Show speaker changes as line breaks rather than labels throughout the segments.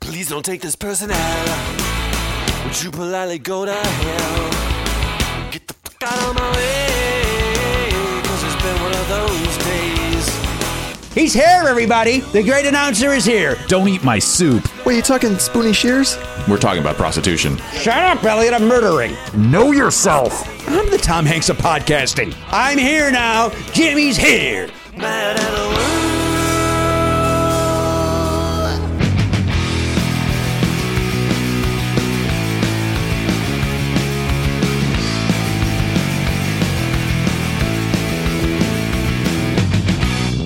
Please don't take this person out. Would you politely go to hell? Get the fuck out of my way. Cause it's been one of those days.
He's here, everybody. The great announcer is here.
Don't eat my soup.
Wait, you talking spoony shears?
We're talking about prostitution.
Shut up, Elliot. I'm murdering.
Know yourself.
I'm the Tom Hanks of podcasting. I'm here now. Jimmy's here.
Mad at the world.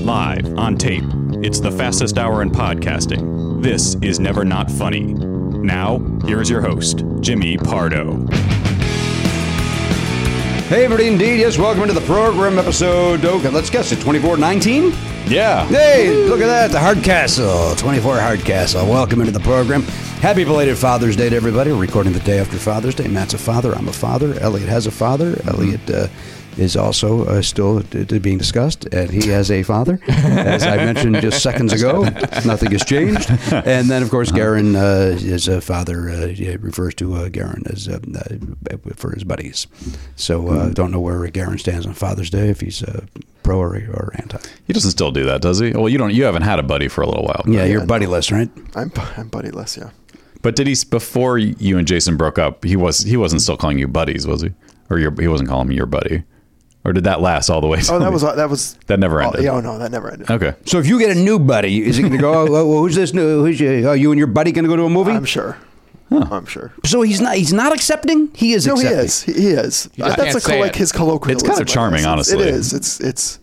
Live, on tape. It's the fastest hour in podcasting. This is Never Not Funny. Now, here is your host, Jimmy Pardo.
Hey, everybody, indeed. Yes, welcome to the program episode. Okay, let's guess it 2419?
Yeah.
Hey, look at that. The Hardcastle, 24 Hardcastle. Welcome into the program. Happy belated Father's Day to everybody. We're recording the day after Father's Day. Matt's a father. I'm a father. Elliot has a father. Elliot uh, is also uh, still d- d- being discussed, and he has a father, as I mentioned just seconds ago. Nothing has changed. And then, of course, Garen uh, is a father. Uh, yeah, refers to uh, Garen as uh, uh, for his buddies. So uh, don't know where Garen stands on Father's Day if he's uh, pro or, or anti.
He doesn't still do that, does he? Well, you don't. You haven't had a buddy for a little while.
Oh,
Yeah, you're buddyless, right?
I'm I'm buddyless, yeah.
But did he s- before you and Jason broke up? He was. He wasn't still calling you buddies, was he? Or your, he wasn't calling me your buddy? Or did that last all the way?
Oh, that was that was
That never
oh,
ended.
yeah, oh no, that never ended.
okay.
So if you get a new buddy, is it going to go? oh, well, who's this new? Who's you? Oh, you and your buddy going to go to a movie?
I'm sure. I'm sure.
so he's not. He's not accepting. He is.
No, he
accepting.
is. He, he is.
just
That's
can't
a
say
col- like
it.
his colloquialism.
It's kind of charming,
It's-
honestly.
It is. It's it's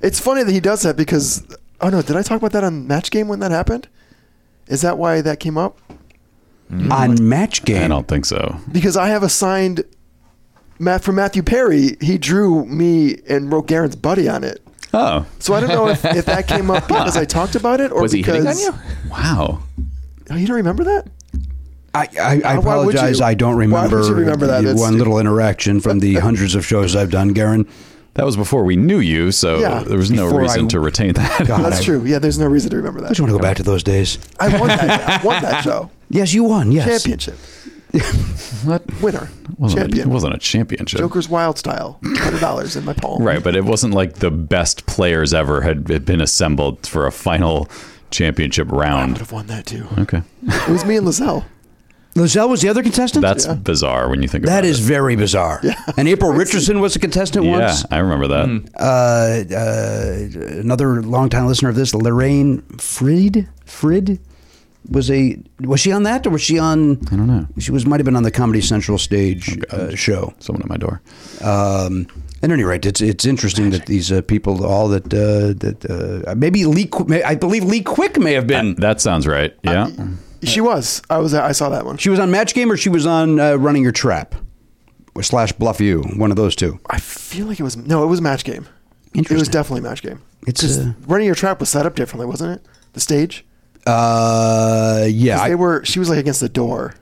it's funny that he does that because oh no, did I talk about that on Match Game when that happened? Is that why that came up?
Mm-hmm. on Match
I
Game.
don't think so.
Because I have a signed Matt from Matthew Perry. He drew me and wrote Garen's buddy on it.
Oh,
So I don't know if, if that came up because I talked about it or
Was he
because
hitting on you?
wow.
Oh, you don't remember that?
I, I, I
Uh, why would
apologize.
you-
I don't
why would you
remember,
remember that?
the
It's-
one little interaction from the hundreds of shows I've done, Garen.
That was before we knew you, so
Yeah.
there was no
Before
reason
I-
to retain that.
God,
That's
I-
true. Yeah, there's no reason to remember
I just
that.
want to go back to those days.
I won that. I won that show.
Yes, you won. Yes.
Championship.
What?
Winner.
Wasn't a, it
Champion.
wasn't a championship.
Joker's Wild Style. $100 in my palm.
Right, but it wasn't like the best players ever had had been assembled for a final championship
I would
round.
have won that too.
Okay.
It was me and Lizelle.
Lozelle was the other contestant.
That's bizarre when you think about
that
it.
is very bizarre. And April Richardson was a contestant
Yeah,
once.
I remember that.
Uh, uh, another longtime listener of this, Lorraine Frid. Frid was a was she on that or was she on? I
don't know.
She was might have been on the Comedy Central stage uh, show.
Someone at my door.
Um, at any rate, it's it's interesting that these uh, people, all that uh, that uh, maybe Lee, Qu- may- I believe Lee Quick may have been.
That, that sounds right. Yeah.
She was. I was. I saw that one.
she was on Match Game or she was on uh, Running Your Trap or slash Bluff You, one of those two.
I feel like it was. No, it was match game. It was
Interesting.
definitely match game.
It's uh,
Running Your Trap was set up differently, wasn't it? The stage?
uh, yeah.
'Cause
I,
they were. She was like against the door.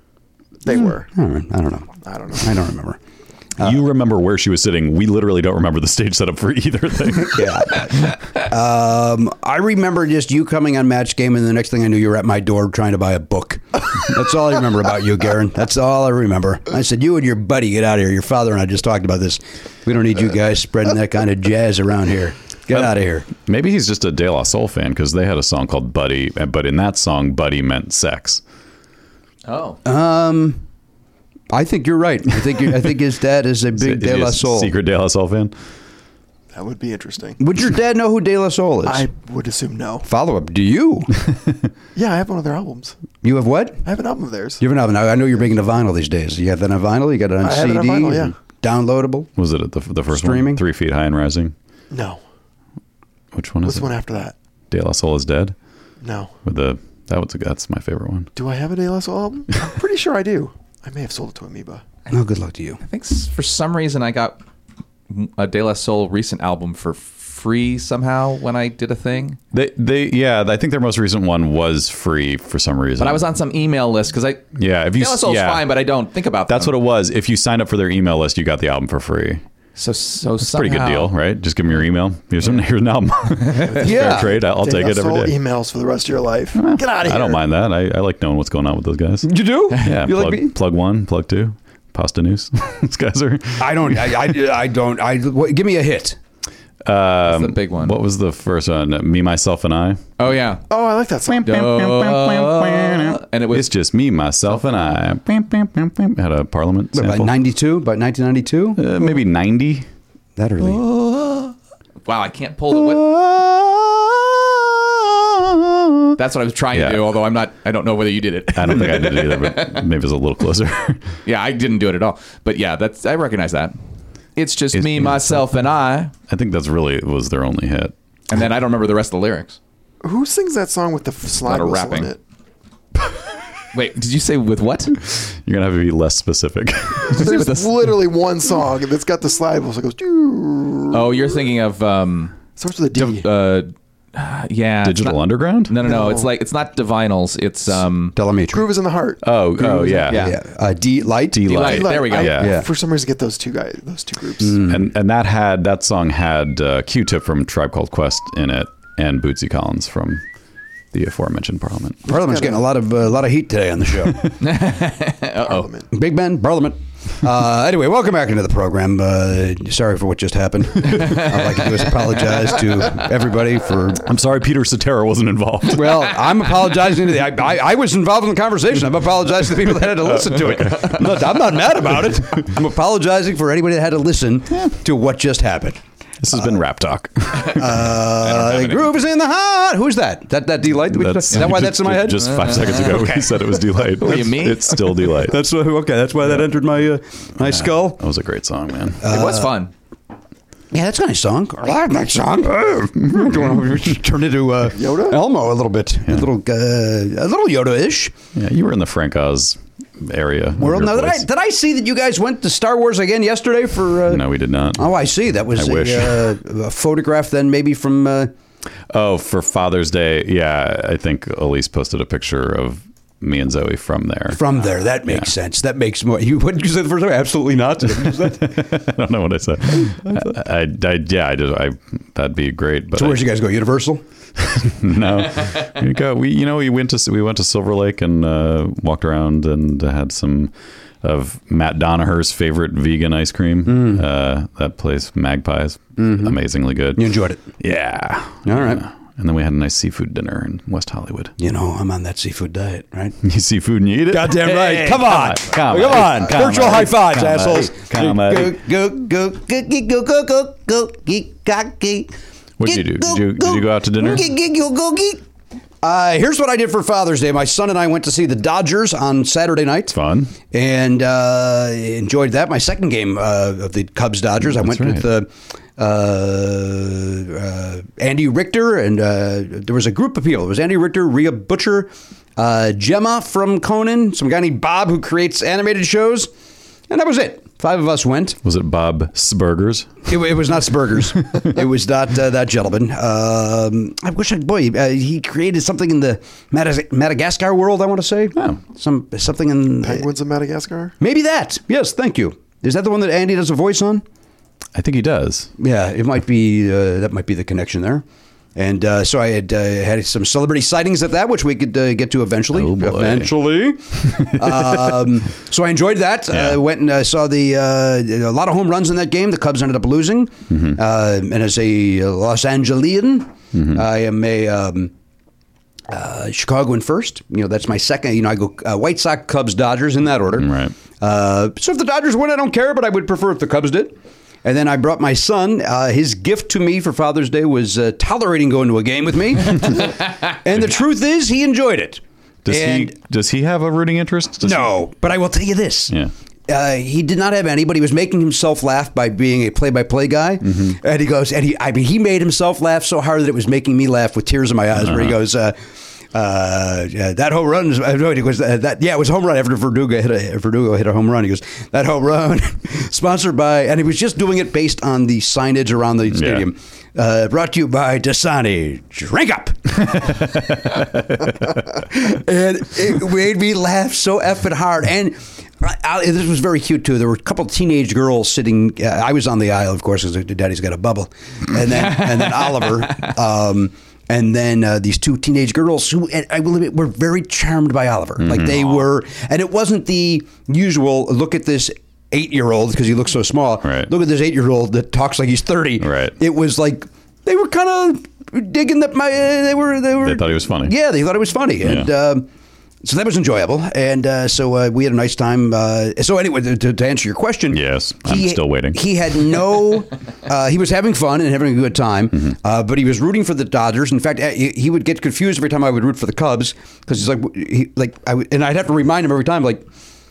They were.
I don't, I don't know.
I don't know.
I don't remember. uh,
you remember where she was sitting. We literally don't remember the stage setup for either thing.
Yeah. um, I remember just you coming on Match Game, and the next thing I knew, you were at my door trying to buy a book. That's all I remember about you, Garen. That's all I remember. I said, "You and your buddy get out of here." Your father and I just talked about this. We don't need you guys spreading that kind of jazz around here.
Um,
Get out of here.
Maybe he's just a De La Soul fan because they had a song called Buddy, but in that song, Buddy meant sex.
Oh.
I think you're right. I think you I think his dad is a big
Is he
De
a
La Soul.
Secret De La Soul fan?
That would be interesting.
Would your dad know who De La Soul is?
I would assume no.
Follow up. Do you?
Yeah, I have one of their albums.
You have what?
I have an album of theirs.
You have an album. I know you're big into vinyl these days. You have that on vinyl. You got it on
I have it
CD.
on vinyl, yeah.
Downloadable.
Was it the, the first one?
Streaming?
Three Feet High and Rising.
No.
Which one is
What's
it?
the one after that?
De La Soul is dead.
No.
With the that was that's my favorite one.
Do I have a De La Soul album? I'm pretty sure I do. I may have sold it to Amoeba.
No, Oh, good luck to you.
I think s- for some reason I got a De La Soul recent album for free somehow when I did a thing.
They they yeah, I think their most recent one was free for some reason.
But I was on some email list because I
Yeah, if you
De La
s-
Soul's
yeah.
fine, but I don't think about
That's
them.
what it was. If you signed up for their email list, you got the album for free.
So so somehow,
Pretty good deal, right? Just give me your email. Here's, some, here's an album.
Yeah.
Fair trade. I'll take it every
Sold
day.
emails for the rest of your life. Get out of here.
I don't mind that. I, I like knowing what's going on with those guys.
You do?
Yeah.
You
plug,
like me?
plug one, plug two, pasta news. these guys are.
I don't. I, I, I don't. I what, give me a hit.
That's the big one.
um, What was the first one? Me, myself, and I.
oh yeah.
Oh, I like that song.
Uh, and it
It's
was
just me, myself, and I. Had a parliament
What,
sample.
about ninety two? About nineteen ninety two?
Uh, maybe 90.
That early.
Oh.
wow. I can't pull it. What, that's what I was trying
Yeah.
to do. Although I'm not. I don't know whether you did it.
I don't think I did either, but maybe it was a little closer.
yeah, I didn't do it at all. But yeah, that's I recognize that. It's just
It's
me,
me,
myself, and I.
I think that's really was their only hit.
And then I don't remember the rest of the lyrics.
Who sings that song with the f- slide
lot of
whistle
rapping.
in it?
Wait, did you say with what?
You're going to have to be less specific.
There's
With a-
literally one song that's got the slide whistle. It goes. "Doo."
Oh, you're thinking of um,
Starts with a D.
uh, yeah, it's
Digital
not-
Underground?
No, no, no. It's like it's not divinyls. It's um,
Delamitri.
Groove is in the heart.
Oh, oh yeah.
Yeah.
Yeah. Uh, D light. D
Delight. There we go.
I-
Yeah.
Yeah.
For some reason, get those two guys, those two groups.
Mm-hmm.
And and that had that song had uh, Q-Tip from Tribe Called Quest in it and Bootsy Collins from the aforementioned Parliament.
Parliament's getting a lot of uh, a lot of heat today on the show.
Parliament.
Big Ben, Parliament. Uh, anyway, welcome back into the program. Uh, sorry for what just happened. I'd like to do is apologize to everybody for.
I'm sorry Peter Cetera wasn't involved.
Well, I'm apologizing to the. I, I, I was involved in the conversation. I'm apologizing to the people that had to listen to it. I'm not, I'm not mad about it. I'm apologizing for anybody that had to listen to what just happened.
this has been Rap Talk.
Uh, the groove is in the heart. Who's that? That that delight? that we just- Is that why that's in my head? Uh,
Just five seconds ago, we said it was Delight. What
do you mean?
It's still Delight. that
that's okay. That's why that entered my uh, my skull.
was a great song, man.
it was fun.
Yeah, that's a nice song. I like that song. Turn into uh,
Yoda?
Elmo a little bit, a little uh, a little Yoda-ish
yeah, you were in the Frank Oz area. with
world.
your
Now, did I,
voice.
did I see that you guys went to Star Wars again yesterday for? Uh,
no, we did not.
Oh, I see. That was
I
a,
wish.
Uh, a photograph. Then maybe from. Uh,
Oh, for Father's Day, yeah, I think Elise posted a picture of me and Zoe from there.
from there, that makes sense. That makes more. You wouldn't you say the first time? Absolutely not. Did you say that?
I don't know what I said. I, I, I- yeah, I did. I that'd be great. But
so where'd
I-
you guys go? Universal.
no, we go. We you know we went to we went to Silver Lake and uh, walked around and had some of Matt Donaher's favorite vegan ice cream.
Mm.
Uh, that place Magpie is amazingly good.
Mm-hmm. You enjoyed it.
Yeah.
All right.
And then we had a nice seafood dinner in West Hollywood.
You know, I'm on that seafood diet, right?
You see food and you eat it.
Goddamn right. Come on.
Come on.
Come on.
Comedy.
Virtual high fives,
Comedy.
assholes.
Comedy.
Go, go, go, go, go, go, go, go, go, go, go.
What'd you do? Did you- did you go out to dinner?
Go, go, go, go, go. Uh, here's what I did for Father's Day. My son and I went to see the Dodgers on Saturday night.
Fun.
And uh, enjoyed that. My second game uh, of the Cubs Dodgers, I went
right.
with uh, uh, uh, Andy Richter, and uh, there was a group of people. It was Andy Richter, Rhea Butcher, uh, Gemma from Conan, some guy named Bob who creates animated shows, and that was it. Five of us went.
Was it Bob Sburgers?
It, it was not Spurgers. it was not uh, that gentleman. Um, I wish I, boy, uh, he created something in the Madas- Madagascar world. I want to say,
Oh.
some something in
Penguins of Madagascar.
maybe that. Yes, thank you. Is that the one that Andy does a voice on?
I think he does.
Yeah, it might be uh, that might be the connection there. And uh, so I had uh, had some celebrity sightings at that, which we could uh, get to eventually.
Oh, boy.
eventually. um, so I enjoyed that.
Yeah.
Uh, went and uh, saw the uh, a lot of home runs in that game. The Cubs ended up losing. Uh, and as a Los Angelian, I am a. Um, uh, Chicagoan first, you know that's my second. You know I go uh, White Sox, Cubs, Dodgers in that order.
Right.
Uh, so if the Dodgers win, I don't care, but I would prefer if the Cubs did. And then I brought my son. Uh, his gift to me for Father's Day was uh, tolerating going to a game with me. and the truth is, he enjoyed it.
Does
And-
he does he have a rooting interest? Does he-
No, but I will tell you this.
Yeah.
Uh, he did not have any, but he was making himself laugh by being a play-by-play guy. And he goes, and he, I mean, he made himself laugh so hard that it was making me laugh with tears in my eyes. Where he goes, uh, uh, yeah, that home run. Is, uh, no, he goes, uh, that yeah, it was a home run after Verdugo hit a Verdugo hit a home run. He goes, that home run, sponsored by, and he was just doing it based on the signage around the stadium. Uh, brought to you by Dasani. Drink up. and it made me laugh so effing hard. And I, this was very cute too. There were a couple of teenage girls sitting. Uh, I was on the aisle, of course, because daddy's got a bubble, and then and then Oliver, um, and then uh, these two teenage girls who and I will admit were very charmed by Oliver.
Mm-hmm.
Like they were, and it wasn't the usual look at this eight year old because he looks so small.
Right.
Look at this eight year old that talks like he's thirty.
Right.
It was like they were kind of digging that my. uh, They were they were.
They thought he was funny.
Yeah, they thought it was funny, and
Yeah.
um, so that was enjoyable. And uh, so uh, we had a nice time. Uh, so anyway, to, to answer your question,
Yes, I'm still waiting.
He had no. uh, he was having fun and having a good time,
Mm-hmm.
uh, but he was rooting for the Dodgers. In fact, uh, he he would get confused every time I would root for the Cubs because he's like, he, like I would, and I'd have to remind him every time, like.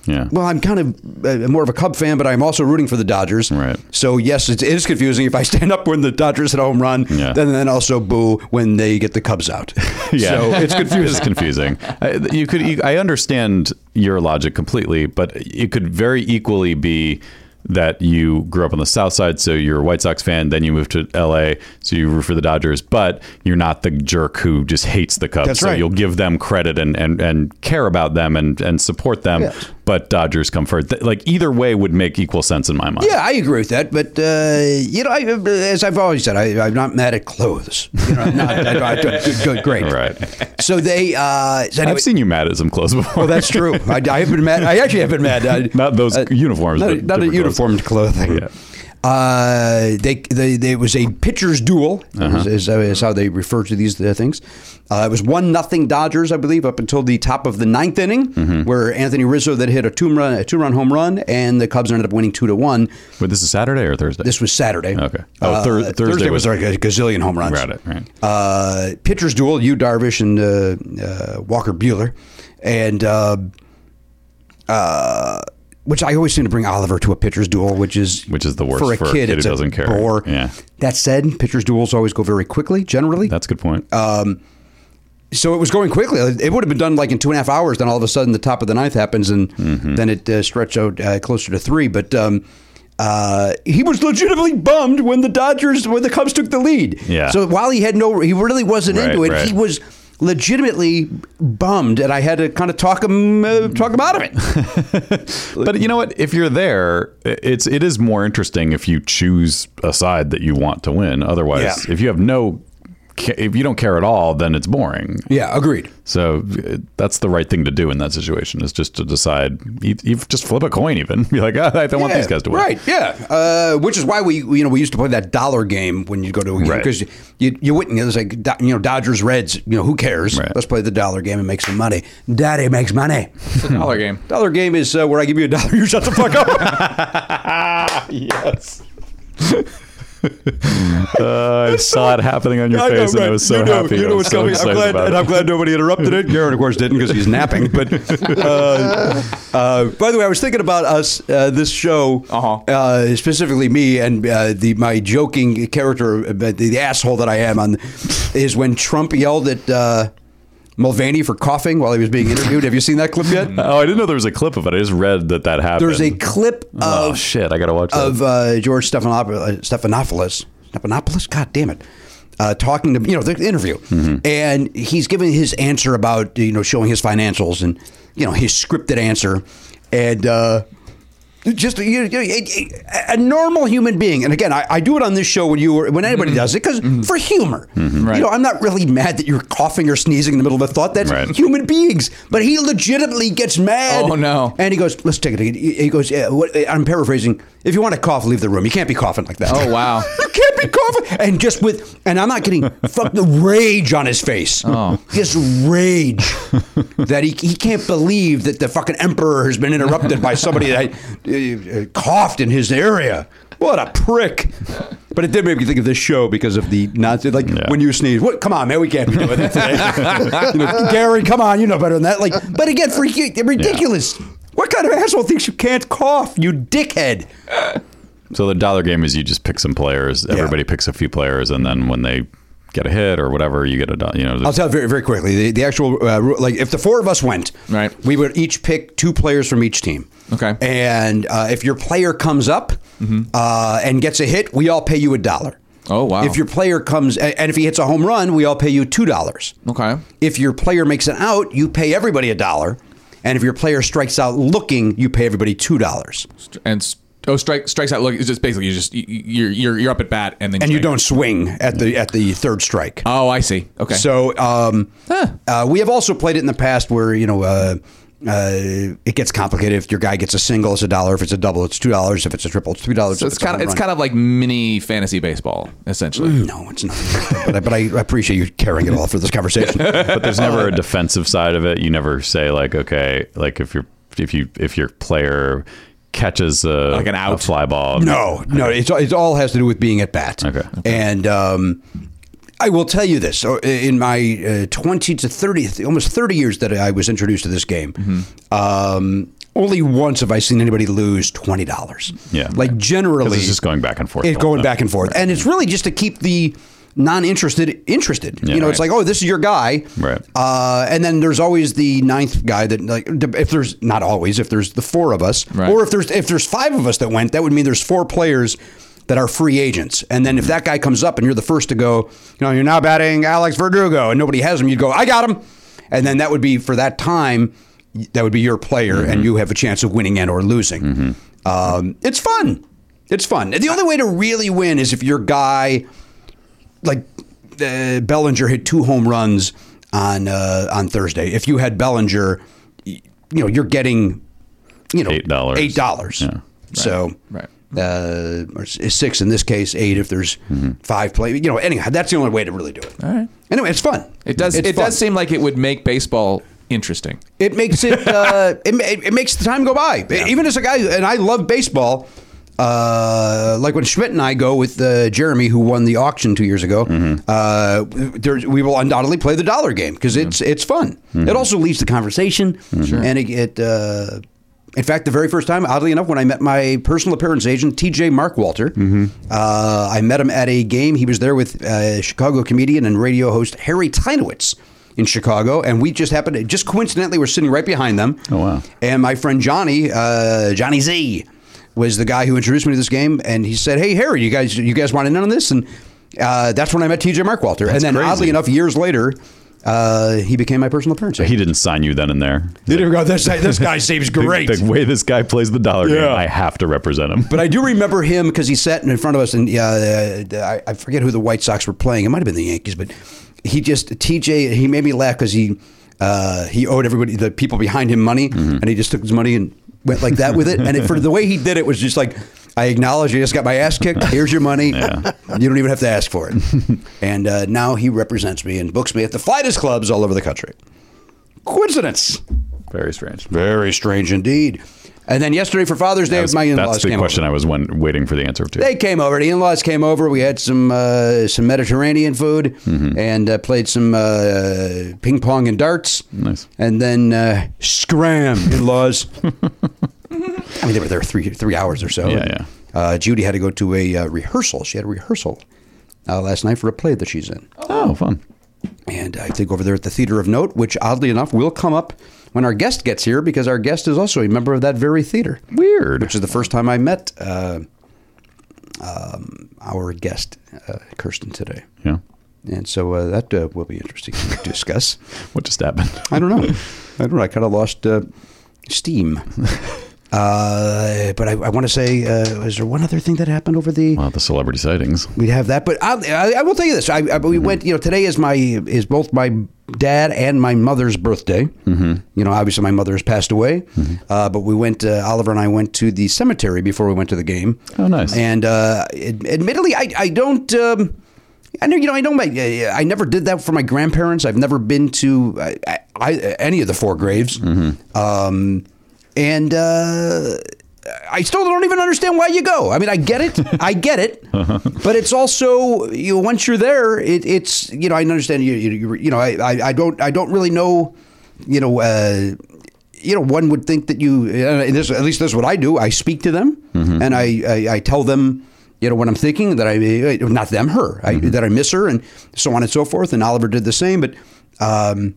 Yeah.
Well, I'm kind of uh, more of a Cub fan, but I'm also rooting for the Dodgers.
Right.
So yes, it is confusing if I stand up when the Dodgers hit a home run,
Yeah.
and then also boo when they get the Cubs out.
Yeah,
So
it's confusing. it's confusing. I, you could, you, I understand your logic completely, but it could very equally be that you grew up on the South Side, so you're a White Sox fan. Then you moved to L.A., so you root for the Dodgers, but you're not the jerk who just hates the Cubs.
That's
so
right.
you'll give them credit and and, and care about them and and support them.
Yeah.
But Dodgers come first. Th- Like either way would make equal sense in my mind.
Yeah, I agree with that. But uh, you know, I, as I've always said, I, I'm not mad at clothes. You know, I'm not, I, I, good, good, great.
Right.
So they. Uh, so anyway,
I've seen you mad at some clothes before.
well, that's true. I, I have been mad. I actually have been mad. I, uh,
Not those uniforms,
Not,
but
not a
different
uniformed clothing.
Yeah.
Uh, they, they, they, it was a pitcher's duel,
Uh-huh.
is, is, uh, is how they refer to these uh, things. Uh, it was one nothing Dodgers, I believe, up until the top of the ninth inning,
Mm-hmm.
where Anthony Rizzo that hit a two run a two run home run, and the Cubs ended up winning two to one.
But this is Saturday or Thursday.
This was Saturday. Uh,
Okay. Oh, Thur- Thursday
was
was-
like a gazillion home runs.
Right, right.
Uh, pitchers duel: you Darvish and uh, uh, Walker Bueller, and uh, uh, which I always seem to bring Oliver to a pitchers duel, which is
Which is the worst
for a kid.
who
it's a
doesn't care.
Bore.
Yeah.
That said, pitchers duels always go very quickly. Generally,
That's a good point.
so it was going quickly. It would have been done like in two and a half hours. Then all of a sudden, the top of the ninth happens, and
Mm-hmm.
then it uh, stretched out uh, closer to three. But um, uh, he was legitimately bummed when the Dodgers, when the Cubs took the lead.
Yeah.
So while he had no, he really wasn't
Right,
into it.
right.
He was legitimately bummed, and I had to kind of talk him, uh, talk him out of it.
but you know what? If you're there, it's it is more interesting if you choose a side that you want to win. Otherwise,
Yeah.
if you have no, ca- if you don't care at all, then it's boring.
yeah, agreed.
So uh, that's the right thing to do in that situation is just to decide. You, you just flip a coin, even be like, "Ah, I don't want
Yeah,
these guys to win.
Right. Yeah. Uh, which is why we, we- you know, we used to play that dollar game when you go to a game
Right.
because you, you wouldn't. It was like do- you know Dodgers Reds. You know who cares?
Right.
Let's play the dollar game and make some money. Daddy makes money.
It's a dollar game.
dollar game is uh, where I give you a dollar, you shut the fuck up.
Yes. Uh, I saw it happening on your
I know,
face, and I
right.
was so
You know-
happy.
you
I
know
was
what's
so
coming. I'm
excited
glad-
about
and
it.
I'm glad nobody interrupted it. Garrett, of course, didn't because he's napping. But uh, uh, by the way, I was thinking about us uh, this show,
Uh-huh.
uh, specifically me and uh, the my joking character, uh, the, the asshole that I am on, is when Trump yelled at. Uh, Mulvaney for coughing while he was being interviewed. Have you seen that clip yet?
Oh, I didn't know there was a clip of it. I just read that that happened.
There's a uh, clip of
oh shit! I gotta watch that.
of uh, George Stephanopoulos, Stephanopoulos, Stephanopoulos, God damn it, uh, talking to you know the interview, and he's giving his answer about you know showing his financials and you know his scripted answer, and uh, just you know, a, a- a normal human being. And again, I, I do it on this show when you were, when anybody does it because for humor, you know, I'm not really mad that you're coughing or sneezing in the middle of a thought. That's
Right.
human beings, but he legitimately gets mad.
Oh, no.
And he goes, let's take it. He he goes, yeah, what, I'm paraphrasing. If you want to cough, leave the room. You can't be coughing like that.
Oh, wow.
you can't be coughing. And just with, and I'm not kidding, fuck the rage on his face. Oh. Just rage that he, he can't believe that the fucking emperor has been interrupted by somebody that uh, uh, coughed in his area. What a prick. But it did make me think of this show because of the Nazi. Like
Yeah.
when you sneeze, what? Come on, man, we can't be doing that today. you know, Gary, come on, you know better than that. Like, but again, freaky, ridiculous. What kind of asshole thinks you can't cough? You dickhead.
So the dollar game is you just pick some players. Everybody picks a few players, and then when they get a hit or whatever, you get a do- you know.
I'll tell you very, very quickly. The, the actual, uh, ru- like, if the four of us went,
Right.
we would each pick two players from each team.
Okay.
And uh, if your player comes up uh, and gets a hit, we all pay you a dollar.
Oh, wow.
If your player comes a- and if he hits a home run, we all pay you two dollars.
Okay.
If your player makes an out, you pay everybody a dollar. And if your player strikes out looking, you pay everybody two dollars,
and s- oh, strike strikes out. Look, it's just basically you just you- you're you're you're up at bat and then
and you
strike
don't swing at the at the third strike.
out. Oh, I see. Okay.
So um, uh, we have also played it in the past where you know uh, uh, it gets complicated. If your guy gets a single, it's a dollar. If it's a double, it's two dollars. If it's a Mm. triple, it's three dollars.
So it's kind of it's kind of like mini fantasy baseball essentially.
no, it's not. but, I, but I appreciate you carrying it all for this conversation.
but there's
uh,
never a defensive side of it. You never say like, okay, like if you're if you if your player catches a
Like an
a
out.
fly ball,
No, no, it's it all has to do with being at bat.
Okay.
And um, I will tell you this: so in my uh, twenty to thirty, almost thirty years that I was introduced to this game,
Mm-hmm.
um, only once have I seen anybody lose twenty dollars.
Yeah.
like generally,
'Cause it's just going back and forth
It's
the whole
going
time.
back and forth, and it's really just to keep the non-interested interested you know it's like oh this is your guy
Right.
uh, and then there's always the ninth guy that like if there's not always if there's the four of us
Right.
or if there's if there's five of us that went that would mean there's four players that are free agents and then if that guy comes up and you're the first to go you know you're now batting Alex Verdugo and nobody has him you'd go I got him and then that would be for that time that would be your player and you have a chance of winning and or losing um, it's fun it's fun the only way to really win is if your guy like uh, Bellinger hit two home runs on uh, on Thursday. If you had Bellinger, y- you know you're getting you know
$8.
eight dollars.
Yeah.
So
Right.
Uh, or s- six in this case, eight if there's five play. You know, anyhow, that's the only way to really do it. All
right.
Anyway, it's fun.
It does
It's
it
fun.
does seem like it would make baseball interesting.
It makes it, uh, it ma- it makes the time go by. Even as a guy, and I love baseball. Uh, like when Schmidt and I go with uh, Jeremy, who won the auction two years ago, uh, there's, we will undoubtedly play the dollar game because it's it's fun. It also leads to conversation, and it. it uh, in fact, the very first time, oddly enough, when I met my personal appearance agent, TJ Mark Walter, uh, I met him at a game. He was there with uh, Chicago comedian and radio host Harry Tynowitz in Chicago, and we just happened to just coincidentally we're sitting right behind them.
Oh, wow.
And my friend Johnny, uh, Johnny Z, was the guy who introduced me to this game, and he said, "Hey Harry, you guys, you guys want in on this?" And uh, that's when I met T.J. Markwalter, and then
crazy.
oddly enough, years later, uh, he became my personal appearance.
he didn't sign you then and there.
There we go. This, this guy seems
The-
great.
The, way this guy plays the dollar game, I have to represent him.
But I do remember him because he sat in front of us, and uh, I, I forget who the White Sox were playing. It might have been the Yankees, but he just TJ. He made me laugh because he uh, he owed everybody the people behind him money,
Mm-hmm.
and he just took his money and went like that with it. And it, for the way he did it was just like, I acknowledge I just got my ass kicked. Here's your money. You don't even have to ask for it. and uh, now he represents me and books me at the finest clubs all over the country. Coincidence.
Very strange.
Very strange indeed. And then yesterday for Father's Day,
That was-
my in-laws
that's the
came
question
over.
I was wen- waiting for the answer to.
They came over. The in-laws came over. We had some uh, some Mediterranean food
Mm-hmm.
and uh, played some uh, ping pong and darts.
Nice.
And then uh, scram in-laws. I mean, they were there three three hours or so.
Yeah, yeah.
Uh, Judy had to go to a uh, rehearsal. She had a rehearsal uh, last night for a play that she's in.
oh, fun.
And I think over there at the Theater of Note, which oddly enough will come up when our guest gets here, because our guest is also a member of that very theater.
Weird.
Which is the first time I met uh, um, our guest, uh, Kirsten, today.
Yeah.
And so uh, that uh, will be interesting to discuss.
What just happened?
I don't know. I don't know. I kind of lost uh, steam. Uh, but I, I want to say, uh, is there one other thing that happened over the?
Wow, the celebrity sightings.
We'd have that, but I, I, I will tell you this: I, I we
Mm-hmm.
went. You know, today is my is both my dad and my mother's birthday. Mm-hmm. You know, obviously my mother has passed away,
Mm-hmm.
uh, but we went. Uh, Oliver and I went to the cemetery before we went to the game.
Oh, nice.
And uh, ad- admittedly, I I don't. Um, I know, you know, I know my. I never did that for my grandparents. I've never been to I, I, I, any of the four graves,
Mm-hmm.
um, and uh, I still don't even understand why you go. I mean, I get it, I get it, but it's also you. Know, once you're there, it, it's you know, I understand you. You, you- you know, I, I, I don't, I don't really know. You know, uh, you know, one would think that you. uh, And this, at least, that's what I do. I speak to them, and I, I, I tell them you know what I'm thinking that I uh, not them her I, that I miss her and so on and so forth and Oliver did the same but um,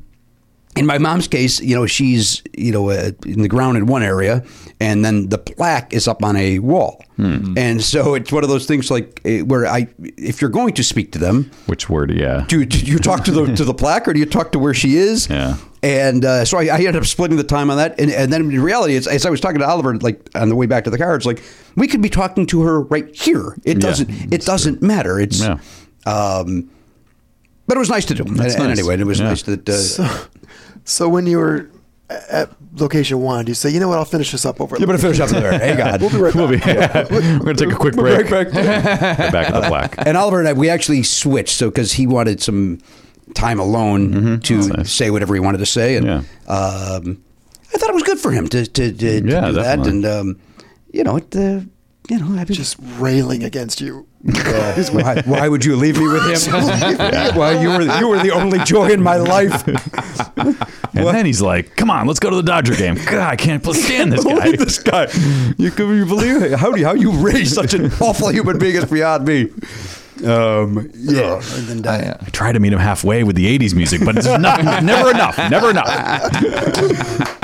in my mom's case you know she's you know uh, in the ground in one area and then the plaque is up on a wall
Hmm.
and so it's one of those things like eh, where I if you're going to speak to them
Which word? Yeah.
do, do you talk to the to the plaque or do you talk to where she is
Yeah.
And uh, so I, I ended up splitting the time on that. And, and then in reality, it's, as I was talking to Oliver, like on the way back to the car, it's like we could be talking to her right here. It
Yeah,
doesn't. it doesn't matter. It's.
Yeah.
Um, but it was nice to do. And, and
nice.
anyway, it was
Yeah.
nice that. Uh,
So when you were at location one, you say, you know what? I'll finish this up over.
you better finish up there. Hey God.
We'll be right
We'll
back.
be, we're going to take a quick break. Get back in the black.
and Oliver and I, we actually switched. So because he wanted some time alone to say whatever he wanted to say, and
Yeah.
um, I thought it was good for him to to, to, to
Yeah,
do that.
definitely.
And um, you know, it, uh, you know, I was
Just railing against you.
uh, why, why would you leave me with him? Well, you were you were the only joy in my life.
And then he's like, "Come on, let's go to the Dodger game." God, I can't stand this guy.
this guy, you can you believe it? how do you, how you raise such an awful human being is beyond me. Um, yeah, and then die.
I try to meet him halfway with the '80s music, but it's not, never enough. Never enough.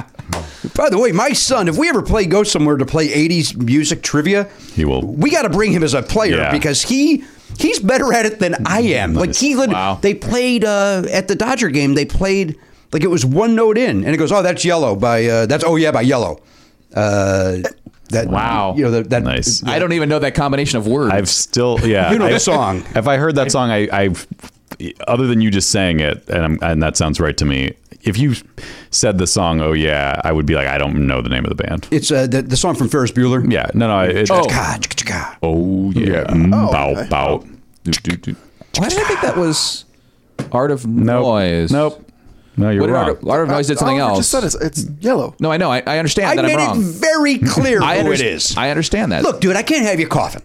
By the way, my son, if we ever play go somewhere to play 80s music trivia,
He will-
We got to bring him as a player
Yeah.
because he he's better at it than I am. Like he lit-
Wow.
they played uh, at the Dodger game, they played like it was one note in and it goes, "Oh, that's yellow by uh, that's oh yeah by yellow." Uh, that
Wow.
You know that, that
Nice.
I don't even know that combination of words.
I've still, yeah.
You know
I,
the song.
If I heard that song, I, I've, other than you just saying it, and I'm, and that sounds right to me. If you said the song, "Oh yeah," I would be like, "I don't know the name of the band."
It's uh, the, the song from Ferris Bueller.
Yeah, no, no. I- It,
Oh.
God, chicka, chicka.
oh yeah. Mm, bow, bow.
Why did I think that was Art of
Nope.
Noise?
Nope. No, you're
What did
wrong.
Art of, Art of Noise did something
Oliver
else?
Oh, Just said it's, it's yellow.
No, I know. I, I understand
I
that
made
I'm wrong.
it very clear
I
who it
underst-
is.
I understand that.
Look, dude, I can't have you coughing.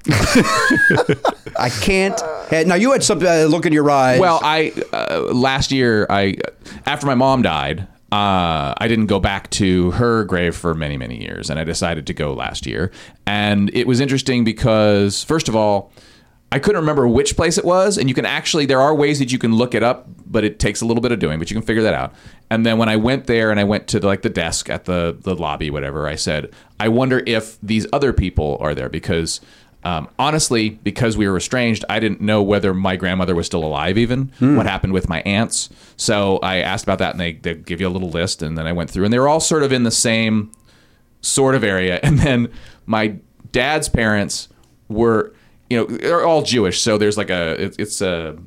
I can't. ha- Now you had some uh, look in your eyes.
Well, I uh, last year I after my mom died, uh, I didn't go back to her grave for many many years, and I decided to go last year, and it was interesting because first of all. I couldn't remember which place it was, and you can actually there are ways that you can look it up, but it takes a little bit of doing, but you can figure that out. And then when I went there and I went to the, like the desk at the the lobby, whatever, I said, I wonder if these other people are there because um, honestly, because we were estranged, I didn't know whether my grandmother was still alive, even what happened with my aunts. So I asked about that, and they, they give you a little list. And then I went through, and they were all sort of in the same sort of area. And then my dad's parents were, you know, they're all Jewish. So there's like a, it's it's a,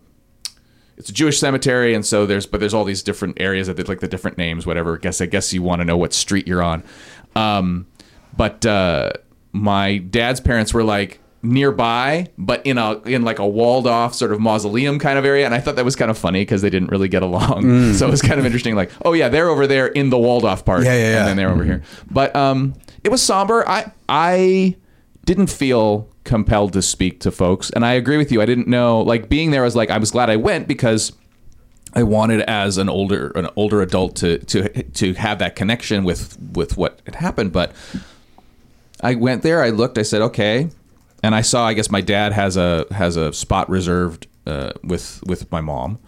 it's a Jewish cemetery, and so there's but there's all these different areas that there's like the different names, whatever. Guess I guess you want to know what street you're on. Um, but uh, my dad's parents were like nearby, but in a in like a walled off sort of mausoleum kind of area, and I thought that was kind of funny because they didn't really get along. So it was kind of interesting. Like, oh yeah, they're over there in the walled off part,
Mm. Yeah, yeah, yeah. Mm-hmm.
and then they're over here. But um, it was somber. I I didn't feel compelled to speak to folks and i agree with you i didn't know like being there I was like i was glad i went because i wanted as an older an older adult to to to have that connection with with what had happened but i went there i looked i said okay and i saw i guess my dad has a has a spot reserved uh, with with my mom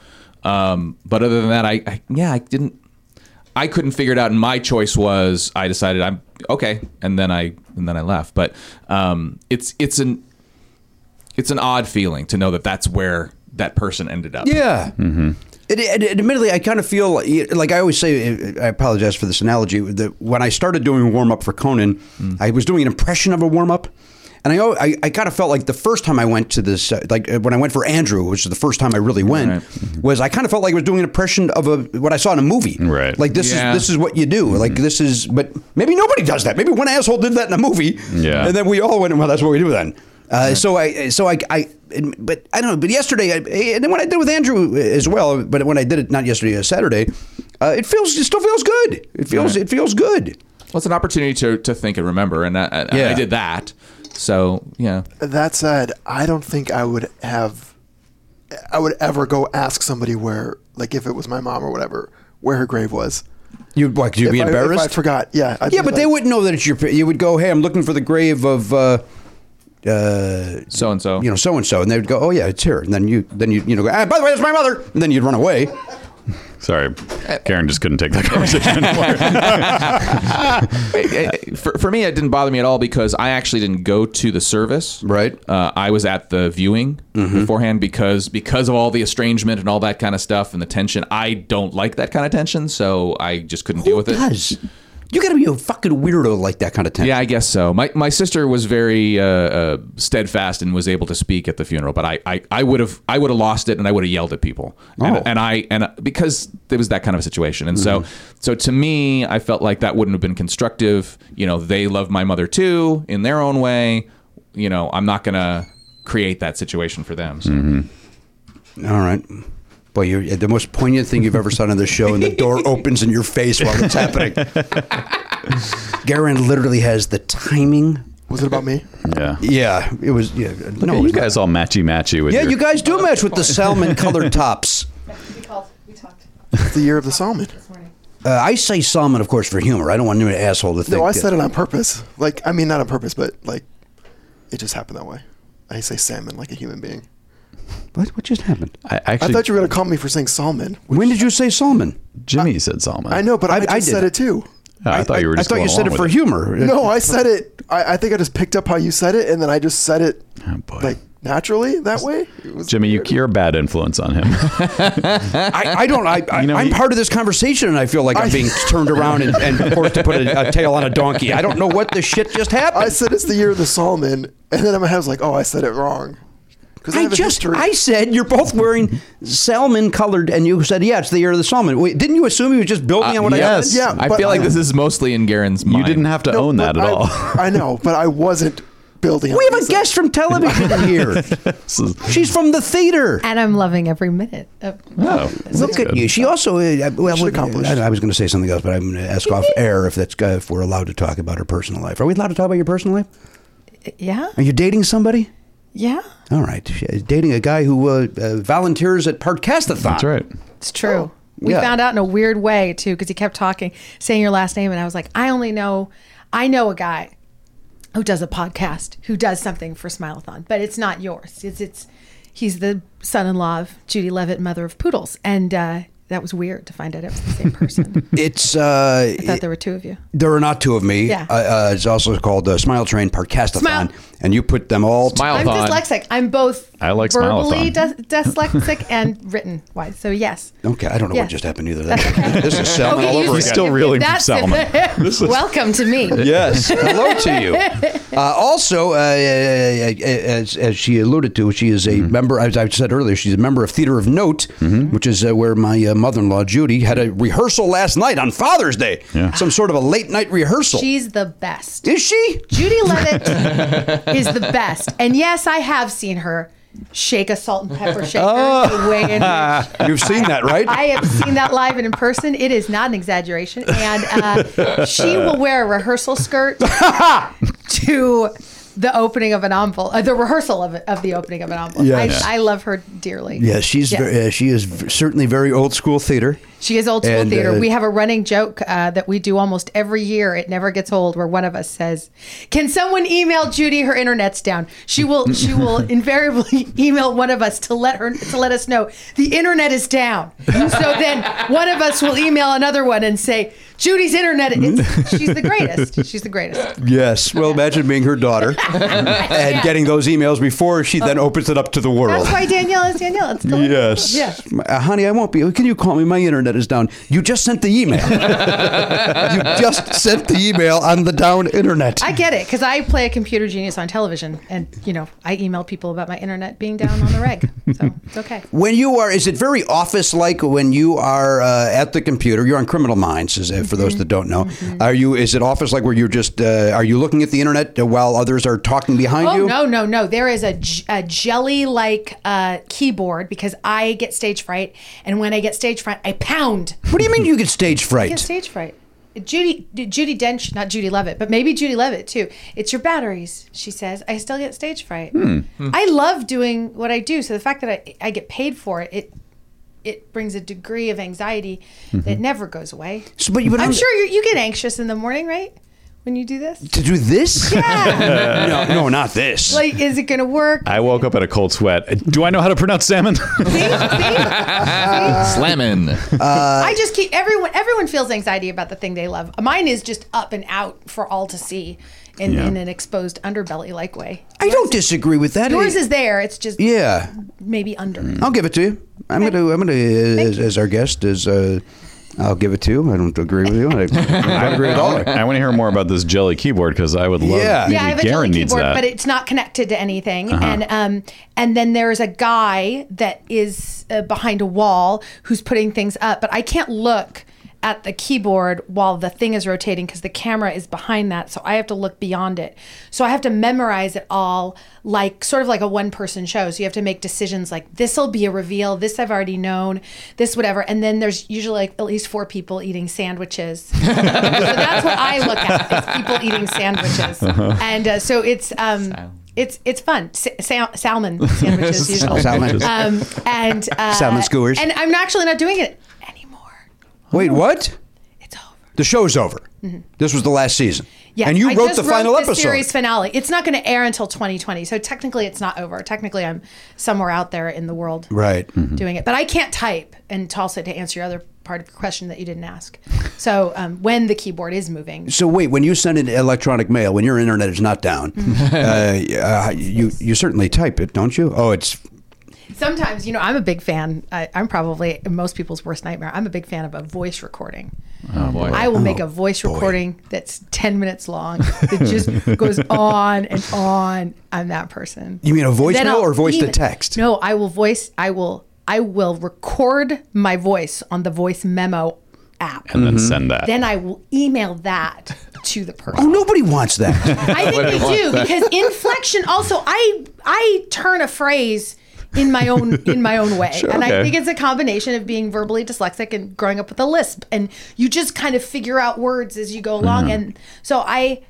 um, but other than that I, I yeah i didn't I couldn't figure it out, and my choice was I decided I'm okay, and then I and then I left. But um, it's it's an it's an odd feeling to know that that's where that person ended up.
Yeah. Mm-hmm. And, and- and admittedly, I kind of feel like I always say. uh, I apologize for this analogy. That when I started doing warm up for Conan,
Mm.
I was doing an impression of a warm up, and I, al- I I kind of felt like the first time I went to this, uh, like uh, when I went for Andrew, which is the first time I really went,
Right. Mm-hmm.
was I kind of felt like I was doing an impression of a what I saw in a movie.
Right.
Like this
Yeah.
is this is what you do. Like this is, but maybe nobody does that. Maybe one asshole did that in a movie.
Yeah.
And then we all went, well, that's what we do then. Uh, so I, so I, I, but I don't know. But yesterday, I, and then when I did with Andrew as well, but when I did it not yesterday, uh, Saturday, uh, it feels, it still feels good. It feels, it feels good.
Well, it's an opportunity to, to think and remember, and I, and I
Yeah.
did that. So yeah,
That said, I don't think I would have, I would ever go ask somebody where, like, if it was my mom or whatever, where her grave was.
You like you'd
If
be
I- if
embarrassed?
I, forgot. Yeah. I'd
Yeah,
be
but they
like-
wouldn't know that it's your. You would go, hey, I'm looking for the grave of. Uh, uh,
so and so.
you know, so and so, and they would go, "Oh yeah, it's here." And then you, then you, you know, go, ah, "By the way, that's my mother," and then you'd run away.
Sorry, Karen just couldn't take that conversation anymore.
I- I- for, for me, it didn't bother me at all because I actually didn't go to the service.
Right. Mm-hmm.
Uh, I was at the viewing beforehand because because of all the estrangement and all that kind of stuff and the tension. I don't like that kind of tension, so I just couldn't deal with it.
Does. You got to be a fucking weirdo like that kind of thing.
Yeah, I guess so. My my sister was very uh, uh, steadfast and was able to speak at the funeral, but I I, I would have I would have lost it and I would have yelled at people.
Oh.
And, and I and uh, because it was that kind of a situation, and so so to me, I felt like that wouldn't have been constructive. You know, they love my mother too in their own way. You know, I'm not gonna create that situation for them. So.
All right. Boy, you're the most poignant thing you've ever said on this show, and the door opens in your face while it's happening. Garen literally has the timing.
Was it about me?
yeah.
Yeah, it was. Yeah, no, it
you
was not.
guys all matchy matchy with
Yeah,
your-
you guys do match with the salmon colored tops.
We called. We talked
It's the year of the salmon.
this morning.
Uh, I say salmon, of course, for humor. I don't want an asshole to think.
No, I
that-
said it on purpose. Like, I mean, not on purpose, but like, it just happened that way. I say salmon like a human being.
What, what just happened?
I actually
I thought you were gonna call me for saying salmon.
when did you say salmon?
Jimmy said Salma.
I know, but I,
I-
just
I did.
said it too.
Yeah, I, thought you were
I
just
thought you
going
said
along
it for
with
humor.
No, I said it. I, I think I just picked up how you said it, and then I just said it
Oh, boy.
like naturally that way. It was
Jimmy, you,
weird.
you're a bad influence on him.
I, I don't. I, I
You know,
I'm
you-
part of this conversation, and I feel like I'm
I-
being turned around and, and forced to put a, a tail on a donkey. I don't know what the shit just happened.
I said it's the year of the salmon, and then in my head I was like, oh, I said it wrong. Because
I just I said you're both wearing salmon colored, and you said yeah, it's the year of the salmon. Wait, didn't you assume he was just building on what
yes,
Yeah,
I
but
feel like
I-
this is mostly in Garen's mind.
you didn't have to own that at
I,
all.
I know, but I wasn't building.
I? We
on
have a
this.
guest from television here.
This is-
She's from the theater.
And I'm loving every minute. Of,
oh, that's
Look at
good.
you. She also. Uh, well,
She accomplished.
I, I was going to say something else, but I'm going to ask off air if that's uh, if we're allowed to talk about her personal life. Are we allowed to talk about your personal life?
yeah,
Are you dating somebody?
yeah,
All right, She's dating a guy who uh, uh, volunteers at Podcastathon.
That's right.
it's
Oh,
true. we
yeah.
found out in a weird way too, because he kept talking, saying your last name, and I was like, I only know, I know a guy who does a podcast, who does something for Smileathon, but it's not yours. It's it's he's the son-in-law of Judy Levitt, mother of poodles, and uh, that was weird to find out it was the same person.
It's uh,
I thought there were two of you.
there are not two of me.
Yeah.
Uh, uh, it's also called uh, Smile Train Podcastathon,
Smile.
and you put them all.
Smile
I'm
Mile-thon.
dyslexic. I'm both
I like
verbally
Smile-a-thon.
dys- dyslexic and written wise. So yes.
Okay, I don't know
Yeah.
what just happened either.
That's okay.
this is salmon
Okay,
all
you-
over
He's
again.
still
if-
reeling
if
from
that's-
Salmon.
Welcome to me.
Yes. Hello to you. Uh, also, uh, as, as she alluded to, she is a
Mm-hmm.
member, as I said earlier, she's a member of Theater of Note, which is uh, where my uh, mother in law, Judy, had a rehearsal last night on Father's Day.
Yeah.
Some sort of a late night rehearsal.
She's the best.
is she?
Judy Levitt is the best. And yes, I have seen her shake a salt and pepper shaker.
Oh.
the way in which-
You've seen that, right?
I have seen that live and in person. It is not an exaggeration. And uh, she will wear a rehearsal skirt to the opening of an envelope, uh, the rehearsal of, of the opening of an envelope.
Yes.
I, I love her dearly.
yeah, she's
Yes.
Very, uh, she is v- certainly very old school theater.
She is old school
And,
theater.
uh,
we have a running joke uh, that we do almost every year. It never gets old. Where one of us says, "Can someone email Judy? Her internet's down." She will. She will invariably email one of us to let her to let us know the internet is down. So then one of us will email another one and say, "Judy's internet. It's, she's the greatest. She's the greatest."
Yes. Well, imagine being her daughter and getting those emails before she then opens it up to the world.
That's why Danielle is Danielle. It's delightful.
Yes.
Yeah.
Uh, honey, I won't be. Can you call me? My internet is down. You just sent the email. you just sent the email on the down internet.
I get it because I play a computer genius on television, and you know I email people about my internet being down on the reg, so it's okay.
when you are, is it very office like when you are uh, at the computer? You're on Criminal Minds, is it, for those
Mm-hmm.
that don't know. Are you? Is it office like where you're just? Uh, are you looking at the internet while others are talking behind
Oh
you?
no no no! There is a, j- a jelly like uh, keyboard because I get stage fright, and when I get stage fright, I pound. I
What do you mean you get stage fright?
get stage fright. Judy Judy Dench, not Judy Levitt, but maybe Judy Levitt too. It's your batteries, she says. I still get stage fright. I love doing what I do, so the fact that I, I get paid for it, it it brings a degree of anxiety that never goes away.
So, but you- but
I'm
I'm-
sure you, you get anxious in the morning, right? when you do this?
To do this?
Yeah.
No, no, not this.
like, is it going to work?
I woke up in a cold sweat. Do I know how to pronounce salmon?
See? See? See?
Slamming.
I just keep everyone. Everyone feels anxiety about the thing they love. Mine is just up and out for all to see, in,
Yeah.
in an exposed underbelly like way.
I don't disagree with that.
Yours is there. It's just
Yeah,
maybe under.
I'll give it to you. I'm gonna, I'm gonna, as, as our guest is, uh, I'll give it to you. I don't agree with you. I, I don't agree with all. of it.
I want to hear more about this jelly keyboard because I would love.
Yeah.
maybe
Yeah, I have a
Garen
jelly
needs
keyboard,
that. Uh-huh.
but it's not connected to anything. And um, and then there's a guy that is uh, behind a wall who's putting things up, but I can't look at the keyboard while the thing is rotating because the camera is behind that, so I have to look beyond it. So I have to memorize it all, like sort of like a one-person show. So you have to make decisions like this will be a reveal, this I've already known, this whatever, and then there's usually like at least four people eating sandwiches so that's what I look at is people eating sandwiches,
Uh-huh.
and uh, so it's um, it's it's fun. Sa- sal- salmon sandwiches usually,
Salmon.
um, and uh,
Salmon skewers.
And I'm actually not doing it anymore.
Wait, what?
It's over.
The show's over. This was the last season.
Mm-hmm. Yeah,
and you
I
wrote
just
the final
the
episode.
series finale. It's not going to air until 2020, so technically it's not over. Technically, I'm somewhere out there in the world
Right. Mm-hmm.
doing it, but I can't type. And Tulsa, to answer your other part of your question that you didn't ask, so um, when the keyboard is moving,
So wait, when you send in electronic mail, when your internet is not down, uh, uh, you you certainly type it, don't you? Oh, it's
Sometimes, you know, I'm a big fan. I, I'm probably most people's worst nightmare. I'm a big fan of a voice recording.
Oh boy.
I will make a voice recording that's 10 minutes long that just goes on and on. I'm that person.
you mean a
Then
voicemail
I'll
or voice to
even-
text?
No, I will voice, I will, I will record my voice on the voice memo app.
and then send that.
Then I will email that to the person.
Oh, nobody wants that.
I think they do because inflection also I I turn a phrase in my own in my own way. and I
okay.
think it's a combination of being verbally dyslexic and growing up with a lisp and you just kind of figure out words as you go along
Mm-hmm.
and so I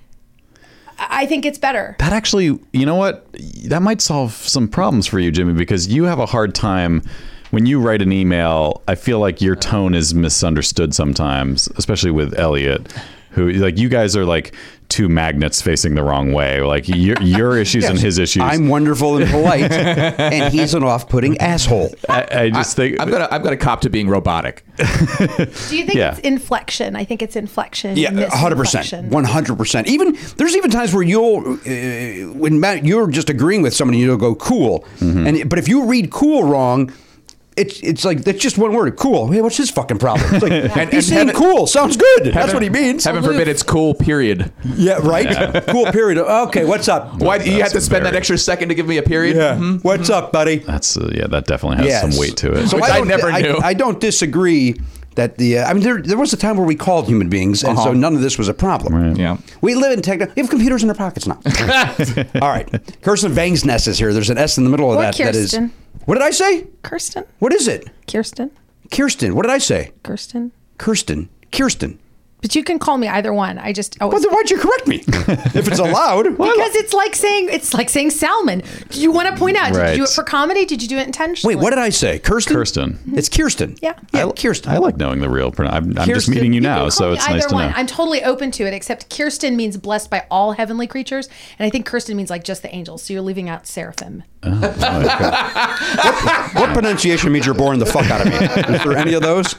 I think it's better.
that actually, you know what? That might solve some problems for you, Jimmy, because you have a hard time when you write an email. I feel like your tone is misunderstood sometimes, especially with Elliot, who like you guys are like two magnets facing the wrong way. Like your your issues and his issues.
I'm wonderful and polite, and he's an off-putting asshole.
I, I just think
I've got a, I've got a cop to being robotic.
Do you think
Yeah.
it's inflection? I think it's inflection.
Yeah, hundred percent,
misinflection.
one hundred percent. Even there's even times where you'll uh, when Matt, you're just agreeing with somebody, you'll go cool,
Mm-hmm.
and but if you read cool wrong. It's, it's like that's just one word cool hey what's his fucking problem it's like,
And-
he's
and
saying
heaven-
cool sounds good that's what he means
Heaven forbid it's cool. Period.
yeah right cool period okay what's up
Why do you have to
That's
spend that
very-
extra second to give me a period?
yeah
Mhm.
what's up buddy
that's uh, yeah, that definitely has some weight to it.
Which I
don't-
never knew.
I, don't disagree that the. Uh, I mean, there, there was a time where we called human beings, and so
Uh-huh.
none of this was a problem.
Yeah.
We live in technology. We have computers in our pockets now. All right. Kirsten Vangsness is here. There's an S in the middle of
Or
that. That is.
Kirsten.
What did I say?
Kirsten?
What is it?
Kirsten?
Kirsten. What did I say?
Kirsten?
Kirsten. Kirsten.
But you can call me either one. I just always
Well, then why'd you correct me? if it's allowed. Why-
because it's like saying it's like saying salmon. Do you want to point out? Did you do
Right.
it for comedy? Did you do it intentionally?
Wait, what did I say? Kirsten.
Kirsten.
It's Kirsten.
Yeah.
Yeah. Kirsten.
I like knowing the real. Pronoun- I'm, I'm just
Kirsten,
meeting you
you
You
now,
can call
so
me
it's nice
either
to know.
I'm totally open to it, except Kirsten means blessed by all heavenly creatures, and I think Kirsten means like just the angels. So you're leaving out seraphim.
What pronunciation means you're boring the fuck out of me? Is there any of those?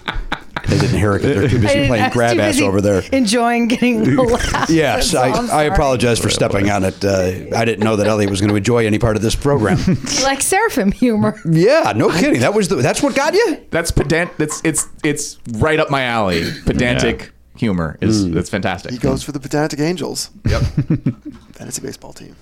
They didn't hear it. 'cause They're too busy playing grab ass over there.
enjoying getting the laugh.
Yes,
So
I,
I'm
I
sorry.
apologize for stepping on it. Uh, I didn't know that Elliot was going to enjoy any part of this program.
You like seraphim humor.
yeah, no kidding. That was the, that's what got you.
That's pedant. That's it's it's right up my alley. Pedantic humor is
Hmm.
that's fantastic.
He goes for the pedantic angels.
Yep.
Fantasy baseball team.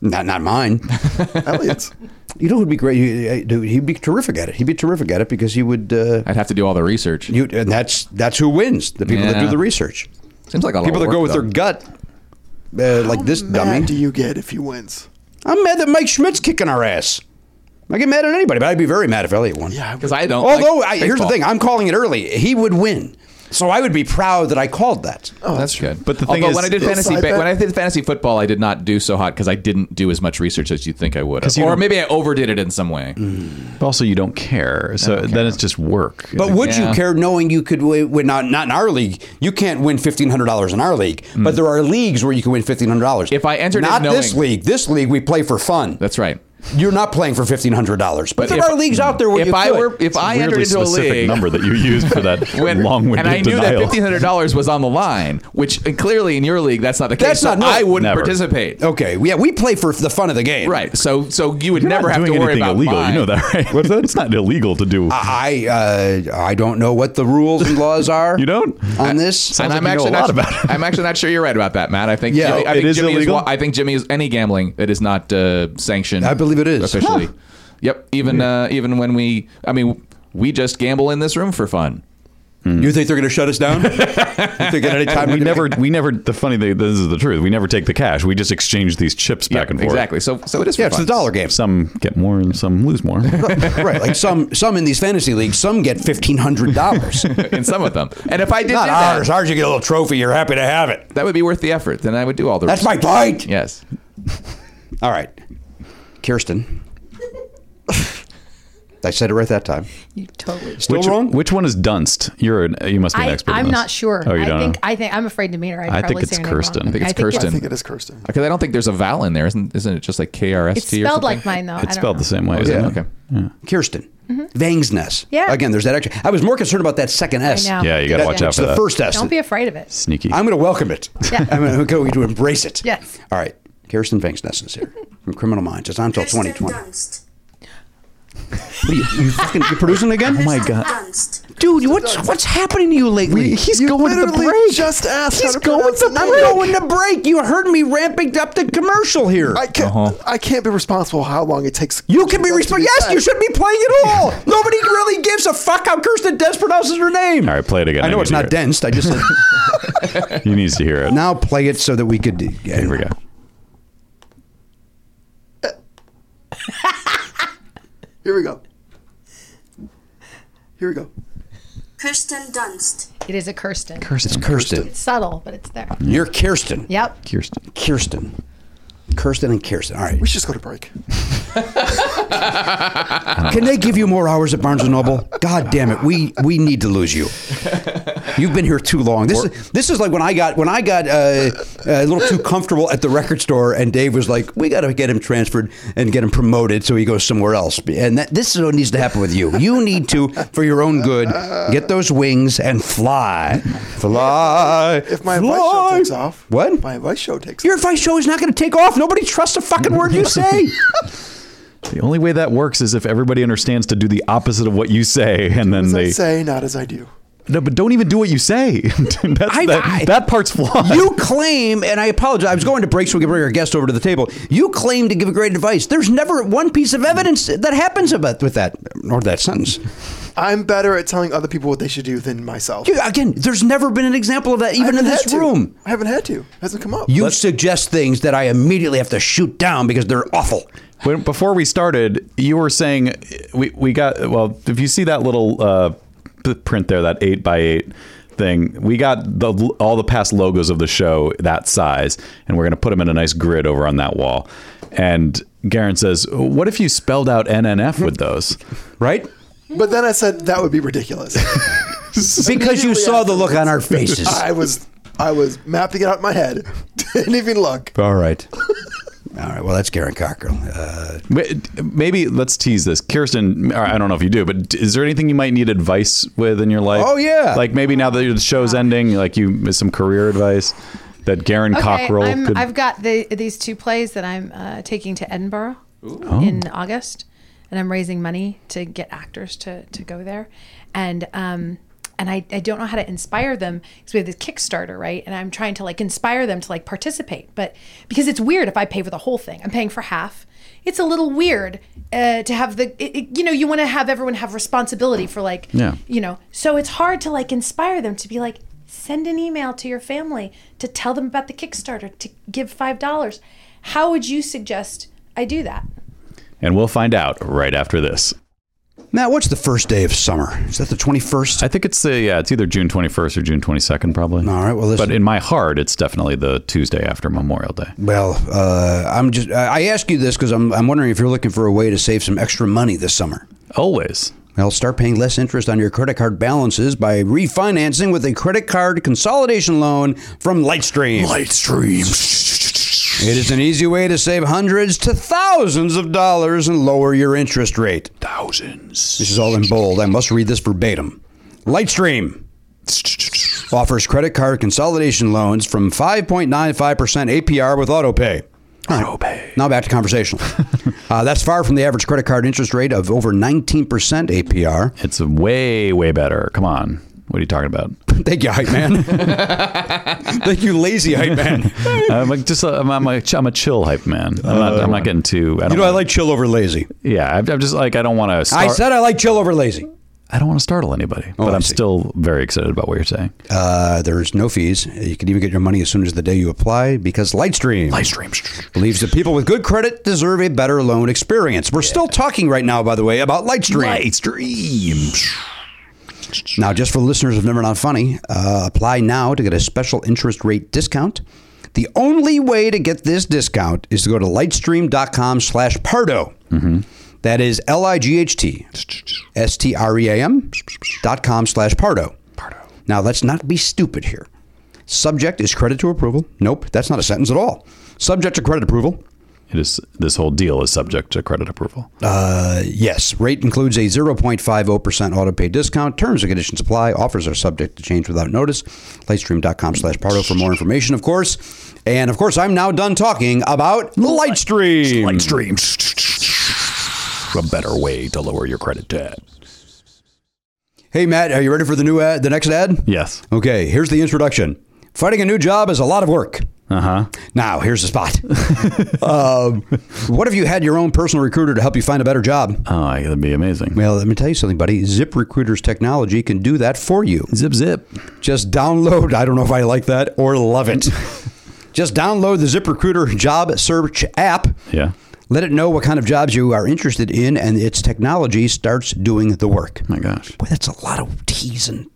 Not not mine.
Elliot's.
You know who'd be great? You- uh, dude, He'd be terrific at it. He'd be terrific at it because he would. Uh,
I'd have to do all the research.
you and that's that's who wins. The people that do
Yeah.
the research.
Seems like a lot
People
of
that go
work,
with
though.
their gut. Uh, like this
Mad
dummy.
do you get if he wins?
I'm mad that Mike Schmidt's kicking our ass. I get mad at anybody, but I'd be very mad if Elliot won.
Yeah, I would-
Because I don't.
Although
like
I, here's the
baseball.
thing, I'm calling it early. He would win. So I would be proud that I called that.
that's good. But the
thing
Although
is-
when I did fantasy
Side
ba-
bet?
when I did fantasy football, I did not do so hot because I didn't do as much research as you think I would, have.
you
or
don't-
maybe I overdid it in some way.
Hmm.
But also, you don't care. So then it's just work.
But would
Yeah.
you care knowing you could win? win- Not not in our league. You can't win fifteen hundred dollars in our league, but there are leagues where you can win fifteen hundred dollars.
Mm. If I entered it
not this
knowing-
league. This league we play for fun.
That's right.
You're not playing for fifteen hundred dollars, but,
But
there
if-
are leagues out there where
if
you
I
could.
were, if I entered
weirdly
into a
specific
league,
number that you used for that
when-
long-winded
and I knew
denial.
that fifteen hundred dollars was on the line, which and clearly in your league that's not the case.
That's not-
so
no.
I wouldn't
Never.
participate.
okay, yeah, we play for the fun of the game,
Right. So so you would
You're
never
not
have to
doing
worry
anything
about
illegal.
Mine.
You know that, right? What's that? It's not illegal to do.
I uh, I don't know what the rules and laws are.
you don't.
on this.
And
like
I'm
you know
actually
a lot
not.
about it.
I'm actually not sure you're right about that, Matt. I think
Yeah,
Jimmy, I
it
think
is
Jimmy
illegal?
wa- I think Jimmy is any gambling that is not uh, sanctioned.
I believe it is.
officially.
Huh.
Yep. Even uh, even when we, I mean, we just gamble in this room for fun.
You think they're going to shut us down? you think at any time
we never, we never. The funny thing, this is the truth. We never take the cash. We just exchange these chips back
Yeah,
and forth.
Exactly. So so it is. For
Yeah, it's
fun.
the dollar game.
Some get more and some lose more.
right, like some some in these fantasy leagues, some get fifteen hundred dollars.
in some of them. And if I did
Not
do
ours.
that,
Ours, you get a little trophy. You're happy to have it.
that would be worth the effort. Then I would do all the.
That's my
rest.
point.
Yes.
All right, Kirsten. I said it right that time.
You totally.
which,
wrong?
Which one is dunst? You're an, you must be an
I,
expert. in
I'm
this.
not sure.
Oh, you
I
don't
think
know.
I think I'm afraid to meet her. I'd
I think
probably
it's
say her name wrong.
Kirsten. I think
it's
it-
Kirsten.
I think it is Kirsten.
Because I don't think there's a vowel in there. Isn't isn't it just like KRST?
It's
or
spelled
something? Oh,
like mine though. I
It's
don't
spelled
know.
the same way.
Is it?
isn't it?
Okay.
Yeah.
Kirsten Vangsness.
Mm-hmm. Yeah.
Again, there's that extra. I was more concerned about that second S.
know.
Yeah, you gotta
That-
watch out
It's
for
the
that.
first S.
Don't be afraid of it.
Sneaky.
I'm going to welcome it.
Yeah.
I'm going to embrace it.
Yes.
All right. Kirsten Vangsness is here from Criminal Minds. It's on until 2020.
Dunst.
What are you, you fucking, you producing again? Oh my God.
Dunst.
Dude, what's what's happening to you lately? he's going to
literally
break.
just asked how
He's
to
going
pronounce
to
the
I'm
name.
going to break. You heard me ramping up the commercial here.
I can't.
Uh-huh.
I can't be responsible how long it takes.
you can be
that to
responsible. Yes,
said.
you should be playing it all. Nobody really gives a fuck how Kirsten Dunst pronounces her name.
All right, play it again.
I know
need
it's
to
not
hear
Denst. I just said
it. He needs to hear it.
now play it so that we could. Yeah,
Here we go.
Here we go. Here we go.
Kirsten Dunst.
It is a Kirsten.
It's Kirsten.
Subtle, but it's there.
You're Kirsten.
Yep.
Kirsten.
Kirsten. Kirsten and Kirsten. All right.
We should just go to break.
Can they give you more hours at Barnes and Noble? God damn it, we we need to lose you. You've been here too long. This is this is like when I got when I got uh, a little too comfortable at the record store, and Dave was like, "We got to get him transferred and get him promoted so he goes somewhere else." And that, this is what needs to happen with you. You need to, for your own good, get those wings and fly, fly.
If my advice show
fly.
takes off,
what?
If my advice show takes
your advice show is not going to take off. Nobody trusts a fucking word you say.
The only way that works is if everybody understands to do the opposite of what you say, and then
off, as
they
I say, not as I do.
no, but don't even do what you say. That's,
I-
that,
I-
that part's flawed.
You claim, and I apologize. I was going to break so we could bring our guest over to the table. You claim to give great advice. There's never one piece of evidence that happens about with that or that sentence.
I'm better at telling other people what they should do than myself.
You- Again, there's never been an example of that
I
even in
haven't
this
had to.
room.
I haven't had to. It hasn't come up.
You suggest things that I immediately have to shoot down because they're awful.
When, before we started, you were saying we, we got well. If you see that little uh, p- print there, that eight by eight thing, we got the all the past logos of the show that size, and we're gonna put them in a nice grid over on that wall. And Garen says, "What if you spelled out NNF with those?"
Right?
but then I said that would be ridiculous.
Because you
Immediately
saw the look on our faces.
I was I was mapping it out in my head. Didn't even look.
All right. All right. Well, that's Garen Cockrell. Uh,
Wait, Maybe let's tease this, Kirsten. I don't know if you do, but is there anything you might need advice with in your life?
Oh, yeah.
like maybe now that the show's ending, like you some career advice that Garen Cockrell
I'm,
could.
I've got the, these two plays that I'm uh, taking to Edinburgh
Oh.
in August, and I'm raising money to get actors to, to go there, and um, and I, I don't know how to inspire them because we have this Kickstarter right, and I'm trying to like inspire them to like participate, but because it's weird if I pay for the whole thing, I'm paying for half. It's a little weird uh, to have the it, it- you know you want to have everyone have responsibility for like
Yeah.
you know so it's hard to like inspire them to be like send an email to your family to tell them about the kickstarter to give five dollars how would you suggest i do that
And we'll find out right after this.
Matt, what's the first day of summer? Is that the 21st?
I think it's the yeah, it's either June 21st or June 22nd, probably.
All right, well, listen.
but in my heart, it's definitely the Tuesday after Memorial Day.
well, uh, I'm just, I I ask you this because I'm, I'm wondering if you're looking for a way to save some extra money this summer.
Always.
Well, start paying less interest on your credit card balances by refinancing with a credit card consolidation loan from Lightstream.
Lightstream.
It is an easy way to save hundreds to thousands of dollars and lower your interest rate.
Thousands.
This is all in bold. I must read this verbatim. Lightstream offers credit card consolidation loans from 5.95% APR with autopay.
Autopay.
Now back to conversational. uh, that's far from the average credit card interest rate of over 19% APR.
It's way way better. Come on, what are you talking about?
Thank you, hype man. Thank you, lazy hype man.
I'm like just a, I'm, I'm, a, I'm a chill hype man. I'm not, I'm not getting too. I don't
You know, I
wanna-
like chill over lazy.
Yeah, I'm, I'm just like I don't want to.
I said I like chill over lazy.
I don't want to startle anybody, but
I
I'm
see.
still very excited about what you're saying.
Uh, there's no fees. You can even get your money as soon as the day you apply because Lightstream
Lightstream.
believes that people with good credit deserve a better loan experience. We're still talking right now, by the way, about Lightstream.
Lightstream.
Now, just for listeners of Never Not Funny, uh, apply now to get a special interest rate discount. The only way to get this discount is to go to lightstream.com slash Pardo. That is L-I-G-H-T S-T-R-E-A-M E dot com slash Pardo. Pardo. Now, let's not be stupid here. Subject is credit to approval. Nope, that's not a sentence at all. Subject to credit approval.
It is this whole deal is subject to credit approval.
Yes, rate includes a 0.50% auto pay oh discount. Terms and conditions apply. Offers are subject to change without notice. Lightstream.com slash Pardo for more information, of course. And of course, I'm now done talking about Lightstream.
a better way to lower your credit debt.
Hey, Matt, are you ready for the new ad, the next ad?
Yes.
Okay, here's the introduction. Fighting a new job is a lot of work.
Uh huh.
Now, here's the spot. um, what if you had your own personal recruiter to help you find a better job?
Oh, that'd be amazing.
Well, let me tell you something, buddy. ZipRecruiter's technology can do that for you.
Zip zip.
Just download. I don't know if I like that or love it. Just download the ZipRecruiter job search app.
Yeah.
Let it know what kind of jobs you are interested in, and its technology starts doing the work.
My gosh.
Boy, that's a lot of T's and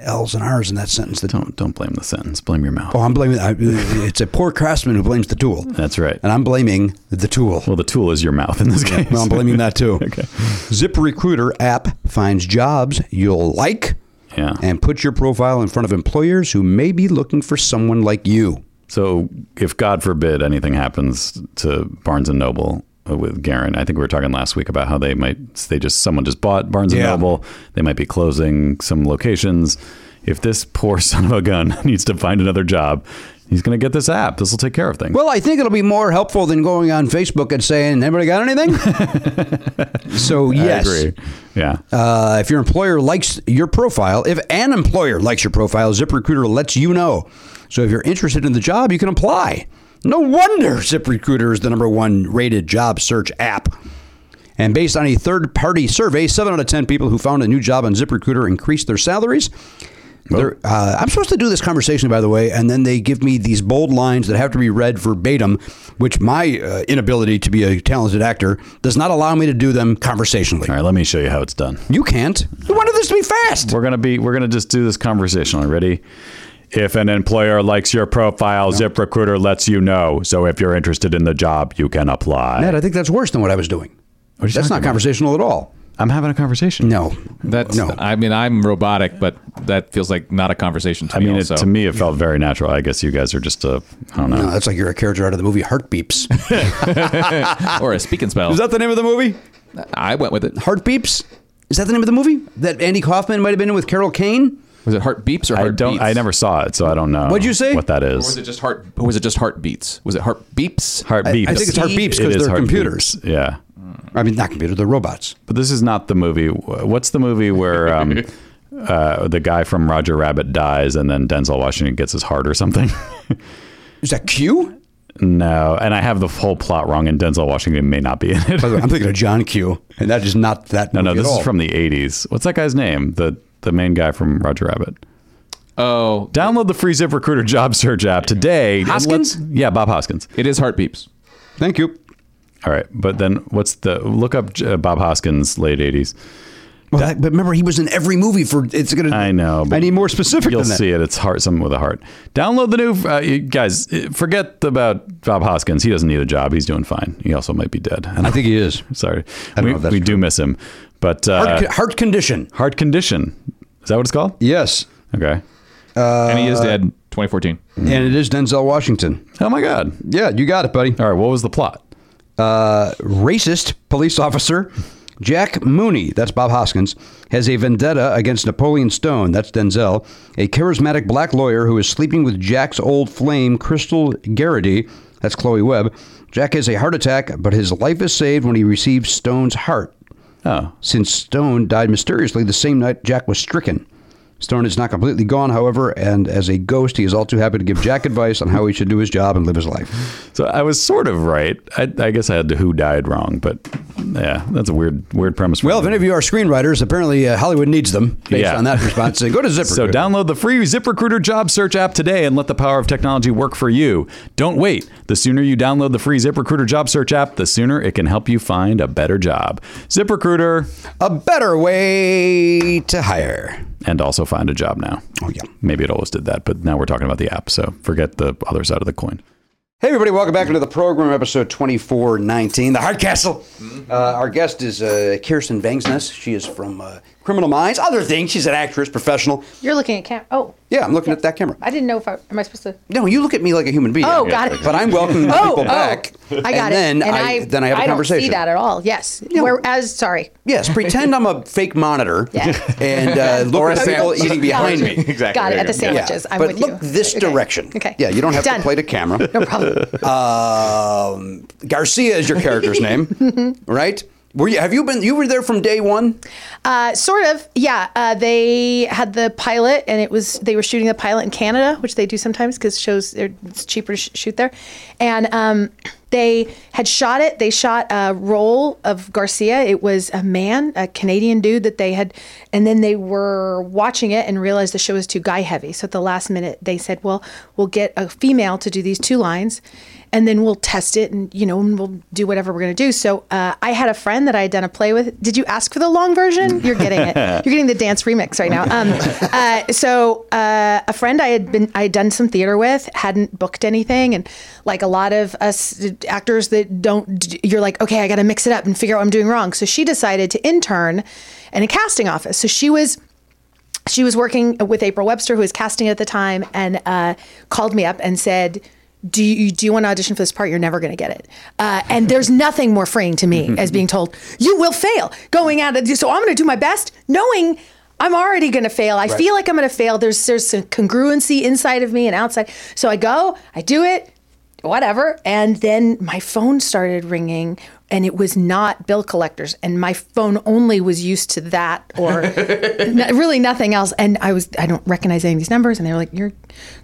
L's and R's in that sentence. That,
Don't don't blame the sentence. Blame your mouth.
oh, I'm blaming. I, it's a poor craftsman who blames the tool,
That's right.
and I'm blaming the tool.
Well, the tool is your mouth in this case.
Well, I'm blaming that too.
Okay.
ZipRecruiter app finds jobs you'll like
Yeah.
and put your profile in front of employers who may be looking for someone like you.
So, if God forbid anything happens to Barnes and Noble uh, with Garin, I think we were talking last week about how they might they just someone just bought Barnes
Yeah.
and Noble. They might be closing some locations. If this poor son of a gun needs to find another job, he's going to get this app. This will take care of things.
Well, I think it'll be more helpful than going on Facebook and saying, anybody got anything? so, yes.
I agree. Yeah.
Uh, if your employer likes your profile, if an employer likes your profile, ZipRecruiter lets you know. So, if you're interested in the job, you can apply. No wonder ZipRecruiter is the number one rated job search app. And based on a third party survey, seven out of 10 people who found a new job on ZipRecruiter increased their salaries. They're- Uh, I'm supposed to do this conversation, by the way, and then they give me these bold lines that have to be read verbatim, which my uh, inability to be a talented actor does not allow me to do them conversationally.
All right. Let me show you how it's done.
You can't. You wanted this to be fast.
We're gonna be. We're gonna just do this conversationally. Ready? If an employer likes your profile, ZipRecruiter lets you know. So if you're interested in the job, you can apply.
Matt, I think that's worse than what I was doing.
What are you
That's
talking
not
about?
conversational at all.
I'm having a conversation.
No.
That's
no.
I mean, I'm robotic, but that feels like not a conversation to
I
me.
mean, it,
also.
to me, it felt very natural. I guess you guys are just a, I don't know.
no, that's like you're a character out of the movie Heartbeeps. Is
or a speaking spell.
that the name of the movie?
I went with it.
Heartbeeps? Is that the name of the movie that Andy Kaufman might have been in with Carol Kane?
Was it heart beeps or
I
heart
don't.
beats?
I never saw it, so I don't know.
What'd you say?
What that
Or was
is?
it just heart? Or was it just heartbeats? Was it heart beeps?
Heart
I- I
beeps.
think it's heart beeps 'cause
It is
they're
heart
computers.
beeps. Yeah,
I mean, not computer, they're robots.
but this is not the movie. What's the movie where um, uh, the guy from Roger Rabbit dies and then Denzel Washington gets his heart or something?
Is that Q?
no, and I have the whole plot wrong, and Denzel Washington may not be in it.
By the way, I'm thinking of John Q, and that is not that
no, no,
movie at
this
all.
is from the '80s. What's that guy's name? The the main guy from Roger Rabbit.
Oh,
Download the free ZipRecruiter job search app today. and let's-
Hoskins?
Yeah, Bob Hoskins.
it is heart beeps.
Thank you.
All right, but then what's the look up uh, Bob Hoskins late '80s?
Well, that, but remember, he was in every movie for. It's gonna.
I know.
I need more specific.
You'll
than that.
see it. It's heart. Something with a heart. Download the new uh, you guys. uh, Forget about Bob Hoskins. He doesn't need a job. He's doing fine. He also might be dead.
I think he is.
Sorry,
don't
we,
know if that's
we do miss him, but uh,
Heart,
heart,
con- heart condition.
condition. Is that what it's called?
Yes,
Okay.
and
Uh,
he is dead. 2014.
and it is Denzel Washington.
Oh my God.
Mm-hmm. Yeah, you got it, buddy.
All right. What was the plot?
racist police officer Jack Mooney, that's Bob Hoskins, has a vendetta against Napoleon Stone, that's Denzel, a charismatic black lawyer who is sleeping with Jack's old flame, Crystal Garrity, that's Chloe Webb. Jack has a heart attack, but his life is saved when he receives Stone's heart.
Oh,
Since Stone died mysteriously the same night Jack was stricken. Stone is not completely gone, however, and as a ghost, he is all too happy to give Jack advice on how he should do his job and live his life.
so I was sort of right. I, I guess I had the who died wrong, but yeah, that's a weird, weird premise. for
Well, if
me.
any of you are screenwriters, apparently uh, Hollywood needs them based
Yeah.
on that response. So go to Zipper.
So download the free ZipRecruiter job search app today and let the power of technology work for you. Don't wait. The sooner you download the free ZipRecruiter job search app, the sooner it can help you find a better job. ZipRecruiter
a better way to hire.
and also find a job now.
Oh, yeah.
Maybe it always did that, but now we're talking about the app. So forget the other side of the coin.
Hey, everybody, welcome back into the program, episode 2419, The Hardcastle.
Mm-hmm.
Uh, our guest is uh, Kirsten Vangsness. She is from uh, Criminal Minds, other things. She's an actress, professional.
You're looking at cam. Oh,
Yeah, I'm looking at that camera.
I didn't know if I am I supposed to.
No, you look at me like a human being.
Oh, got it.
But I'm welcoming
Oh,
people
oh,
back.
I got
and
it.
Then
and
I, then I have a conversation.
don't see that at all. Yes. Whereas, sorry.
Yes, pretend I'm a fake monitor
Yeah.
and uh, look at people eating behind me.
Exactly.
Got it.
There
At the
you go. Yeah.
sandwiches. I'm
but
with
look
you.
this
Okay.
direction.
Okay.
Yeah, you don't have
Done.
to play to camera.
No problem.
Um, Garcia is your character's name, right? Were you? Have you been? You were there from day one.
Uh, sort of, yeah. Uh, they had the pilot, and it was they were shooting the pilot in Canada, which they do sometimes because shows they're- it's cheaper to sh- shoot there. And um, they had shot it. They shot a role of Garcia. It was a man, a Canadian dude that they had, and then they were watching it and realized the show was too guy heavy. So at the last minute, they said, "Well, we'll get a female to do these two lines." and then we'll test it and you know and we'll do whatever we're going to do so uh, i had a friend that i had done a play with did you ask for the long version you're getting it you're getting the dance remix right now um, uh, so uh, a friend i had been i had done some theater with hadn't booked anything and like a lot of us actors that don't d- you're like okay i gotta mix it up and figure out what i'm doing wrong so she decided to intern in a casting office so she was she was working with April Webster, who was casting at the time, and uh, called me up and said, "Do you do you want to audition for this part? You're never going to get it." Uh, and there's nothing more freeing to me as being told you will fail going out. of- So I'm going to do my best, knowing. I'm already going to fail. I feel like I'm going to fail. There's there's some congruency inside of me and outside. So I go, I do it, whatever. And then my phone started ringing and it was not bill collectors. And my phone only was used to that or n- really nothing else. And I was, I don't recognize any of these numbers. And they were like, you're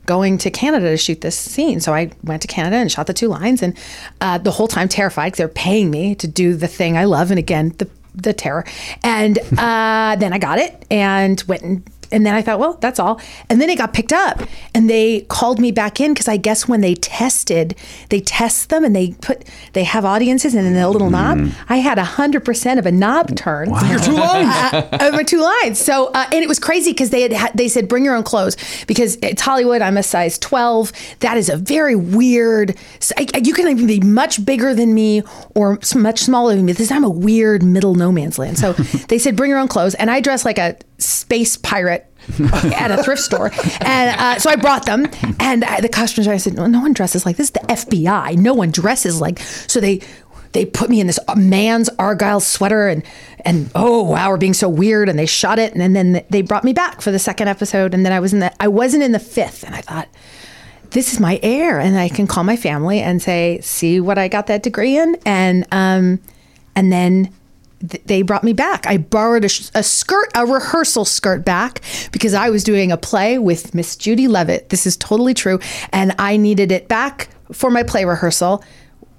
going to Canada to shoot this scene. So I went to Canada and shot the two lines. And uh, the whole time terrified because they're paying me to do the thing I love. And again, the, the terror. And uh, then I got it and went and and then I thought, well, that's all. And then it got picked up, and they called me back in because I guess when they tested, they test them and they put they have audiences and then a little knob. I had hundred percent of a knob turn. Your Mm. two lines over two lines. So uh, and it was crazy because they had ha- they said bring your own clothes because it's Hollywood. I'm a size twelve. That is a very weird. I, I- you can even be much bigger than me or s- much smaller than me. This I'm a weird middle no man's land. So they said bring your own clothes, and I dressed like a space pirate at a thrift store. And uh, so I brought them. And I, the costume designer said, no, no one dresses like this. The FBI. No one dresses like. So they they put me in this uh, man's argyle sweater and and oh wow we're being so weird and they shot it and then they brought me back for the second episode and then I was in the I wasn't in the fifth and I thought this is my air and I can call my family and say see what I got that degree in and um and then th- they brought me back. I borrowed a, sh- a skirt, a rehearsal skirt back because I was doing a play with Miss Judy Levitt. This is totally true. And I needed it back for my play rehearsal.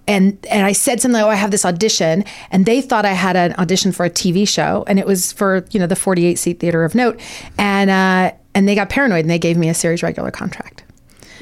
And, and I said something, oh, I have this audition. And they thought I had an audition for a TV show. And it was for, you know, the 48 seat theater of note. And, uh, and they got paranoid and they gave me a series regular contract.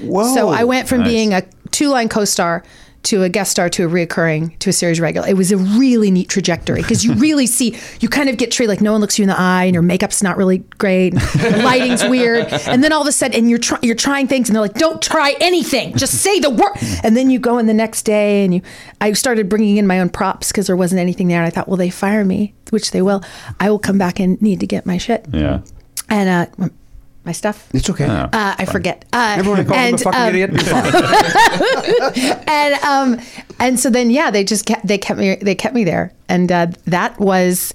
Whoa!
So I went from being a two line co star to a guest star to a reoccurring to a series regular. It was a really neat trajectory because you really see you kind of get treated like no one looks you in the eye and your makeup's not really great, and the lighting's weird, and then all of a sudden and you're try, you're trying things and they're like don't try anything, just say the word, and then you go in the next day and you I started bringing in my own props because there wasn't anything there and I thought well they fire me which they will I will come back and need to get my shit
Yeah. Oh.
and uh my stuff
It's okay.
uh, I forget. Uh,
Remember when I called him a
and,
fucking
um,
idiot? You're fine.
and um, and so then yeah, they just kept they kept me they kept me there, and uh, that was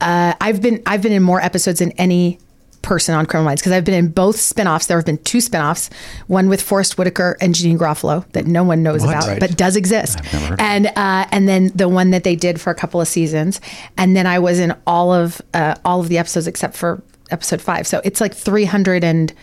uh, I've been I've been in more episodes than any person on Criminal Minds because I've been in both spinoffs. There have been two spinoffs, one with Forrest Whitaker and Jeanine Garofalo that no one knows about,
Right.
but does exist, and uh, and then the one that they did for a couple of seasons, and then I was in all of uh, all of the episodes except for episode five. So it's like three hundred and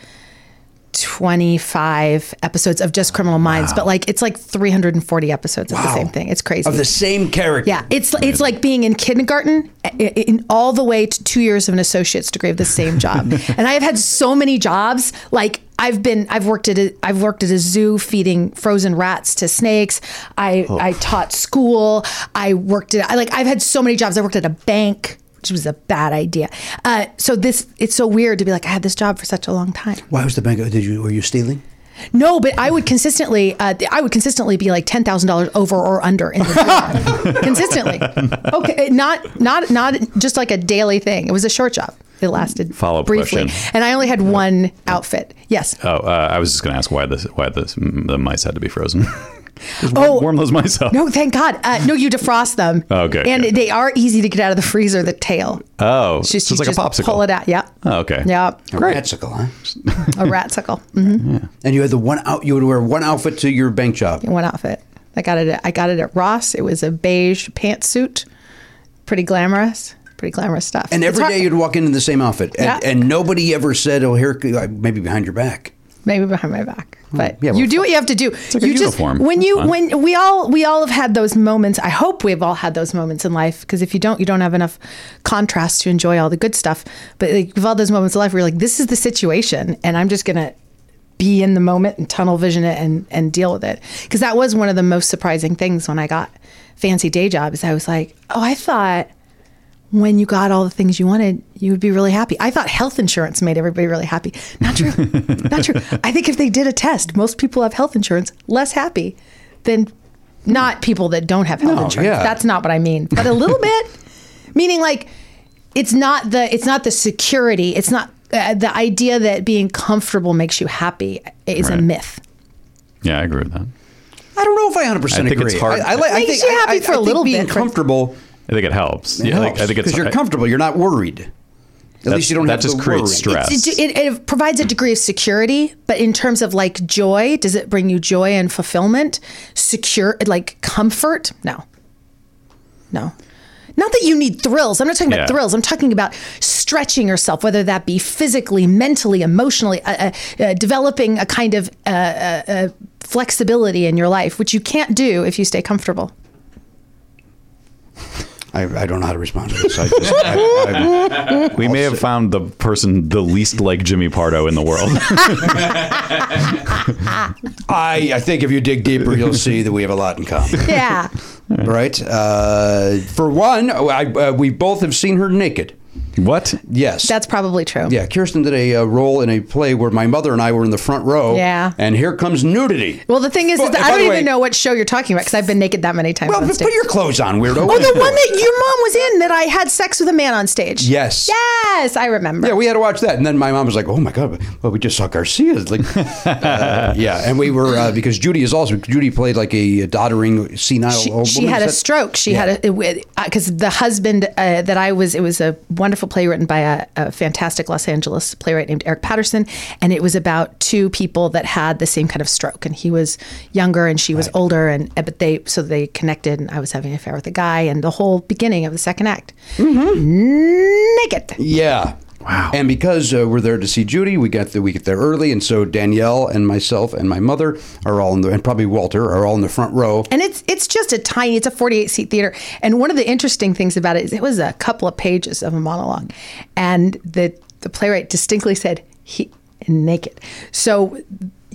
25 episodes of just Criminal Minds, but like it's like 340 episodes of the
Wow.
same thing. It's crazy.
of the same character.
yeah, it's it's like being in kindergarten i- i- in all the way to 2 years of an associate's degree of the same job. and I have had so many jobs like I've been I've worked at a, I've worked at a zoo feeding frozen rats to snakes. I I taught school. I worked at I like I've had so many jobs. I worked at a bank, which was a bad idea. Uh, so this it's so weird to be like I had this job for such a long time.
Why was the bank? Did you were you stealing?
No, but I would consistently, uh, I would consistently be like ten thousand dollars over or under in the job. consistently. Okay, not not not just like a daily thing. It was a short job. It lasted
Follow-up
briefly,
question.
and I only had one outfit. Yes.
Oh, uh, I was just going to ask why this why this the mice had to be frozen.
Oh.
warm those mice up.
No, thank God. Uh, no, you defrost them.
Oh, good,
And
good.
they are easy to get out of the freezer. The tail.
Oh,
It's
so it's like
you
a popsicle.
Pull it out. Yeah.
Oh, okay.
Yeah.
Great. Mexico, huh?
A rat suckle. hmm
And you had the one out. You would wear one outfit to your bank job.
One outfit. I got it. At, I got it at Ross. It was a beige pantsuit. Pretty glamorous. Pretty glamorous stuff.
And
It's
every
hard-
day you'd walk in in the same outfit, and,
Yeah.
and nobody ever said, "Oh, here like, maybe behind your back."
maybe behind my back
Hmm.
but
Yeah, well,
you do what you have to do
like a
you
uniform.
when you
That's fine.
when we all we all have had those moments i hope we've all had those moments in life because if you don't you don't have enough contrast to enjoy all the good stuff but like, we've all those moments in life where you're like this is the situation and i'm just gonna be in the moment and tunnel vision it and and deal with it because that was one of the most surprising things when i got fancy day jobs i was like oh i thought when you got all the things you wanted, you would be really happy. I thought health insurance made everybody really happy. Not true. not true. I think if they did a test, most people who have health insurance less happy than not people that don't have health
No,
insurance.
yeah.
That's not what I mean. But a little bit, meaning like it's not the it's not the security. It's not uh, the idea that being comfortable makes you happy is a
Right.
myth.
Yeah, I agree with that.
I don't know if I 100 percent
I think
agree.
it's hard.
I, I, like- I
Makes
think
you
I-
happy
I-
for
I
a
think
little
being
bit, for-
comfortable.
I think it helps. yeah, like, I think it's
because you're comfortable. You're not worried. At least you don't
that
have
just
to
creates
worry.
stress.
It, it, it provides a degree of security, but in terms of like joy, does it bring you joy and fulfillment? Secure, like comfort? No. No. Not that you need thrills. I'm not talking
Yeah.
about thrills. I'm talking about stretching yourself, whether that be physically, mentally, emotionally, uh, uh, uh, developing a kind of uh, uh, uh, flexibility in your life, which you can't do if you stay comfortable.
I, I don't know how to respond to this. I just, I, I,
we may have found the person the least like Jimmy Pardo in the world.
I, I think if you dig deeper, you'll see that we have a lot in common.
Yeah.
right? Uh, for one, I, uh, we both have seen her naked.
what?
Yes.
That's probably true.
yeah, Kirsten did a uh, role in a play where my mother and I were in the front row.
Yeah.
And here comes nudity.
Well, the thing is, is
By-
that
by
I don't
the
even
way-
know what show you're talking about because I've been naked that many times
Well,
on
but
stage.
put your clothes on, weirdo.
Oh, the one that your mom was in that I had sex with a man on stage.
Yes.
Yes, I remember.
Yeah, we had to watch that, and then my mom was like, "Oh my god, well, we just saw Garcia." It's Like, uh, yeah, and we were uh, because Judy is also Judy played like a doddering senile
she,
old
she
woman.
had a
Is oh, that-
stroke. She
Yeah.
had a because the husband uh, that I was. It was a wonderful play written by a, a fantastic Los Angeles playwright named Eric Patterson, and it was about two people that had the same kind of stroke, and he was younger and she was older, and uh, but they so they connected, and I was having an affair with a guy, and the whole beginning of the second act,
Mm-hmm.
naked.
Yeah. Wow. And because uh, we're there to see Judy, we got the, we get there early, and so Danielle and myself and my mother are all in the and probably Walter are all in the front row.
And it's it's just a tiny, it's a 48 seat theater. And one of the interesting things about it is it was a couple of pages of a monologue, and the the playwright distinctly said he naked. So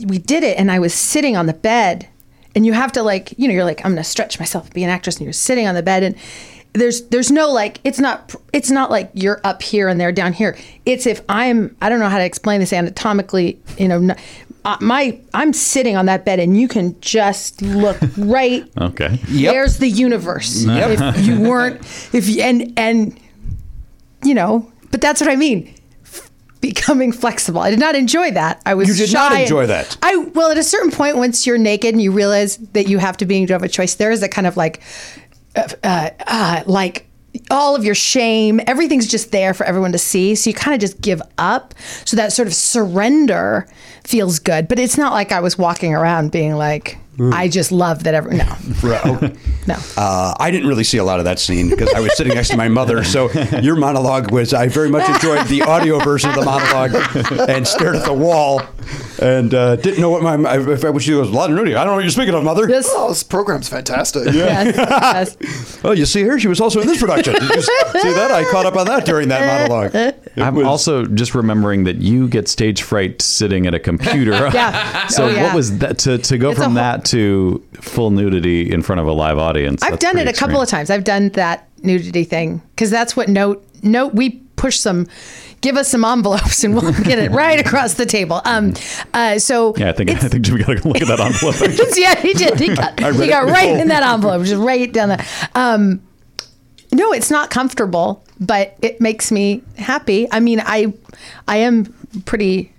we did it, and I was sitting on the bed, and you have to like you know you're like I'm gonna stretch myself, be an actress, and you're sitting on the bed and there's there's no like it's not it's not like you're up here and they're down here. It's if I'm I don't know how to explain this anatomically, you know. Not, uh, my I'm sitting on that bed and you can just look right
Okay.
there's the universe. If you weren't, if you, and and you know, but that's what I mean. F- Becoming flexible. I did not enjoy that. I was.
You did
shy
not
and-
enjoy that.
I well, at a certain point, once you're naked and you realize that you have to be and you don't have a choice, there is a kind of like, uh, uh, uh, like all of your shame, everything's just there for everyone to see. So you kind of just give up. So that sort of surrender feels good, but it's not like I was walking around being like,
Mm.
I just love that every no,
Bro.
no.
Uh, I didn't really see a lot of that scene because I was sitting next to my mother. So your monologue was, I very much enjoyed the audio version of the monologue and stared at the wall and uh, didn't know what my, if I wish she was, London Rudy, I don't know what you're speaking of, mother.
This-
Oh, this program's fantastic.
yes, yes.
Oh, you see her? She was also in this production. Did you see that? I caught up on that during that monologue.
I'm also just remembering that you get stage fright sitting at a computer.
Yeah.
So
Oh, yeah.
what was that to, to go
It's a
from
whole-
that to full nudity in front of a live audience?
I've
that's
done it
pretty
a couple
extreme.
of times. I've done that nudity thing because that's what note note we push some, give us some envelopes and we'll get it right across the table. Um, uh, so
Yeah, I think
it's-
I think Jimmy got to look at that envelope.
yeah, he did. He got, he got right in that envelope, just right down there. Um, no, it's not comfortable, but it makes me happy. I mean, I, I am pretty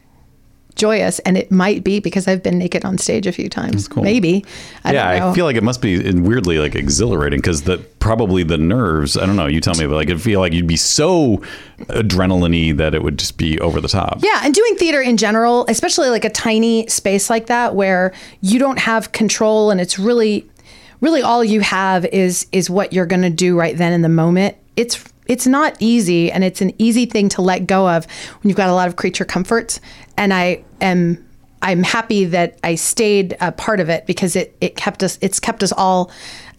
joyous, and it might be because I've been naked on stage a few times.
cool.
Maybe. I
yeah,
don't know.
I feel like it must be in- weirdly like exhilarating because the probably the nerves. I don't know. You tell me, but like I feel like you'd be so adrenaline-y that it would just be over the top.
Yeah, and doing theater in general, especially like a tiny space like that where you don't have control and it's really really all you have is is what you're going to do right then in the moment. It's it's not easy and it's an easy thing to let go of when you've got a lot of creature comforts and I am I'm happy that I stayed a part of it because it it kept us it's kept us all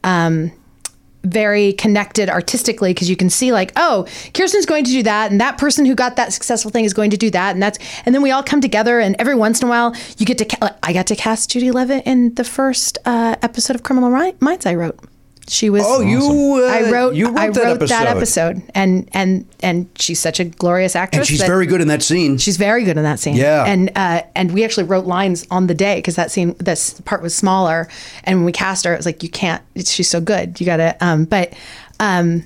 um very connected artistically because you can see like oh kirsten's going to do that and that person who got that successful thing is going to do that and that's and then we all come together and every once in a while you get to ca- like, i got to cast judy levitt in the first uh, episode of criminal Mi- minds i wrote she was
Oh, you, uh,
i wrote
you wrote
i wrote
that episode.
that episode and and and she's such a glorious actress
And she's
that-
very good in that scene.
She's very good in that scene.
Yeah.
and uh, and we actually wrote lines on the day because that scene, this part was smaller, and when we cast her, it was like you can't. She's so good. You gotta. Um, but um,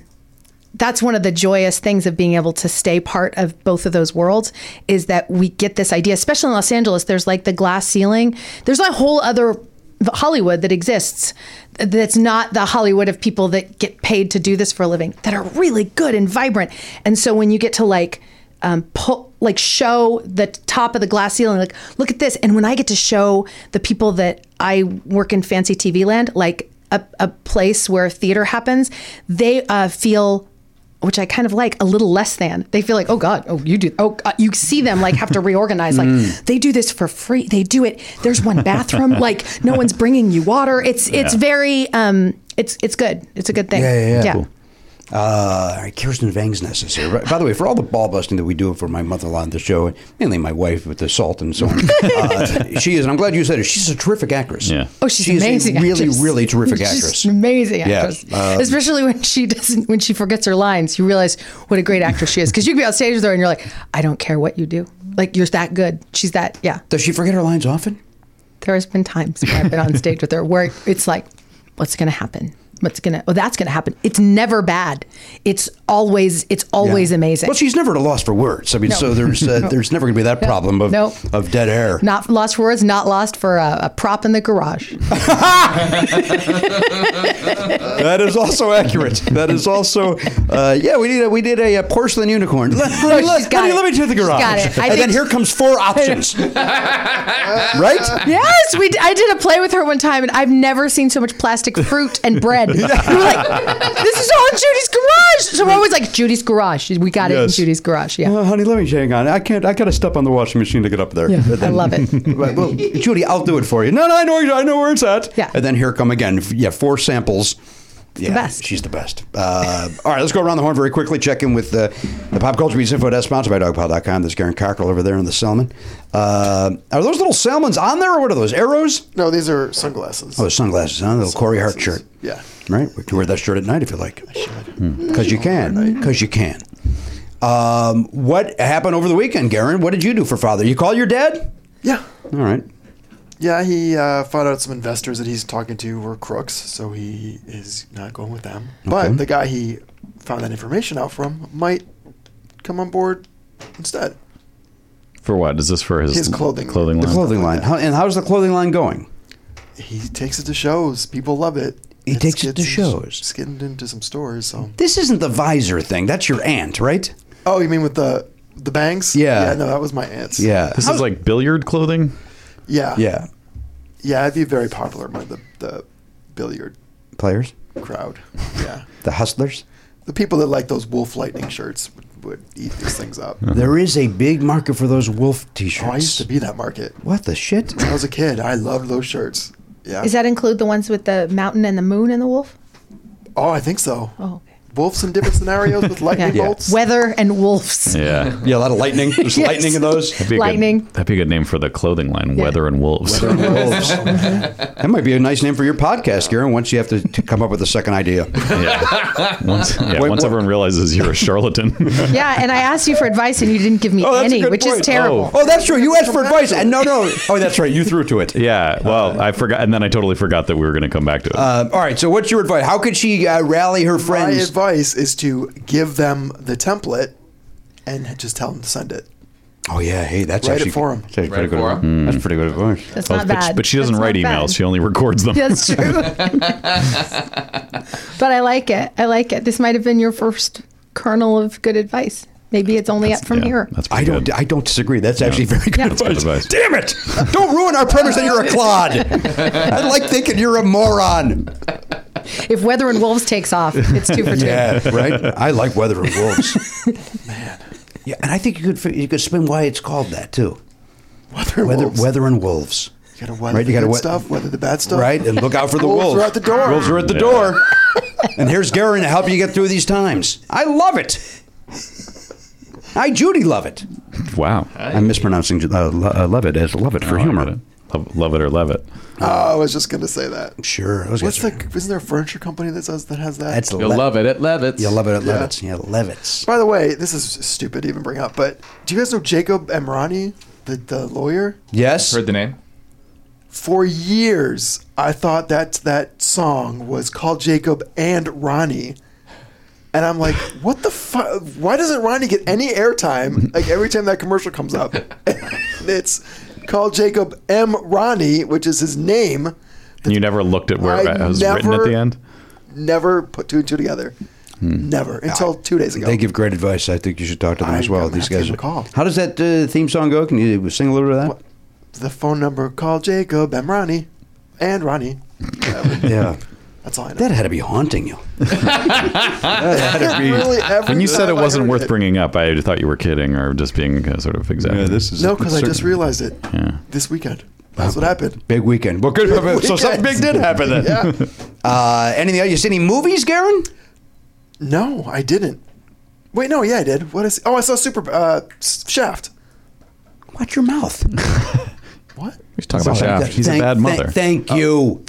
that's one of the joyous things of being able to stay part of both of those worlds is that we get this idea, especially in Los Angeles. There's like the glass ceiling. There's a whole other Hollywood that exists that's not the Hollywood of people that get paid to do this for a living that are really good and vibrant. And so when you get to like um, pull, like show the top of the glass ceiling, like look at this. And when I get to show the people that I work in fancy TV land, like a, a place where theater happens, they uh, feel which I kind of like, a little less than. They feel like, oh God, oh you do, oh God. you see them like have to reorganize. Like
Mm.
they do this for free. They do it. There's one bathroom. like no one's bringing you water. It's it's very um it's it's good. It's a good thing.
Yeah, yeah, yeah. Cool. Uh, Kirsten Vangsness is here. By the way, for all the ball busting that we do for my mother-in-law on the show, and mainly my wife with the salt and so on, uh, she is, and I'm glad you said it, she's a terrific actress.
Yeah.
Oh, she's
She is a
amazing.
really,
actress.
really terrific
She's
actress.
an amazing actress,
Yeah, um,
especially when she doesn't when she forgets her lines. You realize what a great actress she is because you can be on stage with her and you're like, I don't care what you do. Like you're that good. She's that. Yeah.
Does she forget her lines often?
there has been times when I've been on stage with her where it's like, what's going to happen? What's going to, oh, that's going to happen. It's never bad. It's always, it's always amazing.
Well, she's never at a loss for words. I mean, so there's uh, there's never going to be that problem of
Nope.
of dead air.
not lost for words, not lost for a, a prop in the garage.
That is also accurate. That is also uh, yeah. We need a, we did a, uh porcelain unicorn. Let, let, me-
she's
let,
got
let me-
it.
let me to the
She's
garage.
got it. I
and then
think-
here comes four options. right?
yes, we. d- I did a play with her one time, and I've never seen so much plastic fruit and bread. we were like, this is all in Judy's garage. So we're always like, Judy's garage. We got it in
Yes.
Judy's garage. Yeah.
Uh, honey, let me hang on. I can't. I gotta step on the washing machine to get up there.
Yeah,
And
I love it.
Right, well, Judy, I'll do it for you. No, no, I know. I know where it's at.
Yeah.
And then here come again. F- Yeah, four samples. yeah,
best.
She's the best. Uh, all right, let's go around the horn very quickly. Check in with uh, the Pop Culture Beats Info Desk, sponsored by DogPile.com. There's Garen Cockrell over there in the salmon. Uh, are those little salmons on there, or what are those arrows?
No, these are sunglasses.
Oh, the sunglasses on. little Corey Hart shirt.
Yeah.
Right? We can wear that shirt at night if you like. Because you can. Because you can. Um, what happened over the weekend, Garen? What did you do for Father? You call your dad?
Yeah.
All right.
Yeah, he uh, found out some investors that he's talking to were crooks, so he is not going with them. But the guy he found that information out from might come on board instead.
For what? Is this for his,
His clothing.
clothing
The
line?
clothing line. How, and how's the clothing line going?
He takes it to shows. People love it.
He takes it to
getting-
shows.
It's getting into some stores. So.
This isn't the visor thing. That's your aunt, right?
Oh, you mean with the the bangs?
Yeah.
Yeah. No, that was my aunt's.
Yeah.
This is like billiard clothing.
Yeah.
yeah.
Yeah. It'd be very popular among the the billiard
Players?
crowd. Yeah.
The hustlers?
the people that like those wolf lightning shirts would, would eat these things up.
There is a big market for those wolf t
Oh, I used
shirts.
to be that market.
what the shit?
When I was a kid, I loved those shirts. Yeah.
Does that include the ones with the mountain and the moon and the wolf?
oh, I think so.
Oh, okay.
Wolves in different scenarios with lightning
Yeah.
bolts.
Weather and wolves.
Yeah.
Yeah, a lot of lightning. There's
Yes.
lightning in those.
That'd be a good-
Lightning.
that'd be a good name for the clothing line. Weather and Wolves.
Wolves. that might be a nice name for your podcast, Garen, once you have to, to come up with a second idea.
yeah. Once, yeah,
Wait,
once
what-
everyone realizes you're a charlatan.
Yeah, and I asked you for advice and you didn't give me
Oh, that's a
any,
good
which
point.
is terrible.
Oh, that's true. You asked for advice. And no, no. Oh, that's right. You threw to it.
yeah. Well, I forgot, and then I totally forgot that we were going to come back to it.
Um, all right. So, what's your advice? How could she uh, rally her
My
friends?
advice is to give them the template and just tell them to send it.
Oh, yeah. Hey, that's
Write it
actually
for 'em.
That's, actually
Write it
pretty good.
for
that's pretty good advice.
That's
Oh,
not
but, she-
bad.
but she doesn't
That's
write
not bad.
emails; she only records them.
That's true. but I like it. I like it. This might have been your first kernel of good advice. Maybe it's only up from
Yeah,
here.
That's
I
pretty
don't.
good.
I don't disagree. That's actually very good,
Yeah. That's
advice.
good advice.
Damn it! Don't ruin our premise that you're a clod. I like thinking you're a moron.
If Weather and Wolves takes off, it's two for two.
Yeah, right. I like weather and wolves. Man. Yeah, and I think you could fi- you could explain why it's called that too.
Weather,
Weather
wolves.
weather and wolves.
You gotta weather
Right,
the
you gotta
good
wet-
stuff, weather the bad stuff.
Right, and look out for the wolves.
Wolves are at the door.
Wolves are at the
Yeah.
door. and here's Garen to help you get through these times. I love it. I Judy love it.
wow.
I'm mispronouncing uh, lo- uh, love it as love it for
Oh, I
humor.
get it. Love, love it or love it.
Oh, I was just gonna say that.
Sure. those
What's
guys are-
the? Isn't there a furniture company that does that has that?
That's
You'll
le-
love it at Levitt's.
You'll love it at Levitts. Yeah, Levitts.
By the way, this is stupid to even bring up, but do you guys know Jacob Emrani, the, the lawyer?
Yes.
Heard the name?
For years, I thought that that song was called Jacob and Ronnie. And I'm like, what the fuck? Why doesn't Ronnie get any airtime? Like every time that commercial comes up, it's called Jacob M. Ronnie, which is his name.
And you never looked at where
I
it was written at
never-
the end.
Never put two and two together.
Hmm.
Never
Ah,
until two days ago.
They give great advice. I think you should talk to them
I-
as well.
I'm
These
gonna have
guys.
to give them a call.
How does that uh, theme song go? Can you sing a little bit of that?
the phone number called Jacob and Ronnie, and Ronnie. Whatever.
Yeah.
That's all I know.
That had to be haunting you. that had to be.
Really, every
When you said
time
it
I
wasn't
heard
worth
it-
bringing up, I thought you were kidding or just being uh, sort of exacting.
is
No, because I just realized it
Yeah.
this weekend. That's what happened.
Big weekend. Well, good. So
weekend.
something big did happen then.
Yeah.
Uh, anything else? You see any movies, Garen?
No, I didn't. Wait, no, yeah, I did. What is? Oh, I saw Super uh, S- Shaft.
Watch your mouth.
What?
He's talking about Shaft. He's
Thank-
a bad
thank-
mother.
Thank,
Oh.
you.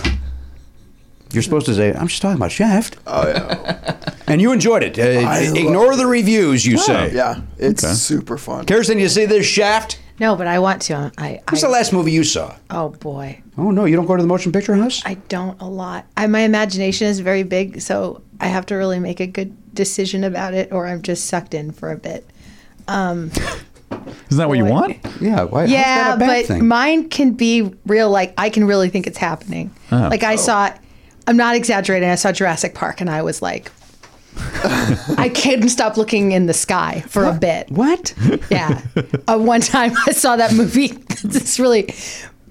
You're supposed to say, I'm just talking about Shaft.
Uh,
Oh yeah,
And you enjoyed it.
I
Uh,
loved
ignore the reviews, you say.
yeah. It's
Okay.
super fun.
Kirsten, you see this Shaft?
No, but I want to. I, I
What's the last movie you saw?
Oh boy.
Oh no, you don't go to the motion picture house?
I don't a lot. I, my imagination is very big, so I have to really make a good decision about it or I'm just sucked in for a bit.
Isn't that what you want?
yeah, why? how's that
Yeah,
a bad
but
thing?
mine can be real. Like I can really think it's happening.
Oh.
Like I saw, I'm not exaggerating. I saw Jurassic Park, and I was like, I couldn't stop looking in the sky for a bit.
what?
Yeah. uh, one time I saw that movie. it's really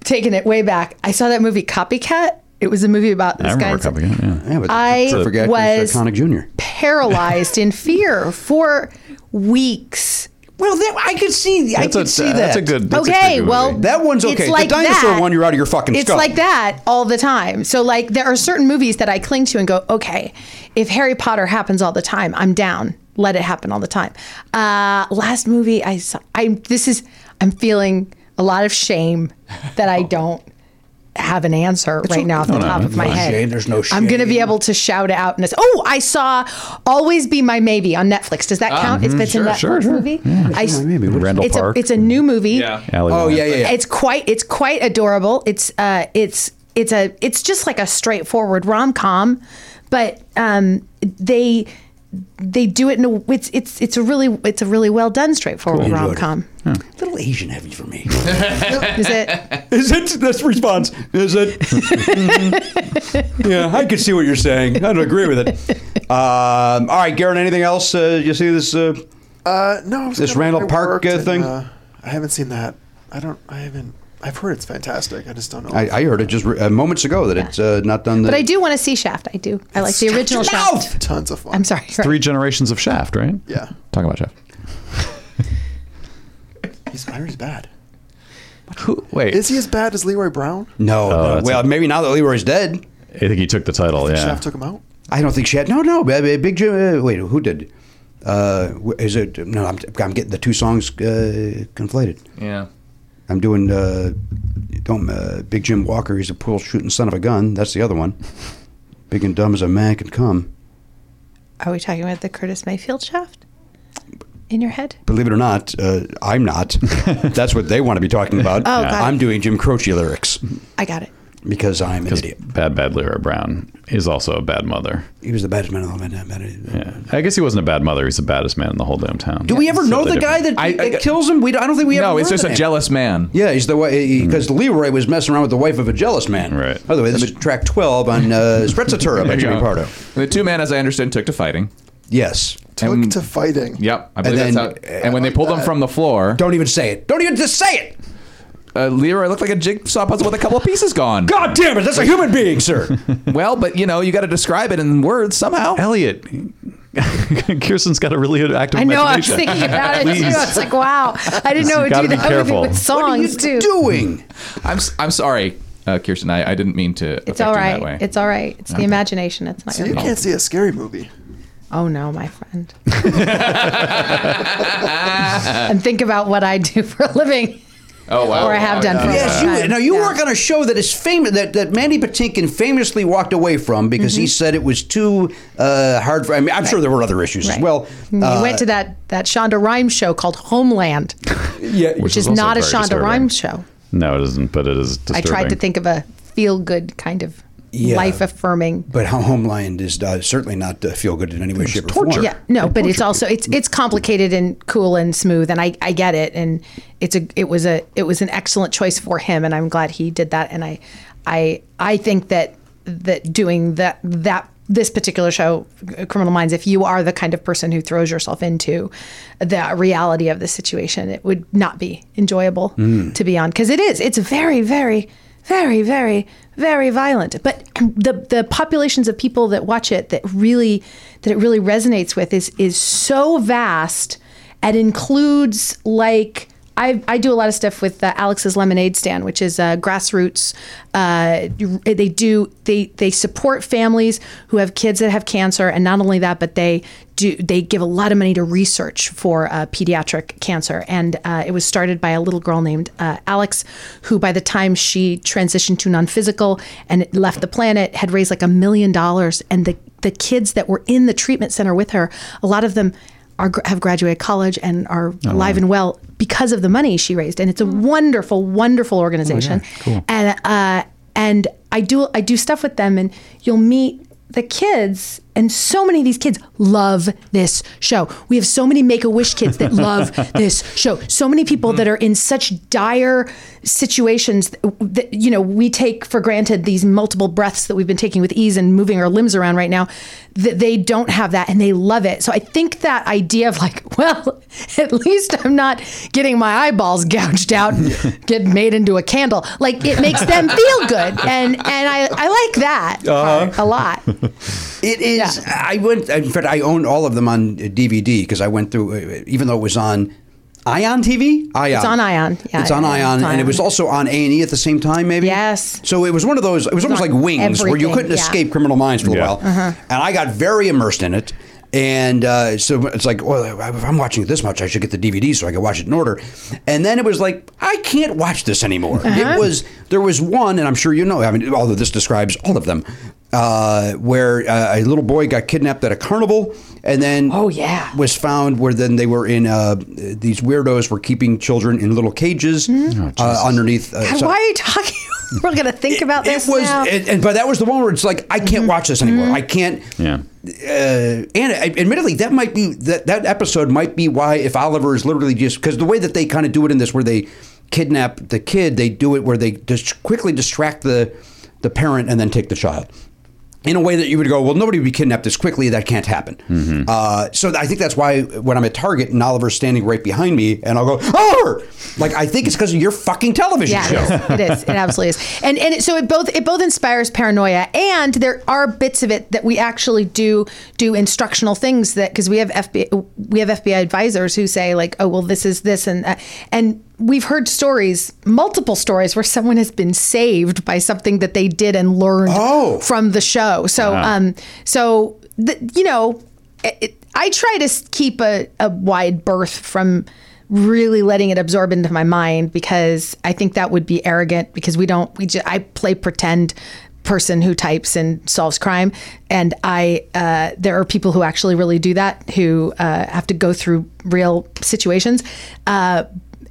taking it way back. I saw that movie Copycat. It was a movie about
I
this guy.
remember copying it. Yeah.
Yeah, but
I
don't forget
was-
Conic Jr.
paralyzed in fear for weeks
Well, that, I could see. I
That's
could
a,
uh,
see that.
That's a good. That's a
okay,
good movie.
well,
That one's
it's
okay. The
like
dinosaur
that.
one, you're out of your fucking
It's
skull.
like that all the time. So like there are certain movies that I cling to and go, okay, if Harry Potter happens all the time, I'm down. Let it happen all the time. Uh, last movie I saw, I this is I'm feeling a lot of shame that
Oh.
I don't have an answer right now off the top of my
fine.
head.
Shame, there's no
I'm gonna be
shame.
able to shout out and it's, oh, I saw "Always Be My Maybe" on Netflix. Does that
Ah,
count?
mm-hmm.
it's it's a Netflix
sure, sure.
movie. I s-
maybe Randall
it's a
Park.
it's a new movie.
Alley
Oh
Lamp.
yeah, yeah, yeah.
It's quite it's quite adorable. It's uh it's it's a it's just like a straightforward rom com, but um they they do it in a it's it's it's a really it's a really well done straightforward rom com.
little Asian heavy for me.
Is it?
Is it this response? Is it? Mhm. Yeah, I can see what you're saying. I don't agree with it. Um, all right, Garrett. Anything else? Uh, you see this? Uh,
Uh, no, I was
This
kinda
Randall
at
Park,
work
uh, thing?
I haven't seen that. I don't. I haven't. I've heard it's fantastic. I just don't know.
I, I heard it just re- uh, moments ago that it's uh, not done. The,
But I do want to see Shaft. I do. I like the original Shaft.
Tons of fun.
I'm sorry. Right.
Three generations of Shaft, right?
Yeah,
Talking about Shaft.
he's Larry's bad.
Who? Wait,
Is he as bad as Leroy Brown?
No. no.
that's
Oh, well, maybe now that Leroy's dead,
I think he took the title. Yeah.
Shaft took him out.
I don't think she had. No, no. b- b- Big Jim. Uh, wait, who did? Uh, wh- is it? No, I'm, I'm getting the two songs uh, conflated.
Yeah.
I'm doing uh, don't uh, Big Jim Walker. He's a pool shooting son of a gun. That's the other one. Big and dumb as a man can come.
Are we talking about the Curtis Mayfield Shaft? In your head?
Believe it or not, uh, I'm not. That's what they want to be talking about.
Oh, Yeah. God.
I'm doing Jim Croce lyrics
I got it.
because I'm an idiot.
Bad, bad Lyra Brown is also a bad mother.
He was the baddest man in the world.
Yeah. I guess he wasn't a bad mother. He's the baddest man in the whole damn town.
Do we ever know
Totally
the guy
different.
that,
I-
that
I-
kills him? We don't- I don't think we ever.
No, it's
learned
just
the
a
name.
jealous man.
Yeah, he's the way because Leroy was messing around with the wife of a jealous man.
Right.
By the way, this is track twelve on uh, Sprezzatura by
There you
Jimmy
go.
Pardo.
The two men, as I understand, took to fighting.
Yes.
Took
And-
to fighting.
Yep, I believe
then-
that's how. And when
uh,
they pulled them from the floor,
Don't even say it. Don't even just say it.
uh, Leroy looked like a jigsaw puzzle with a couple of pieces gone.
God damn it! That's a human being, sir.
Well, but you know, you got to describe it in words somehow.
Elliot. Kirsten's got a really active
I know. I was
imagination.
thinking about it too. I was
Please.
like, wow. I didn't know it
gotta
would
be
do that with-
careful.
with songs too.
doing?
I'm s- I'm sorry, uh, Kirsten. I, I didn't mean to.
It's all right. It's all right. It's the imagination. It's not
So
your
you
fault.
can't see a scary movie.
Oh no, my friend. and think about what I do for a living,
oh wow.
or I have done for
Yes,
a
you
long time.
now you
Yeah.
work on a show that is famous that, that Mandy Patinkin famously walked away from because he said it was too uh, hard for. I mean, I'm sure there were other issues as
Mm-hmm. Right. Mm-hmm.
well.
You
Uh,
went to that that Shonda Rhimes show called Homeland,
yeah,
which is
also
not a
very
Shonda
disturbing.
Rhimes show.
No, it isn't, but it is
I
disturbing.
tried to think of a feel good kind of
Yeah.
life affirming.
but Ho- Homeland is uh, certainly not uh, feel good in any way, shape, or form.
Yeah, no, but it's also it's it's complicated and cool and smooth, and I I get it, and it's a it was a it was an excellent choice for him, and I'm glad he did that, and I I I think that that doing that that this particular show, Criminal Minds, if you are the kind of person who throws yourself into the reality of the situation, it would not be enjoyable to be on because it is it's very very very very very violent but the the populations of people that watch it that really that it really resonates with is is so vast and includes like I, I do a lot of stuff with uh, Alex's Lemonade Stand, which is uh, grassroots. Uh, they do they they support families who have kids that have cancer, and not only that, but they do they give a lot of money to research for uh, pediatric cancer. And uh, it was started by a little girl named uh, Alex, who by the time she transitioned to non-physical and left the planet had raised like a million dollars. And the the kids that were in the treatment center with her, a lot of them are have graduated college and are alive and well because of the money she raised. And it's a wonderful, wonderful organization. And uh, and I do I do stuff with them, and you'll meet the kids and so many of these kids love this show we have so many make-a-wish kids that love this show so many people that are in such dire situations that you know we take for granted these multiple breaths that we've been taking with ease and moving our limbs around right now that they don't have that and they love it so i think that idea of like well at least i'm not getting my eyeballs gouged out and get made into a candle like it makes them feel good and and i, I like that part a lot
It is. uh, I went. In fact, I own all of them on DVD because I went through. Even uh, though it was on
Ion TV? Ion.
It's on Ion. Yeah,
it's on
yeah,
Ion,
it's on
and it was
Ion.
also on A and E at the same time, maybe.
Yes.
So it was one of those. It was almost
on
like Wings, where you
everything,
couldn't
yeah. Uh-huh.
escape Criminal Minds for a
Yeah.
while. And I got very immersed in it. And uh, so it's like, well, if I'm watching it this much, I should get the DVD so I can watch it in order. And then it was like, I can't watch this anymore.
Uh-huh.
It was there was one, and I'm sure you know. I mean, although this describes all of them, uh, where uh, a little boy got kidnapped at a carnival, and then
Oh, yeah.
was found where then they were in uh, these weirdos were keeping children in little cages uh, underneath. Uh,
Hmm? God,
so-
why are you talking? We're gonna think about this.
it was,
now. Mm-hmm.
and, and but that was the one where it's like I can't watch this anymore. I can't.
Yeah.
Uh, and I- admittedly, that might be that that episode might be why if Oliver is literally just because the way that they kind of do it in this, where they kidnap the kid, they do it where they just quickly distract the the parent and then take the child. In a way that you would go, well, nobody would be kidnapped this quickly. That can't happen. Uh, so I think that's why when I'm at Target and Oliver's standing right behind me, and I'll go, Oliver! Like I think it's because of your fucking television
yeah,
show.
it is. It is. It absolutely is. And and it, so it both it both inspires paranoia, and there are bits of it that we actually do do instructional things that because we have FBI we have FBI advisors who say like, oh well, this is this and that. and we've heard stories, multiple stories where someone has been saved by something that they did and learned
Oh.
from the show. So um so th- you know. It, it, I try to s- keep a, a wide berth from really letting it absorb into my mind because I think that would be arrogant because we don't we just I play pretend person who types and solves crime and I uh, there are people who actually really do that who uh, have to go through real situations uh,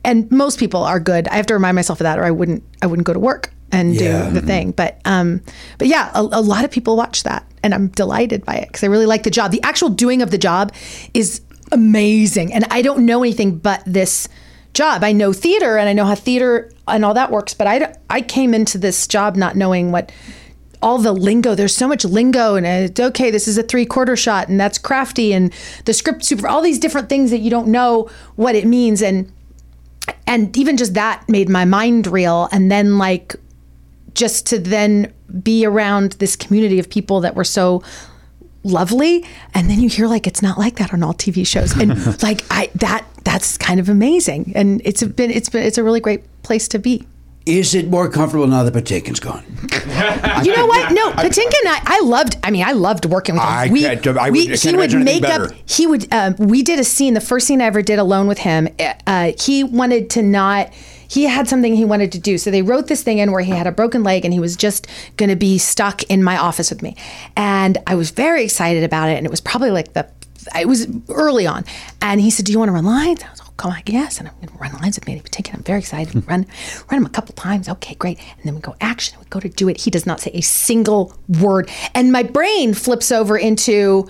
and most people are good I have to remind myself of that or I wouldn't I wouldn't go to work and
Yeah.
do the thing but um but yeah a, a lot of people watch that and I'm delighted by it because I really like the job the actual doing of the job is amazing. And I don't know anything but this job. I know theater and I know how theater and all that works, but I, don't- I came into this job not knowing what all the lingo. There's so much lingo, and it's okay. This is a three quarter shot, and that's crafty, and the script super. All these different things that you don't know what it means, and and even just that made my mind reel. And then like just to then be around this community of people that were so lovely and then you hear like it's not like that on all TV shows and like I that that's kind of amazing and it's been it's been it's a really great place to be.
Is it more comfortable now that Patinkin's gone?
You know what? No, Patinkin and I, I loved. I mean, I loved working with him.
I can't- I would- I can't
he would
imagine anything
make up.
better.
He would. Um, we did a scene. The first scene I ever did alone with him. Uh, he wanted to not. He had something he wanted to do. So they wrote this thing in where he had a broken leg and he was just going to be stuck in my office with me. And I was very excited about it. And it was probably like the. It was early on, and he said, "Do you want to run lines?" I was like, "Oh, I guess." And I'm going to run lines with Manny Patinkin. I'm very excited. Run, run him a couple times. Okay, great. And then we go action. We go to do it. He does not say a single word, and my brain flips over into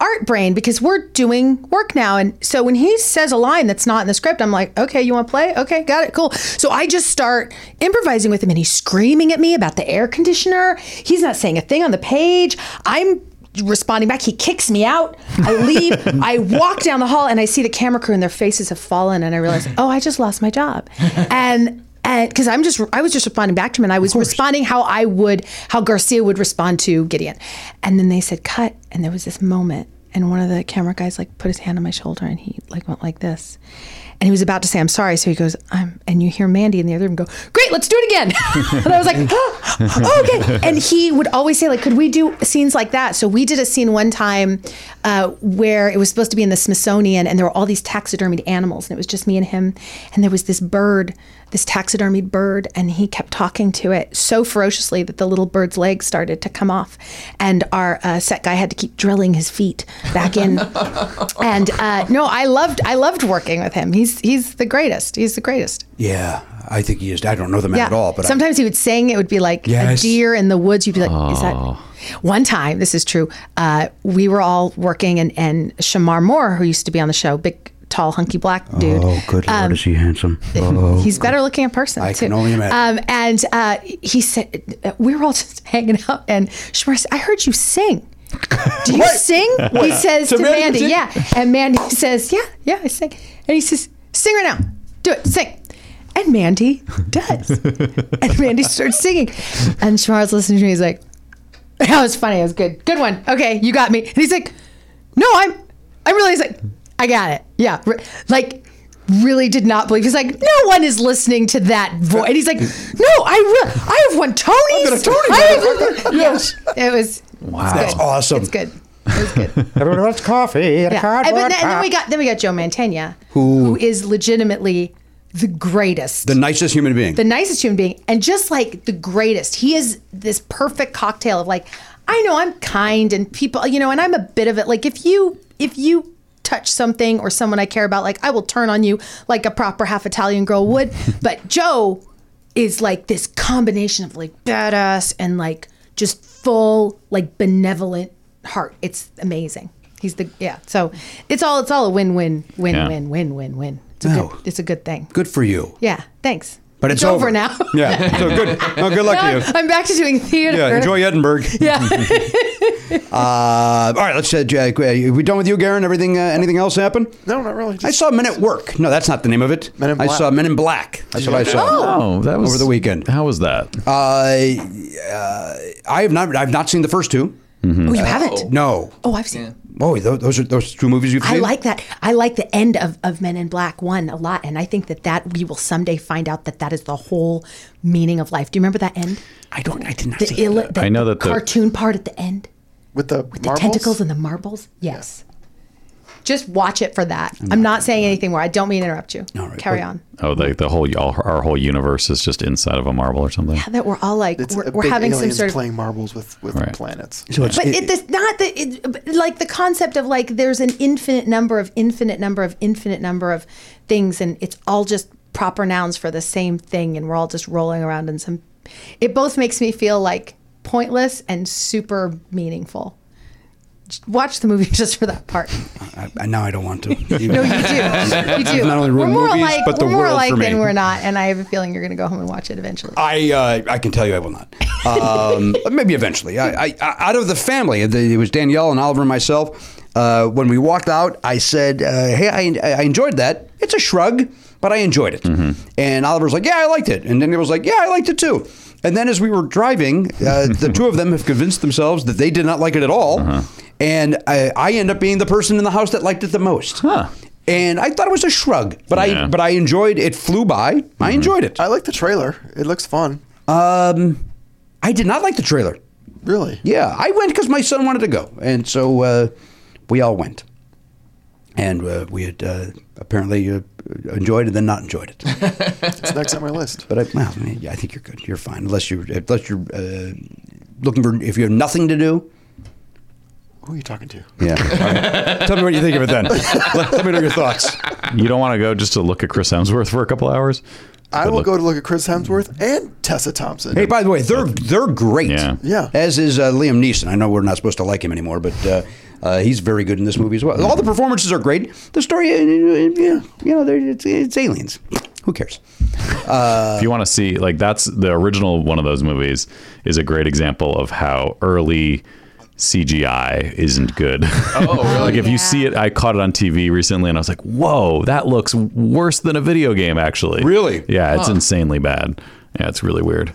art brain because we're doing work now. And so when he says a line that's not in the script, I'm like, okay, you want to play? Okay, got it, cool. So I just start improvising with him and he's screaming at me about the air conditioner. He's not saying a thing on the page. I'm responding back. He kicks me out. I leave. I walk down the hall and I see the camera crew and their faces have fallen. And I realize, oh, I just lost my job. And and because I'm just I was just responding back to him and I was responding how I would how Garcia would respond to Gideon. And then they said cut and there was this moment and one of the camera guys like put his hand on my shoulder and he like went like this. And he was about to say I'm sorry, so he goes, I'm and you hear Mandy in the other room go, Great, let's do it again. and I was like, oh, okay. And he would always say, like, could we do scenes like that? So we did a scene one time uh, where it was supposed to be in the Smithsonian and there were all these taxidermied animals, and it was just me and him, and there was this bird this taxidermied bird and he kept talking to it so ferociously that the little bird's legs started to come off and our uh, set guy had to keep drilling his feet back in and uh, no i loved i loved working with him he's he's the greatest he's the greatest
Yeah, I think he is. I don't know the man at all, but
sometimes he would sing it would be like
Yes.
a deer in the woods you'd be like is that one time this is true uh, we were all working and and shamar moore who used to be on the show big tall hunky black dude Um,
I, oh, good lord, is he handsome? Oh,
He's better looking in person. I
can only imagine.
Um, and uh, he said, we were all just hanging out, and Shmar said, I heard you sing. Do you sing? He says to,
Mandy
Mandy,
sing?
yeah. And Mandy says, yeah, yeah, I sing. And he says, sing right now. Do it, sing. And Mandy does. and Mandy starts singing. And Shmar's listening to me. He's like, that was funny. That was good. Good one. Okay, you got me. And he's like, no, I'm, I'm really, he's like, I got it. Yeah. Like, really did not believe. He's like, no one is listening to that voice. And he's like, no, I will. I have won Tony's.
got a Tony,
I have- yes, it was. Wow,
That's awesome.
It's good. It was good.
Everyone wants coffee. and
Yeah.
a
And,
cardboard
but then, and then we
box.
got then we got Joe Mantegna, who is legitimately the greatest.
the nicest human being.
the nicest human being and just like the greatest. He is this perfect cocktail of like, I know I'm kind and people, you know, and I'm a bit of it. Like if you if you touch something or someone I care about, like I will turn on you like a proper half Italian girl would. but Joe is like this combination of like badass and like just full like benevolent heart. It's amazing. He's the yeah. So it's all it's all a win win win
Yeah.
win win win win. It's a
Wow.
good it's a good thing.
Good for you.
Yeah. Thanks.
But it's over.
now.
Yeah. So good. No, good luck to you.
I'm back to doing theater.
Yeah. Enjoy Edinburgh.
Yeah.
Uh, all right. Let's. Uh, Jack, uh, are we done with you, Garen? Everything? Uh, anything else happen?
No, not really.
I
Just,
saw Men at Work. No, that's not the name of it.
Men in
I
Black.
saw Men in Black. That's what I saw.
Oh, that was
Over the weekend.
How was that?
Uh, uh, I have not. I've not seen the first two.
oh, you haven't?
Uh, No.
Oh, I've seen. it.
Boy, tho- those are those two movies you've
I
seen.
like that. I like the end of, of Men in Black one a lot, and I think that that we will someday find out that that is the whole meaning of life. Do you remember that end?
I don't. I did not
The
see
ill.
that.
The,
I know
the
that the-
cartoon part at the end,
with the,
the
marbles?
tentacles and the marbles. Yes. Just watch it for that. I'm not saying anything more. I don't mean to interrupt you.
All right.
Carry
Well-
on.
Oh, the the whole y'all, our whole universe is just inside of a marble or something.
That we're all like
it's
we're,
a
we're
big
having some
aliens
sort of
playing marbles with with
Right.
planets.
So it's,
But it, it's not the it, but, like the concept of like there's an infinite number of infinite number of infinite number of things, and it's all just proper nouns for the same thing, and we're all just rolling around in some. It both makes me feel like pointless and super meaningful. Just Watch the movie just for that part.
I, I, now I don't want to.
No, you do. You do.
Not only
we're
ruined
more
movies,
alike.
but the
we're more
world
alike
for me.
than we're not, and I have a feeling you're going to go home and watch it eventually.
I uh, I can tell you I will not. Um, maybe eventually. I, I, I out of the family, the, it was Danielle and Oliver and myself. Uh, when we walked out, I said, uh, "Hey, I, I enjoyed that. It's a shrug, but I enjoyed it."
Mm-hmm.
And Oliver's like, "Yeah, I liked it." And Danielle was like, "Yeah, I liked it too." And then as we were driving, uh, the two of them have convinced themselves that they did not like it at all,
Uh-huh.
and I, I end up being the person in the house that liked it the most.
Huh.
And I thought it was a shrug, but I
Yeah. Mm-hmm.
but I enjoyed it. Flew by. I enjoyed it.
I like the trailer. It looks fun.
Um, I did not like the trailer.
Really?
Yeah, I went because my son wanted to go, and so uh, we all went. And uh, we had uh, apparently uh, enjoyed and then not enjoyed it.
It's next on my list.
But I, well, I, mean, yeah, I think you're good. You're fine, unless you're unless you're uh, looking for if you have nothing to do.
Who are you talking to?
Yeah. Tell me what you think of it then. Let, let me know your thoughts.
You don't want to go just to look at Chris Hemsworth for a couple hours.
I
Good
will
look.
go to look at Chris Hemsworth and Tessa Thompson.
Hey, by the way, they're they're great.
Yeah.
Yeah.
As is uh, Liam Neeson. I know we're not supposed to like him anymore, but uh, uh, he's very good in this movie as well. All the performances are great. The story, uh, yeah, you know, they're- it's, it's aliens. Who cares?
if
uh,
you want to see like that's the original one of those movies is a great example of how early CGI isn't good. Oh, like if
yeah.
you see it, I caught it on TV recently, and I was like, "Whoa, that looks worse than a video game." Actually,
Really?
Yeah, it's insanely bad. Yeah, it's really weird.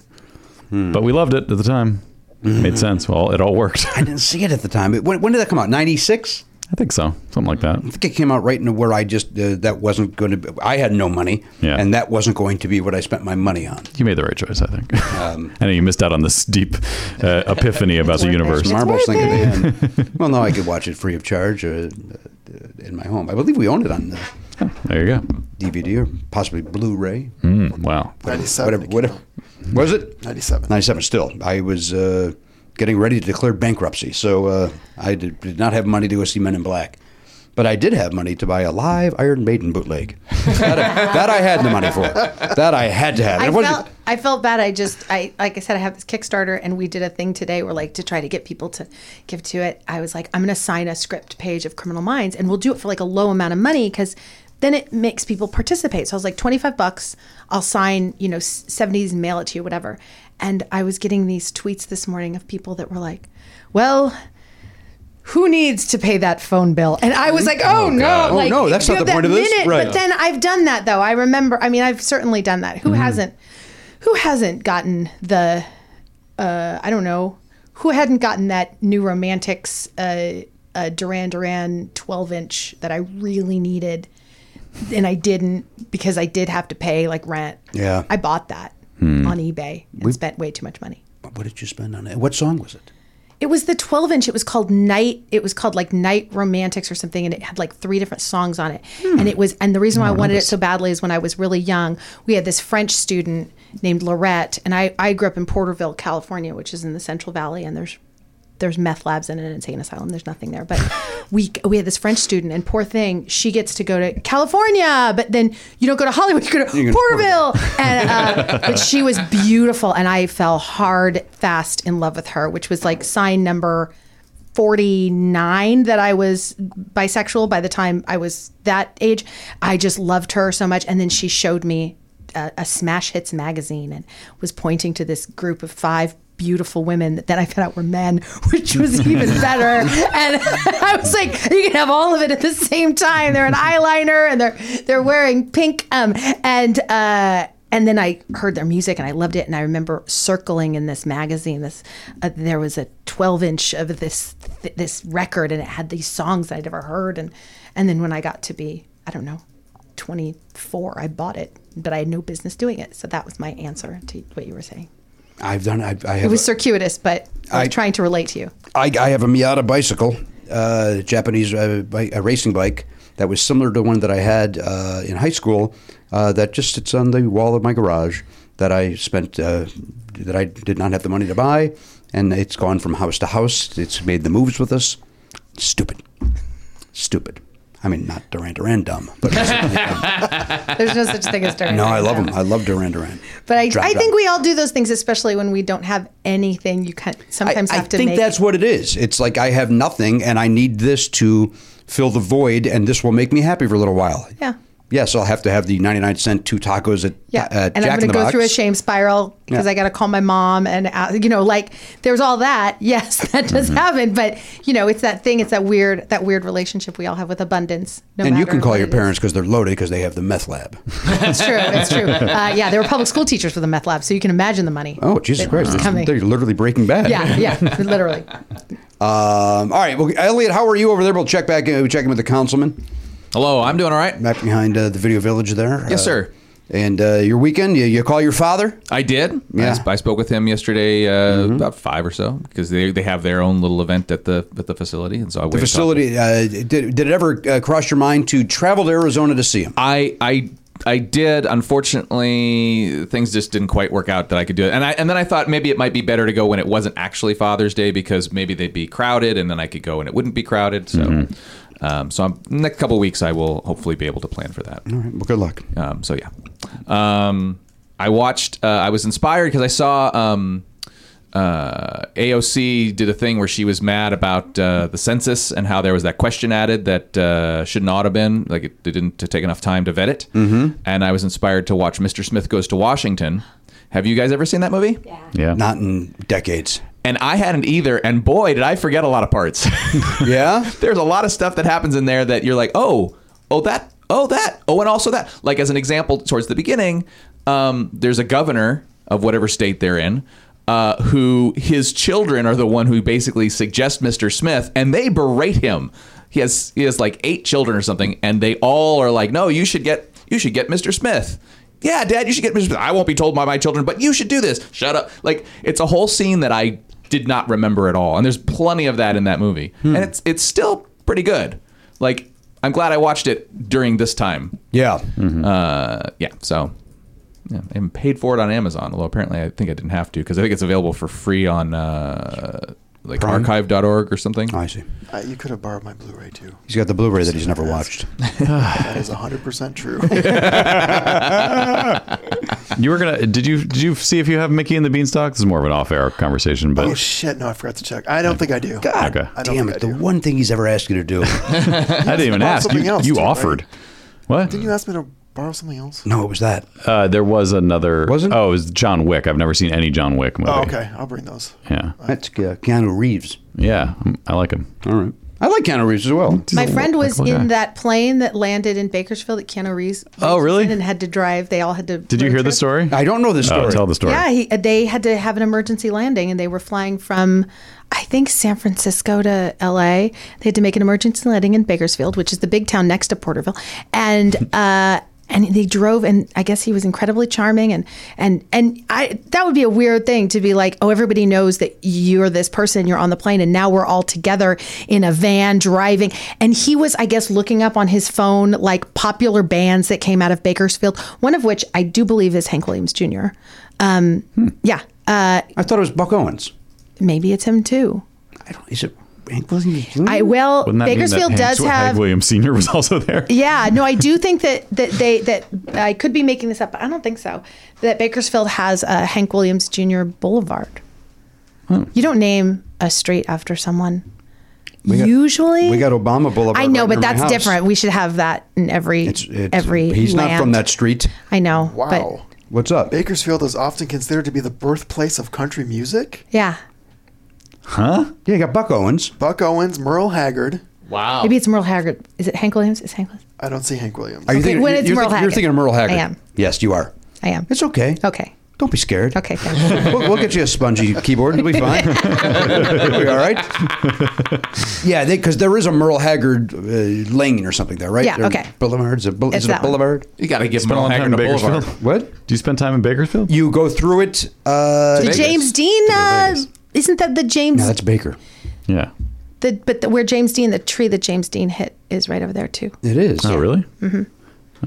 But we loved it at the time. Made sense. Well, it all worked.
I didn't see it at the time. It- when, when did that come out? Ninety six.
I think so. Something like that.
I think it came out right into where I just uh, that wasn't going to. be I had no money,
Yeah.
and that wasn't going to be what I spent my money on.
You made the right choice, I think.
Um,
I know you missed out on this deep uh, epiphany about the universe.
Marbles thing at the end. well, no, I could watch it free of charge uh, uh, in my home. I believe we owned it on the
There you go.
DVD or possibly Blu-ray.
Mm, wow.
whatever,
97.
whatever. Was it
97.
97? Still, I was uh, getting ready to declare bankruptcy, so uh, I did, did not have money to go see Men in Black, but I did have money to buy a live Iron Maiden bootleg. that, I, that I had the money for. That I had to have. And
I
it wasn't-
felt I felt bad. I just I like I said I have this Kickstarter and we did a thing today where like to try to get people to give to it. I was like I'm going to sign a script page of Criminal Minds and we'll do it for like a low amount of money cuz then it makes people participate. So I was like 25 bucks, I'll sign, you know, s- 70s and mail it to you whatever. And I was getting these tweets this morning of people that were like, "Well, who needs to pay that phone bill? And I was like, oh, no.
Mm. Oh,
like,
no, that's
you
not
have
the point
that
of this.
minute,
Right.
But then I've done that though. I remember, I mean, I've certainly done that.
Mm-hmm.
Who hasn't, who hasn't gotten the, uh, I don't know, who hadn't gotten that new romantics, uh, uh, Duran Duran 12 inch that I really needed and I didn't because I did have to pay like rent.
Yeah. Hmm.
I bought that on eBay and spent way too much money.
What did you spend on it? What song was it?
It was the 12 inch. It was called Night. It was called like Night Romantics or something. And it had like three different songs on it. And it was, and the reason why I wanted it so badly is when I was really young, we had this French student named Lorette. And I, I grew up in Porterville, California, which is in the Central Valley. And there's, there's meth labs and an insane asylum. There's nothing there. But we we had this French student, and poor thing, she gets to go to California, but then you don't go to Hollywood, you go to Porterville. And uh, but she was beautiful, and I fell hard, fast in love with her, which was like sign number. 49 that I was bisexual by the time I was that age. I just loved her so much. And then she showed me uh, a, a Smash Hits magazine and was pointing to this group of five beautiful women that then I found out were men, which was even better. And I was like, you can have all of it at the same time. They're an eyeliner and they're they're wearing pink. Um and uh and then I heard their music and I loved it. And I remember circling in this magazine, this uh, there was a 12 inch of this th- this record, and it had these songs I'd never heard. And and then when I got to be, I don't know, 24, I bought it, but I had no business doing it. So that was my answer to what you were saying.
I've done. I, I have.
It was circuitous, but I was
I-
trying to relate to you.
I, I have a Miata bicycle, uh, Japanese uh, bi- a racing bike that was similar to one that I had uh, in high school. Uh, that just sits on the wall of my garage that I spent uh, that I did not have the money to buy, and it's gone from house to house. It's made the moves with us. Stupid, stupid. I mean, not Duran Duran dumb, but
There's no such thing as Duran.
no, I
Duran
love
Duran.
him. I love Duran Duran.
But I,
Drop,
I
drop.
think we all do those things, especially when we don't have anything. You can sometimes
I,
have
I
to
think
make.
that's what it is. It's like I have nothing, and I need this to fill the void, and this will make me happy for a little while.
Yeah.
Yes, I'll have to have the ninety-nine cent two tacos at
yeah,
uh,
and I'm
Jack
going
in
to
the
go
Box.
through a shame spiral because
Yeah.
I got to call my mom and uh, you know, like there's all that. Yes, that
Mm-hmm.
does happen, but you know, it's that thing. It's that weird, that weird relationship we all have with abundance. No
and you
matter
can call
what
your
it is.
parents because they're loaded because they have the meth lab.
It's true. It's true. Uh, yeah, they were public school teachers for the meth lab, so you can imagine the money.
Oh Jesus
that
Christ!
was
it's-
coming.
They're literally Breaking Bad.
Yeah, yeah, literally.
Um, all right. Well, Elliot, how are you over there? We'll check back. Uh, check in with the councilman
Hello, I'm doing all right.
back behind uh, the video village there.
Yes,
Uh,
sir.
And uh, your weekend, you, you call your father.
I did.
Yeah. Mm-hmm.
I, I spoke with him yesterday, uh, about five or so, because they, they have their own little event at the at the facility, and so I
The
waited.
facility. Uh, did, did it ever uh, cross your mind to travel to Arizona to see him?
I I I did. Unfortunately, things just didn't quite work out that I could do it. And I and then I thought maybe it might be better to go when it wasn't actually Father's Day because maybe they'd be crowded, and then I could go and it wouldn't be crowded. So. Um, so I'm, next couple of weeks, I will hopefully be able to plan for that.
All right. Well, good luck.
Um, so yeah, um, I watched. Uh, I was inspired because I saw um, uh, AOC did a thing where she was mad about uh, the census and how there was that question added that uh, should not have been like it they didn't take enough time to vet it. Mm-hmm. And I was inspired to watch Mr. Smith Goes to Washington. Have you guys ever seen that movie? Yeah.
Yeah.
Not in decades.
And I hadn't either. And boy, did I forget a lot of parts.
Yeah.
there's a lot of stuff that happens in there that you're like, oh, oh that, oh that, oh and also that. Like as an example, towards the beginning, um, there's a governor of whatever state they're in. Uh, who his children are the one who basically suggest Mr. Smith, and they berate him. He has he has like eight children or something, and they all are like, "No, you should get you should get Mr. Smith." Yeah, Dad, you should get Mr. Smith. I won't be told by my children, but you should do this. Shut up! Like it's a whole scene that I did not remember at all. And there's plenty of that in that movie.
Hmm.
And it's it's still pretty good. Like I'm glad I watched it during this time.
Yeah.
Uh, yeah. So yeah, I even paid for it on Amazon. Although apparently I think I didn't have to because I think it's available for free on uh, like
Prime?
archive.org or something.
I see.
Uh, you could have borrowed my Blu-ray too.
He's got the Blu-ray that he's never watched.
That is 100% true.
You were gonna. Did you did you see if you have Mickey and the Beanstalk? This is more of an off-air conversation, but
oh shit! No, I forgot to check. I don't think I do.
God
Okay.
I don't
damn
think
it!
I
The
do.
one thing he's ever asked you to do.
I didn't even
Well,
ask. You,
something else
you
too, right?
offered. What?
Didn't you ask me to borrow something else?
no, it was that.
Uh, there was another.
Was it?
Oh, it was John Wick. I've never seen any John Wick movie.
Oh, okay. I'll bring those.
Yeah.
That's uh, Keanu Reeves.
Yeah. Mm, I like him.
All right. I like Keanu Reeves as well.
My friend was in that plane that landed in Bakersfield that Keanu Reeves.
Oh, really?
And had to drive. They all had to.
Did you hear the story?
I don't know this story.
Oh, tell the story.
Yeah, he, they had to have an emergency landing, and they were flying from, I think, San Francisco to L.A. They had to make an emergency landing in Bakersfield, which is the big town next to Porterville, and uh, and they drove, and I guess he was incredibly charming, and and and I that would be a weird thing to be like, oh, everybody knows that you're this person, you're on the plane, and now we're all together in a van driving, and he was, I guess, looking up on his phone like popular bands that came out of Bakersfield, one of which I do believe is Hank Williams Jr. Um, Yeah, uh,
I thought it was Buck Owens.
maybe it's him too.
I don't. Is it eh, Hank Williams? Jr.?
I well,
Wouldn't that mean that
Bakersfield
Hank-
does
Hank
have.
Williams Senior was also there.
Yeah, no, I do think that that they that I could be making this up, but I don't think so. That Bakersfield has a Hank Williams Jr. Boulevard. You don't name a street after someone.
got-
Usually,
we got Obama Boulevard.
I know,
right
but
near my
that's
house.
different. We should have that in every
It's, it's,
every.
He's not from
land.
that street.
I know.
Wow.
But
What's up?
Bakersfield is often considered to be the birthplace of country music.
yeah,
Yeah, you got Buck Owens.
Buck Owens, Merle Haggard.
Wow.
maybe it's Merle Haggard. Is it Hank Williams? Is Hank Williams?
I don't see Hank Williams.
Are you
Okay,
thinking,
when
you're,
it's
you're
Merle
thinking-
Haggard.
You're thinking of Merle
I
Haggard.
am.
Yes, you are.
I am.
It's okay.
Okay.
Don't be scared.
Okay. Thank you.
we'll, we'll get you a spongy keyboard. It'll be fine. It'll be all right. Yeah, because there is a Merle Haggard uh, lane or something there, right?
Yeah,
There-
okay.
Boulevards. A bou-
It's
is it a
that one.
boulevard?
You got to give
Spent a
Merle
long time
Haggard
in
a boulevard.
Bakersfield.
What?
Do you spend time in Bakersfield?
You go through it. Uh,
The
Vegas.
James Dean. Uh,
Vegas.
isn't that the James?
no, that's Baker.
yeah.
the but the, where James Dean, the tree that James Dean hit, is right over there too.
It is.
Oh, really? Mm-hmm.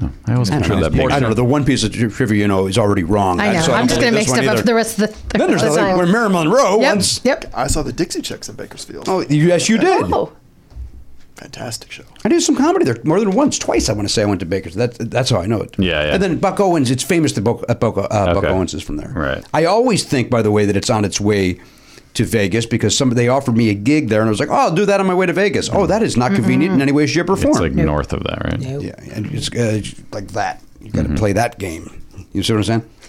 Oh, I always
I don't,
pictured
know,
that Bakersfield.
I don't know. The one piece of tri- trivia you know is already wrong.
I know.
so
I'm
don't
just
believe
gonna make
this one
stuff up
either.
for the rest of the.
Then there's
the
like when Marilyn Monroe
Yep.
once.
Yep.
I saw the Dixie Chicks in Bakersfield.
Oh, yes, you did.
Oh,
Fantastic show.
I did some comedy there more than once, twice. I want to say I went to Baker's. That's that's how I know it.
Yeah, yeah.
And then Buck Owens. It's famous that Buck, uh, Buck, uh, Buck
Okay.
Owens is from there.
Right.
I always think, by the way, that it's on its way to Vegas because some they offered me a gig there, and I was like, "Oh, I'll do that on my way to Vegas." Oh, that is
Mm-hmm.
not convenient in any way, shape, or form.
It's like north of that, right?
yeah, and it's uh, like that. You got to
Mm-hmm.
play that game. You see what I'm saying?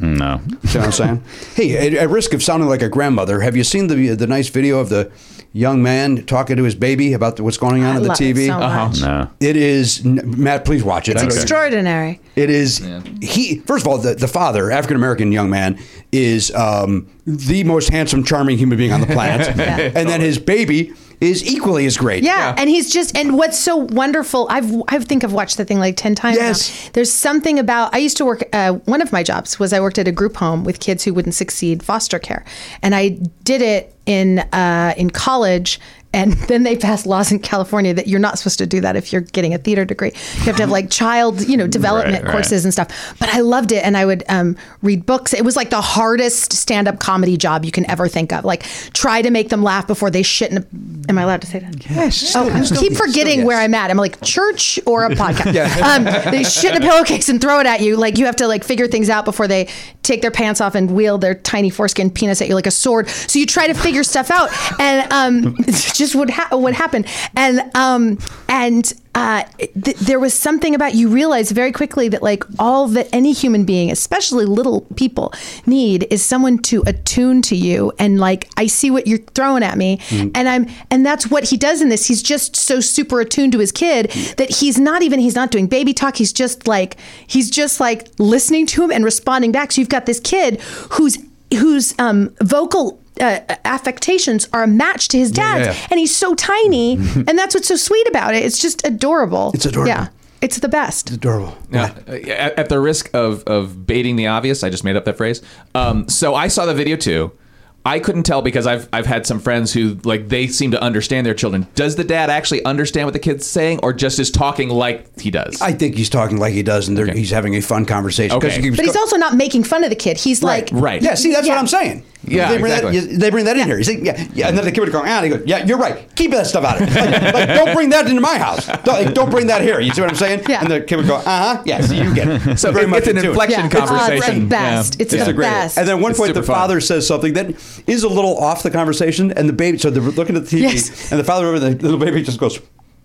No.
See what I'm saying? hey, at, at risk of sounding like a grandmother, have you seen the the nice video of the young man talking to his baby about the, what's going on
I
on the
love
TV?
It so much.
No.
It is Matt. Please watch it.
It's
I don't-
extraordinary.
It is he. First of all, the, the father, African American young man, is um, the most handsome, charming human being on the planet, and then his baby is equally as great.
Yeah, and he's just and what's so wonderful. I've I think I've watched that thing like ten times. now.
Yes.
there's something about. I used to work. Uh, one of my jobs was I worked at a group home with kids who wouldn't succeed foster care, and I did it in uh, in college. And then they passed laws in California that you're not supposed to do that if you're getting a theater degree. You have to have like child, you know, development
Right, right.
courses and stuff. But I loved it, and I would um, read books. It was like the hardest stand-up comedy job you can ever think of. Like try to make them laugh before they shit. In a, am I allowed to say that?
Yes.
Oh, I keep forgetting
yes.
where I'm at. I'm like church or a podcast. um, they shit in a pillowcase and throw it at you. Like you have to like figure things out before they take their pants off and wield their tiny foreskin penis at you like a sword. So you try to figure stuff out, and um, it's just what ha- what happened, and um, and uh, th- there was something about you realize very quickly that like all that any human being, especially little people, need is someone to attune to you and like I see what you're throwing at me,
Mm-hmm.
and I'm and that's what he does in this. He's just so super attuned to his kid
Mm-hmm.
that he's not even he's not doing baby talk. He's just like he's just like listening to him and responding back. So you've got this kid who's whose um, vocal uh, affectations are a match to his dad's,
yeah. Mm-hmm.
and he's so tiny, and that's what's so sweet about it. It's just adorable.
It's adorable.
Yeah, it's the best.
Adorable.
Yeah. At, at the risk of, of baiting the obvious, I just made up that phrase. Um, so I saw the video too. I couldn't tell because I've I've had some friends who like they seem to understand their children. Does the dad actually understand what the kid's saying, or just is talking like he does?
I think he's talking like he does, and they're-
Okay.
he's having a fun conversation. 'Cause
Okay.
he keeps
But he's
go-
also not making fun of the kid. He's
Right,
like,
right.
Yeah, see, that's what
Yeah.
I'm saying.
Yeah,
they bring
exactly.
that. They bring that in here. He's like, yeah, yeah, and then the kid would go, ah, and he goes, yeah, you're right. Keep that stuff out of it. Like, like, don't bring that into my house. Don't, like, don't bring that here. You see what I'm saying?
Yeah.
And the kid would go, uh huh. Yeah, see, you get it.
so it- it's an
into it.
inflection
Yeah.
conversation.
It's the best. It's
Yeah.
the
Great.
best.
And then at one
It's
point, the
super fun.
father says something that is a little off the conversation, and the baby. So they're looking at the TV,
Yes.
and the father over the little baby just goes.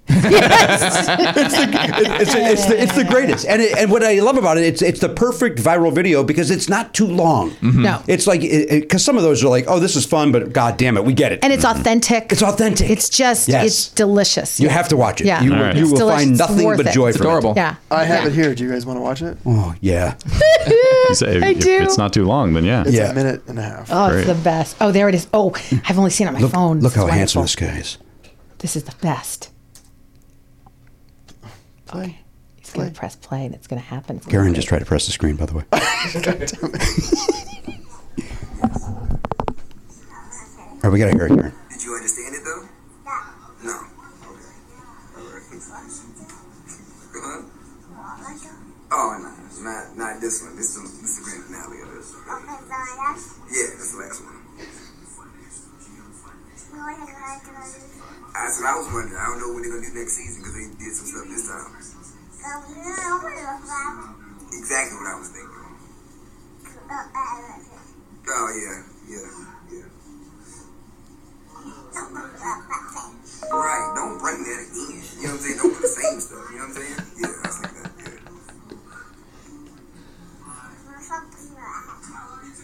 it's, the- it's, the, it's the greatest. And it, and what I love about it, it's it's the perfect viral video because it's not too long.
No.
It's like because some of those are like, oh, this is fun, but god damn it, we get it.
and it's authentic.
It's authentic.
It's just,
Yes.
it's delicious.
you have to watch it.
Yeah.
You,
All
will-
right.
you
It's
will
delicious.
find
It's
nothing
worth
but
it.
joy. Uh,
It's
from it.
adorable.
Yeah.
I have
Yeah.
it here. Do you guys want to watch it?
Oh yeah.
You say if,
I
if
do.
it's not too long, then yeah.
It's
Yeah.
a minute and a half.
Oh,
Great.
it's the best. Oh, there it is. Oh, I've only seen it on my
Look,
phone.
look
This
how
is
handsome this
wonderful.
guy is.
This is the best. Okay. He's going to press play and it's going to happen. It's gonna
Karen
be
just
great.
tried to press the screen, by the way. All right, Oh, we gotta hear it, Karen.
Did you understand it though? No. Okay. All right. Come on. Oh no, not not this one. This is this is the grand finale of this. Yeah, that's the last one. That's what I was wondering. I don't know what they're gonna do next season because they did some stuff this time. Exactly what I was thinking. Oh yeah, yeah, yeah. Right, don't bring that again. You know what I'm saying? Don't do the same stuff. You know what I'm saying? Yeah, I was like that.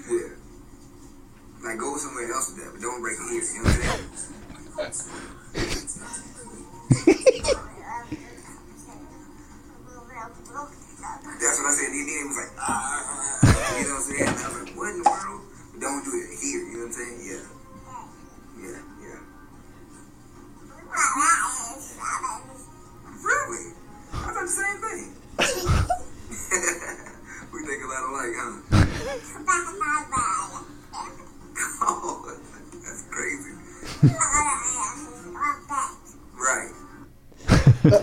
Yeah. yeah. Like, go somewhere else with that, but don't break it here. You know what I'm saying? That's what I said. And then it was like, ah, you know what I'm saying? And I was like, what in the world? But don't do it here. You know what I'm saying? Yeah. Yeah, yeah. Really? I thought the same thing. we think a lot alike, huh? oh, that's crazy. right.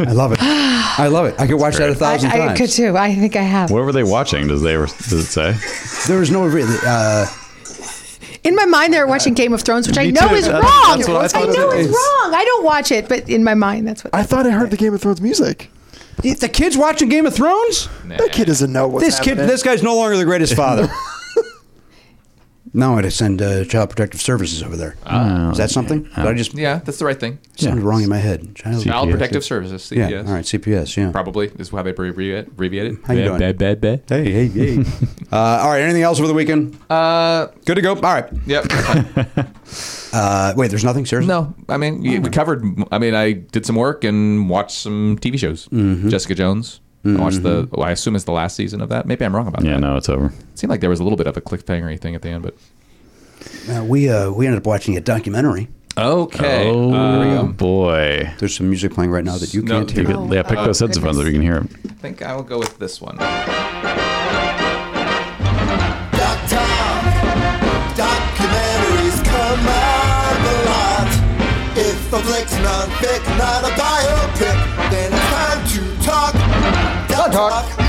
I love it. I love it. I could watch that a thousand
I, I
times.
could too. I think I have.
What were they watching? Does they ever does it say?
There was no really. Uh,
In my mind, they're watching Game of Thrones, which I
Me
know
too.
is
That's-
wrong.
that's what I
I,
thought
know
it
it's
is.
wrong. I don't watch it, but in my mind, that's what.
Uh,
I thought I heard the Game of Thrones music.
the kids watching Game of Thrones.
That kid doesn't know what's
this kid,
happening.
this guy's no longer the greatest father. no, I had to send uh, Child Protective Services over there. Is
Uh,
that something? Did I just
Uh, Yeah, that's the right thing.
sounded wrong in my head. Child,
Child Protective Services,
Yeah.
CPS.
All right. CPS. Yeah.
Probably is how they abbreviate abbreviate it.
How you doing?
Bad, bad, bad.
Hey, hey, hey. uh, all right. Anything else over the weekend?
Uh,
Good to go. All right.
yep.
Uh, wait, there's nothing. Seriously.
No, I mean yeah, we covered. I mean, I did some work and watched some TV shows. Jessica Jones. I watched the. well, I assume it's the last season of that. Maybe I'm wrong about
Yeah,
that.
no, it's over.
It seemed like there was a little bit of a cliffhangery thing at the end, but
Uh, we uh, we ended up watching a documentary.
okay.
oh
Uh,
boy.
There's some music playing right now that you
No,
can't
You
hear.
could- yeah, pick
oh,
those headphones if
goodness.
you can hear it.
I think I will go with this one.
Documentaries come out a lot. If a flick's not fic, not a biopic, then it's time to talk. Duck
talk.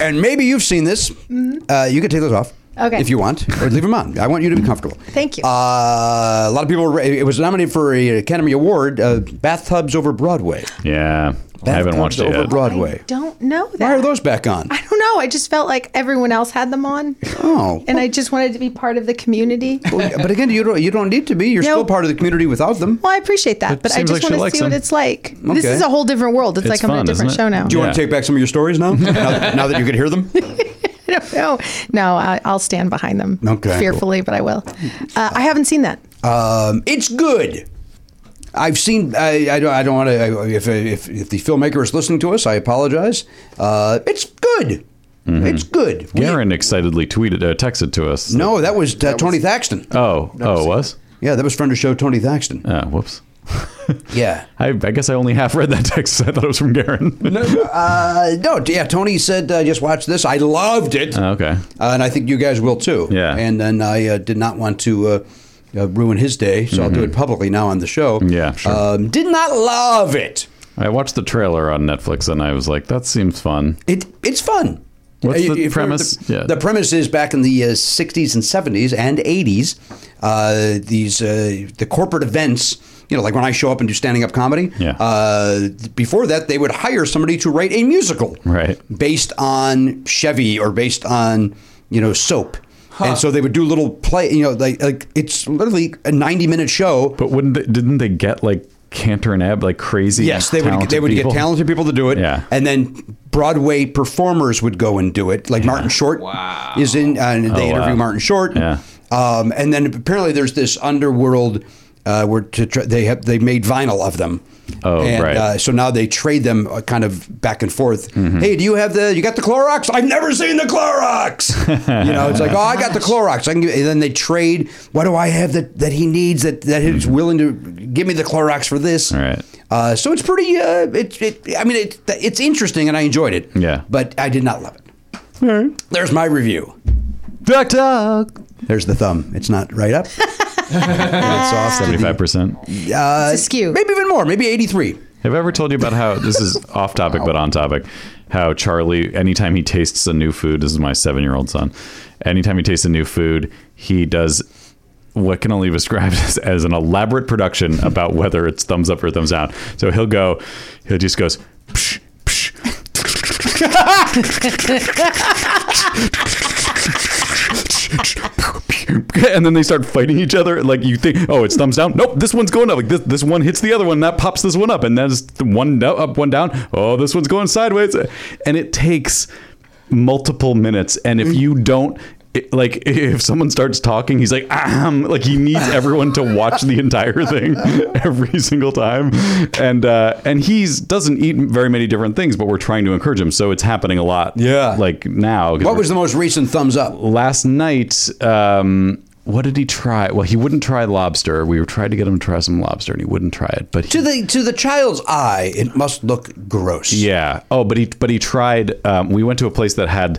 And maybe you've seen this. Uh, you can take those off.
Okay.
If you want, or leave them on. I want you to be comfortable.
Thank you.
Uh, a lot of people. Were, it was nominated for an Academy Award. Uh, bathtubs over Broadway.
Yeah. I haven't
Bathtubs
watched it
over
yet.
I
Broadway.
don't know that.
Why are those back on?
I don't know. I just felt like everyone else had them on,
Oh,
and I just wanted to be part of the community.
Well, but again, you don't. You don't need to be. You're
No.
still part of the community without them.
Well, I appreciate that, but I
seems
just
like she
want
likes
to see what
them.
it's like. This
Okay.
is a whole different world. It's,
It's
like I'm
fun,
in a different
isn't it?
show now.
Do you want
Yeah.
to take back some of your stories now? now, that, now that you can hear them.
I don't know. No, I, I'll stand behind them
Okay.
fearfully, but I will. Uh, I haven't seen that.
Um, it's good. I've seen. I, I don't. I don't want to. If, if if the filmmaker is listening to us, I apologize. Uh, it's good. It's good. We-
Garen excitedly tweeted, uh, texted to us.
no, that was uh, Tony Thaxton.
Oh, oh, it was?
Yeah, that was friend of show Tony Thaxton.
Oh, whoops.
Yeah.
I, I guess I only half read that text. I thought it was from Garen.
Uh, no, yeah. Tony said, uh, "Just watch this." I loved it, uh,
Oh, okay.
and I think you guys will too.
Yeah.
And then I uh, did not want to uh, uh, ruin his day, so I'll do it publicly now on the show.
Mm-hmm. Yeah, sure.
Um, did not love it.
I watched the trailer on Netflix and I was like, that seems fun.
It it's fun.
What's
Uh,
the
if-
premise?
The,
Yeah.
the premise is back in the uh, 60s and 70s and 80s, uh, these uh, the corporate events. You know, like when I show up and do standing up comedy.
Yeah.
Uh, before that, they would hire somebody to write a musical,
Right.
Based on Chevy or based on you know soap, and so they would do little play. You know, like like it's literally a ninety minute show.
But wouldn't they, didn't they get like Cantor and Ab like crazy?
Yes, they would. They would
people?
get talented people to do it,
Yeah.
and then Broadway performers would go and do it. Like Martin Short is in, uh, and they
Oh, wow.
interview Martin Short.
Yeah.
Um, and then apparently there's this underworld uh, where to tr- they have they made vinyl of them.
Oh,
and,
right. Mm-hmm.
Uh, so now they trade them uh, kind of back and forth. Hey, do you have the? You got the Clorox? I've never seen the Clorox. you know, it's like, oh, I got the Clorox. I can give, and then they trade. What do I have that that he needs? That that he's willing to give me the Clorox for this?
Mm-hmm. Right.
Uh, so it's pretty. Uh, it, it. I mean, it, it's interesting, and I enjoyed it.
Yeah.
But I did not love it. There's my review.
Duck, duck.
There's the thumb. It's not right up. it's off.
Seventy-five percent. Uh,
it's askew.
Maybe even more. Maybe 83.
Have I ever told you about how this is off topic but on topic? How Charlie, anytime he tastes a new food, this is my seven year old son, anytime he tastes a new food, he does what can only be described as, as an elaborate production about whether it's thumbs up or thumbs down. So he'll go, he just goes, psh, psh, and then they start fighting each other. Like you think, oh, it's thumbs down. Nope, this one's going up. Like this, this one hits the other one, that pops this one up, and then it's th- one do- up, one down. Oh, this one's going sideways, and it takes multiple minutes. And
Mm.
if you don't. It, like if someone starts talking, he's like, um, like he needs everyone to watch the entire thing every single time, and uh, and he's doesn't eat very many different things, but we're trying to encourage him, so it's happening a lot.
Yeah.
like now. 'cause
What
we're-
was the most recent thumbs up?
last night um what did he try? Well, he wouldn't try lobster. We were trying to get him to try some lobster, and he wouldn't try it. But
To
he,
the to the child's eye, it must look gross.
yeah, oh, but he but he tried. Um, we went to a place that had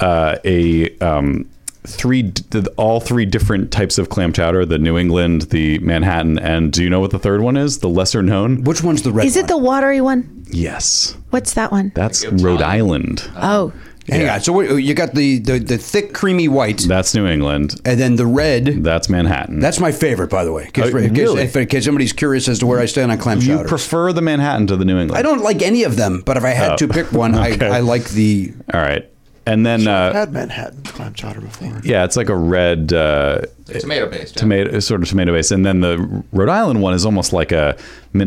uh, a um, three d- all three different types of clam chowder: the New England, the Manhattan, and do you know what the third one is? The lesser known?
Which one's the red?
Is it the
one?
watery one?
Yes,
What's that one?
that's Rhode Island.
oh,
Hang on. So what, oh, you got the, the the thick creamy white,
That's New England.
and then the red.
That's Manhattan.
That's my favorite, by the way. 'cause-
Oh,
in case-
really?
if- in case somebody's curious as to where I stand on clam
you
chowder.
prefer the Manhattan to the New England.
I don't like any of them, but if I had
Oh,
to pick one,
okay.
I, I like the.
All right, and then
I've
uh,
had Manhattan clam chowder before.
yeah, it's like a red. Uh,
tomato based.
tomato sort of tomato base and then the rhode island one is almost like a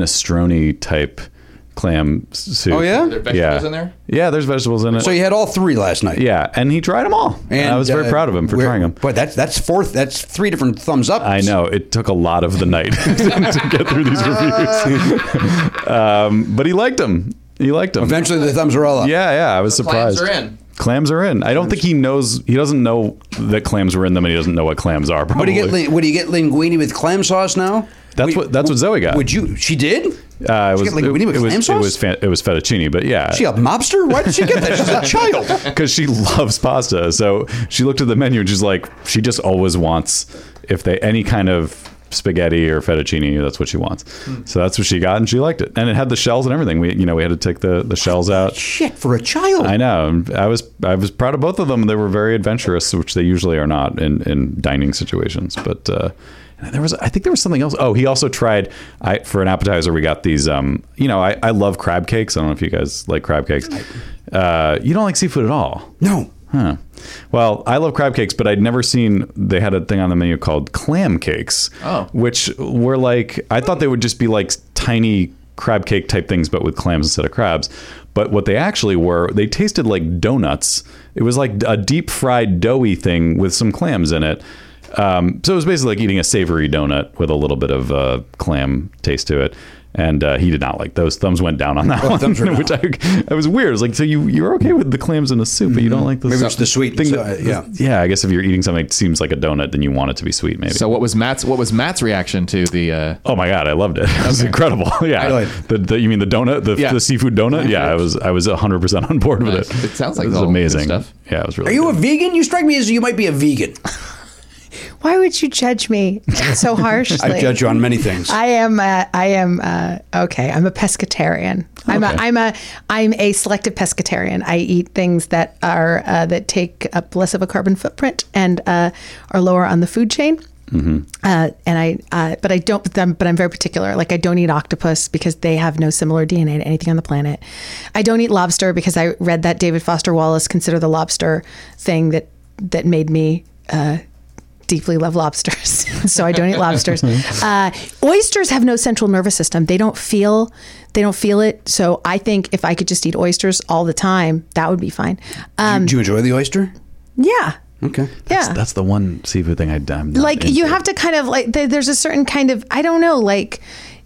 minestrone type clam s- soup
Oh, yeah? Are
there vegetables
yeah.
in there?
yeah there's vegetables in it
So you had all three last night.
yeah and he tried them all and, i was very
uh,
proud of him for
we're-
trying them
Boy, that's that's fourth. That's three different thumbs up.
I know it took a lot of the night to get through these reviews, um, but he liked them. He liked them.
Eventually, the thumbs are all up.
Yeah, yeah, I was
So clams
surprised.
are in.
Clams are in. I don't think he knows. He doesn't know that clams were in them, and he doesn't know what clams are.
Would
Probably.
you get lin- would you get linguine with clam sauce now?
That's
Would-
what- that's what Zoe got.
Would you? She did.
Uh, it
Did
was,
you get linguine
it,
with
it
clam
was, it
sauce?
was fan, it was fettuccine, but yeah,
she a mobster? Why did she get that? She's a child.
because she loves pasta. So she looked at the menu and she's like, she just always wants if they any kind of spaghetti or fettuccine. That's what she wants. So that's what she got, and she liked it. And it had the shells and everything. We you know we had to take the the shells out.
Shit for a child.
I know. I was I was proud of both of them. They were very adventurous, which they usually are not in in dining situations. But uh, and there was I think there was something else. Oh, he also tried I for an appetizer. We got these. Um, you know, I I love crab cakes. I don't know if you guys like crab cakes. Uh, you don't like seafood at all.
No.
Huh. Well, I love crab cakes, but I'd never seen they had a thing on the menu called clam cakes.
Oh.
Which were like I thought they would just be like tiny crab cake type things but with clams instead of crabs. But what they actually were, they tasted like donuts. It was like a deep fried doughy thing with some clams in it. Um, so it was basically like eating a savory donut with a little bit of uh, clam taste to it. And uh, he did not like those. Thumbs went down on that one,
thumbs were
which I, I was weird. It was like, so you you're okay with the clams in a soup, but you don't like the
Maybe it's the sweet
thing.
so,
that-
uh, yeah.
yeah. I guess if you're eating something that seems like a donut, then you want it to be sweet, maybe.
So what was Matt's what was Matt's reaction to the uh,
Oh my god, I loved it. It was incredible. Yeah,
really-
the, the, you mean the donut, the,
Yeah.
the seafood donut? Yeah, I was I was hundred percent on board
Nice.
with it.
It sounds like
it was
all good
amazing.
stuff.
Yeah, it was really.
Are you a
good.
vegan? You strike me as you might be a vegan.
why would you judge me so harshly?
I judge you on many things.
I am. Uh, I am. Uh, okay. I'm a pescatarian. I'm a.
Okay.
I'm a. I'm a selective pescatarian. I eat things that are uh, that take up less of a carbon footprint and uh, are lower on the food chain. Uh, and I, uh, but I don't. But I'm, but I'm very particular. Like I don't eat octopus because they have no similar DNA to anything on the planet. I don't eat lobster because I read that David Foster Wallace considered the lobster thing that that made me. Uh, deeply love lobsters, so I don't eat lobsters. Uh, oysters have no central nervous system; they don't feel, they don't feel it. So I think if I could just eat oysters all the time, that would be fine. Um,
Do you enjoy the oyster?
yeah,
Okay.
yeah.
That's the one seafood thing I, I'm not
like you
into.
have to kind of like th- there's a certain kind of I don't know like.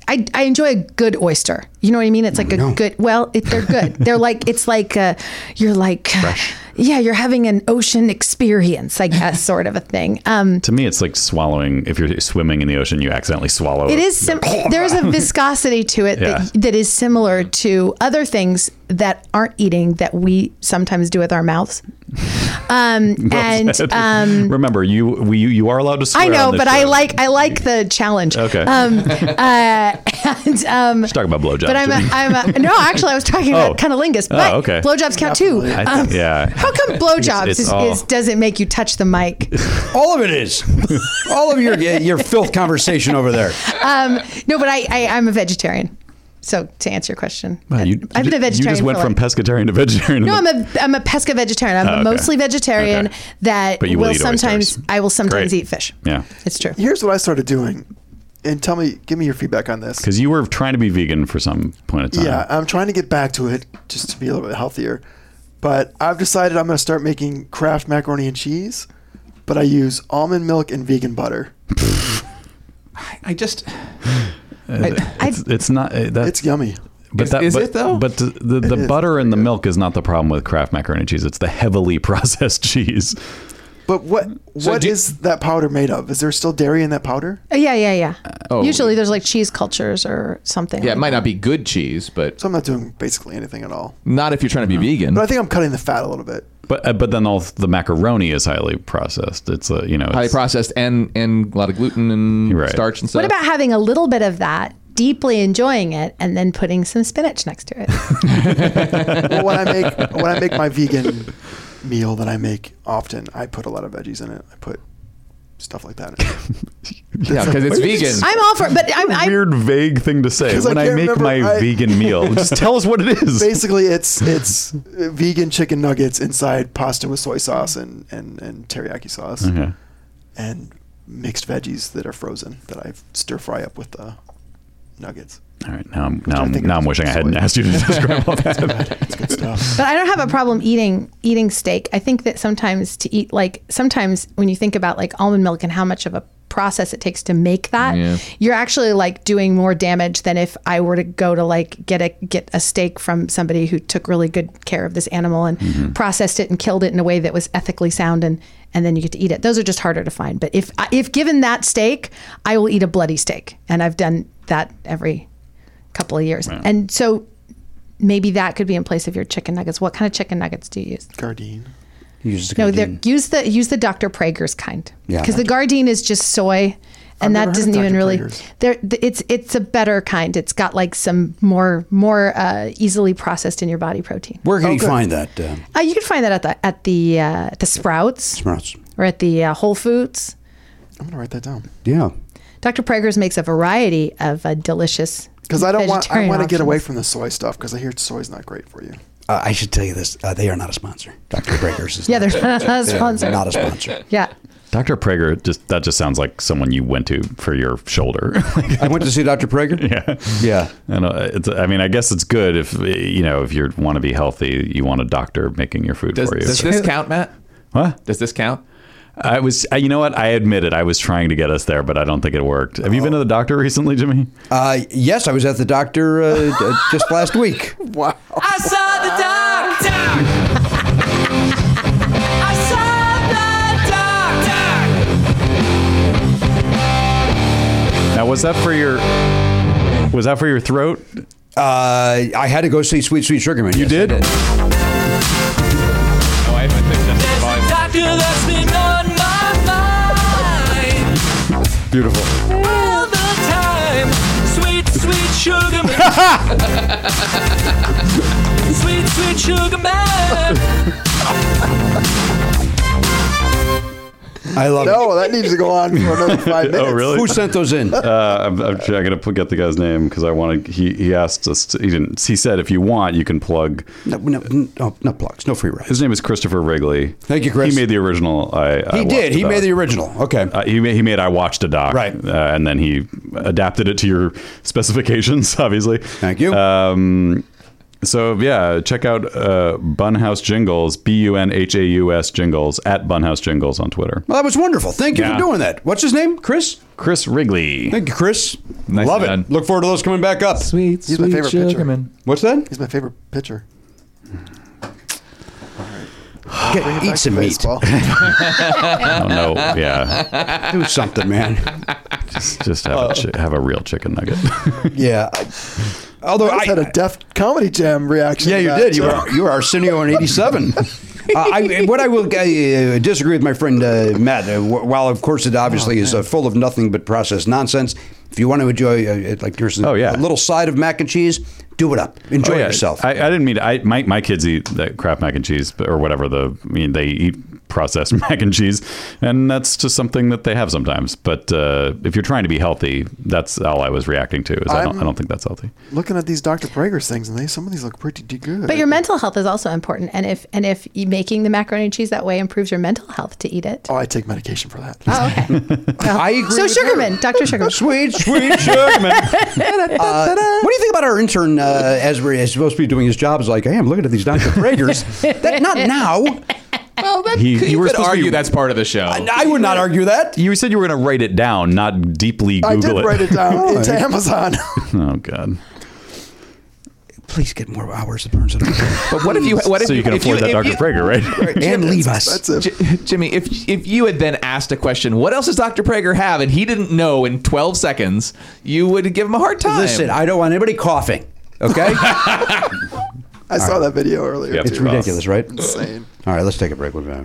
I, I enjoy a good oyster. You know what I mean? It's like a good. Well, it, they're good. they're like it's like uh, you're like yeah, you're having an ocean experience, I guess, sort of a thing. Um,
To me, it's like swallowing. If you're swimming in the ocean, you accidentally swallow.
it is sim- there's a viscosity to it
Yeah.
that, that is similar to other things that aren't eating that we sometimes do with our mouths. Um, and
said.
um,
Remember, you we you, you are allowed to. Swear
I know,
on this
but I
show.
like I like the challenge.
Okay.
Um, uh, and um,
She's talking about blowjobs.
but I'm a, I'm a, no, actually, I was talking
Oh.
about cunnilingus, but
okay.
blowjobs count too.
I
Um,
th- yeah.
How come blowjobs
It's- it's
is,
all-
is, doesn't make you touch the mic?
All of it is. All of your your filth conversation over there.
Um, no, but I, I I'm a vegetarian. So to answer your question,
Wow, you-
I've been a vegetarian.
You just went
for
from
like,
pescatarian to vegetarian.
no, I'm a I'm a pesca vegetarian. I'm
Oh, okay.
mostly vegetarian
Okay.
that
But you will
will
eat
sometimes
oysters.
I will sometimes
Great.
eat fish.
Yeah.
It's true.
Here's what I started doing, and tell me, give me your feedback on this.
because you were trying to be vegan for some point of time.
Yeah, I'm trying to get back to it just to be a little bit healthier. But I've decided I'm going to start making Kraft macaroni and cheese, but I use almond milk and vegan butter.
I just
it's, it's not. uh, That,
It's yummy.
But
Is-
that,
is
but,
it, though?
But the, the, the
is.
butter and the milk is not the problem with Kraft macaroni cheese. It's the heavily processed cheese.
But what what is
do-
that powder made of? Is there still dairy in that powder?
Uh, Yeah, yeah, yeah.
oh.
Usually there's like cheese cultures or something.
yeah, it
like
might not be good cheese, but
So I'm not doing basically anything at all.
not if you're trying to be vegan.
But I think I'm cutting the fat a little bit.
But uh, but then all the macaroni is highly processed. It's a you know
Highly
it's-
processed and and a lot of gluten and
Right.
starch and stuff.
What about having a little bit of that, deeply enjoying it, and then putting some spinach next to it?
Well, when I make when I make my vegan meal that I make often, I put a lot of veggies in it. I put stuff like that. in it.
yeah, because it's vegan.
I'm all for, but I'm, I'm
weird vague thing to say
'Cause I
when I,
can't
make
remember,
my
I-
vegan meal. Just tell us what it is.
Basically, it's it's uh, vegan chicken nuggets inside pasta with soy sauce and and, and teriyaki sauce
Okay.
and mixed veggies that are frozen that I stir fry up with the nuggets.
All right, now I'm now
I
I'm,
think
now
is
I'm wishing I hadn't
soy.
asked you to describe all that.
It's good stuff.
but I don't have a problem eating eating steak. I think that sometimes to eat like sometimes when you think about like almond milk and how much of a process it takes to make that,
Yeah.
you're actually like doing more damage than if I were to go to like get a get a steak from somebody who took really good care of this animal and processed it and killed it in a way that was ethically sound and and then you get to eat it. Those are just harder to find. But if I- if given that steak, I will eat a bloody steak, and I've done that every couple of years. And so maybe that could be in place of your chicken nuggets. What kind of chicken nuggets do you use?
Gardein.
You just
No, they're use the use the Dr. Prager's kind.
Yeah.
Because the Gardein is just
I've
soy,
never
and that
heard
doesn't
of
even
Dr.
really.
Prager's.
There, th- it's it's a better kind. It's got like some more more uh, easily processed in your body protein.
Where
Oh,
can you find that? Uh,
Uh, you can find that at the at the uh, at the Sprouts
Sprouts.
or at the uh, Whole Foods.
I'm gonna write that down
Yeah.
Dr. Prager's makes a variety of uh, delicious.
because I don't want I
vegetarian
want to get away
options.
from the soy stuff because I hear soy's not great for you.
Uh, I should tell you this. Uh, they are not a sponsor. Dr. Breakers is
Yeah,
not,
they're not a sponsor.
not a sponsor.
yeah.
Dr. Prager, just that just sounds like someone you went to for your shoulder. Like,
I went to see Dr. Prager.
yeah.
Yeah.
And uh, it's, I mean, I guess it's good if uh, you know if you want to be healthy, you want a doctor making your food
Does,
for you.
does this count, Matt?
Huh?
Does this count?
I was, I, you know what? I admit it. I was trying to get us there, but I don't think it worked. Have you been to the doctor recently, Jimmy?
Uh, yes, I was at the doctor uh, d- uh, just last week.
I saw the doctor. I saw the doctor.
Now, was that for your, was that for your throat?
Uh, I had to go see Sweet Sweet Sugarman. You
did?
Oh, I, I think that's
There's a doctor that's been on my mind
Beautiful.
all the time. Sweet, sweet sugar man. sweet, sweet sugar man.
I love it.
No, that needs to go on for another five minutes.
Oh, really?
Who sent those in?
Uh, I'm, I'm trying to put- get the guy's name because I wanted. He, he asked us. To, he didn't. He said, "If you want, you can plug."
No, no, no, no plugs, no free rides.
His name is Christopher Wrigley.
Thank you, Chris.
He made the original. I, I
He
Watched
did.
a
He
Doc.
made the original. Okay.
Uh, he made, he made I watched a doc,
Right.
Uh, and then he adapted it to your specifications, obviously.
Thank you.
Um, so yeah, check out uh, Bunhouse Jingles, B U N H A U S Jingles at Bunhouse Jingles on Twitter.
well, that was wonderful. Thank you
Yeah.
for doing that. What's his name? Chris?
Chris Wrigley.
Thank you, Chris.
Nice
Love
done.
it. Look forward to those coming back up.
Sweet,
He's my sweet favorite sugar pitcher. man.
What's that?
He's my favorite pitcher.
Get- eat some meat.
Baseball.
Oh no, yeah,
Do something, man.
just, just have a chi- have a real chicken nugget.
yeah. I- although
I
I
just had a deaf comedy jam reaction.
Yeah,
to
you
that.
did. You were you were Arsenio in '87. uh, I, what I will uh, disagree with my friend uh, Matt. Uh, wh- while of course it obviously is uh, full of nothing but processed nonsense. If you want to enjoy, uh, it, like there's
Oh, yeah.
a little side of mac and cheese, do it up. Enjoy
Oh, yeah.
yourself.
I, I didn't mean. I my, my kids eat that crap mac and cheese but- or whatever the. I mean, they eat processed mac and cheese, and that's just something that they have sometimes. But uh, if you're trying to be healthy, that's all I was reacting to. Is I don't,
I'm-
I don't think that's healthy.
Looking at these Dr. Prager's things, and they some of these look pretty d- good.
But your mental health is also important, and if and if you- making the macaroni and cheese that way improves your mental health to eat it.
oh, I take medication for that.
Oh, okay.
I agree.
so
with her.
Sugarman, Dr. Sugarman.
Sweet, sweet Sugarman. Uh, what do you think about our intern uh, as we're as supposed to be doing his job? Is like, hey, I'm looking at these Dr. Prager's. that, not now.
Well, that,
He-
you,
you were
could
supposed to
argue
be-
that's part of the show.
I would not argue that.
You said you were going to write it down, not deeply
I
Google
did
it.
write it down into Amazon.
oh God.
Please get more hours of Burns.
But what if you? What if
So you can
if
afford that
if
Dr. Prager, right?
and leave us.
Expensive.
J- Jimmy, if if you had then asked a question, what else does Dr. Prager have, and he didn't know in 12 seconds, you would give him a hard time.
Listen, I don't want anybody coughing. Okay,
I saw that video earlier.
Yep.
too.
it's ridiculous, right?
Insane.
All right, let's take a break. We'll be back.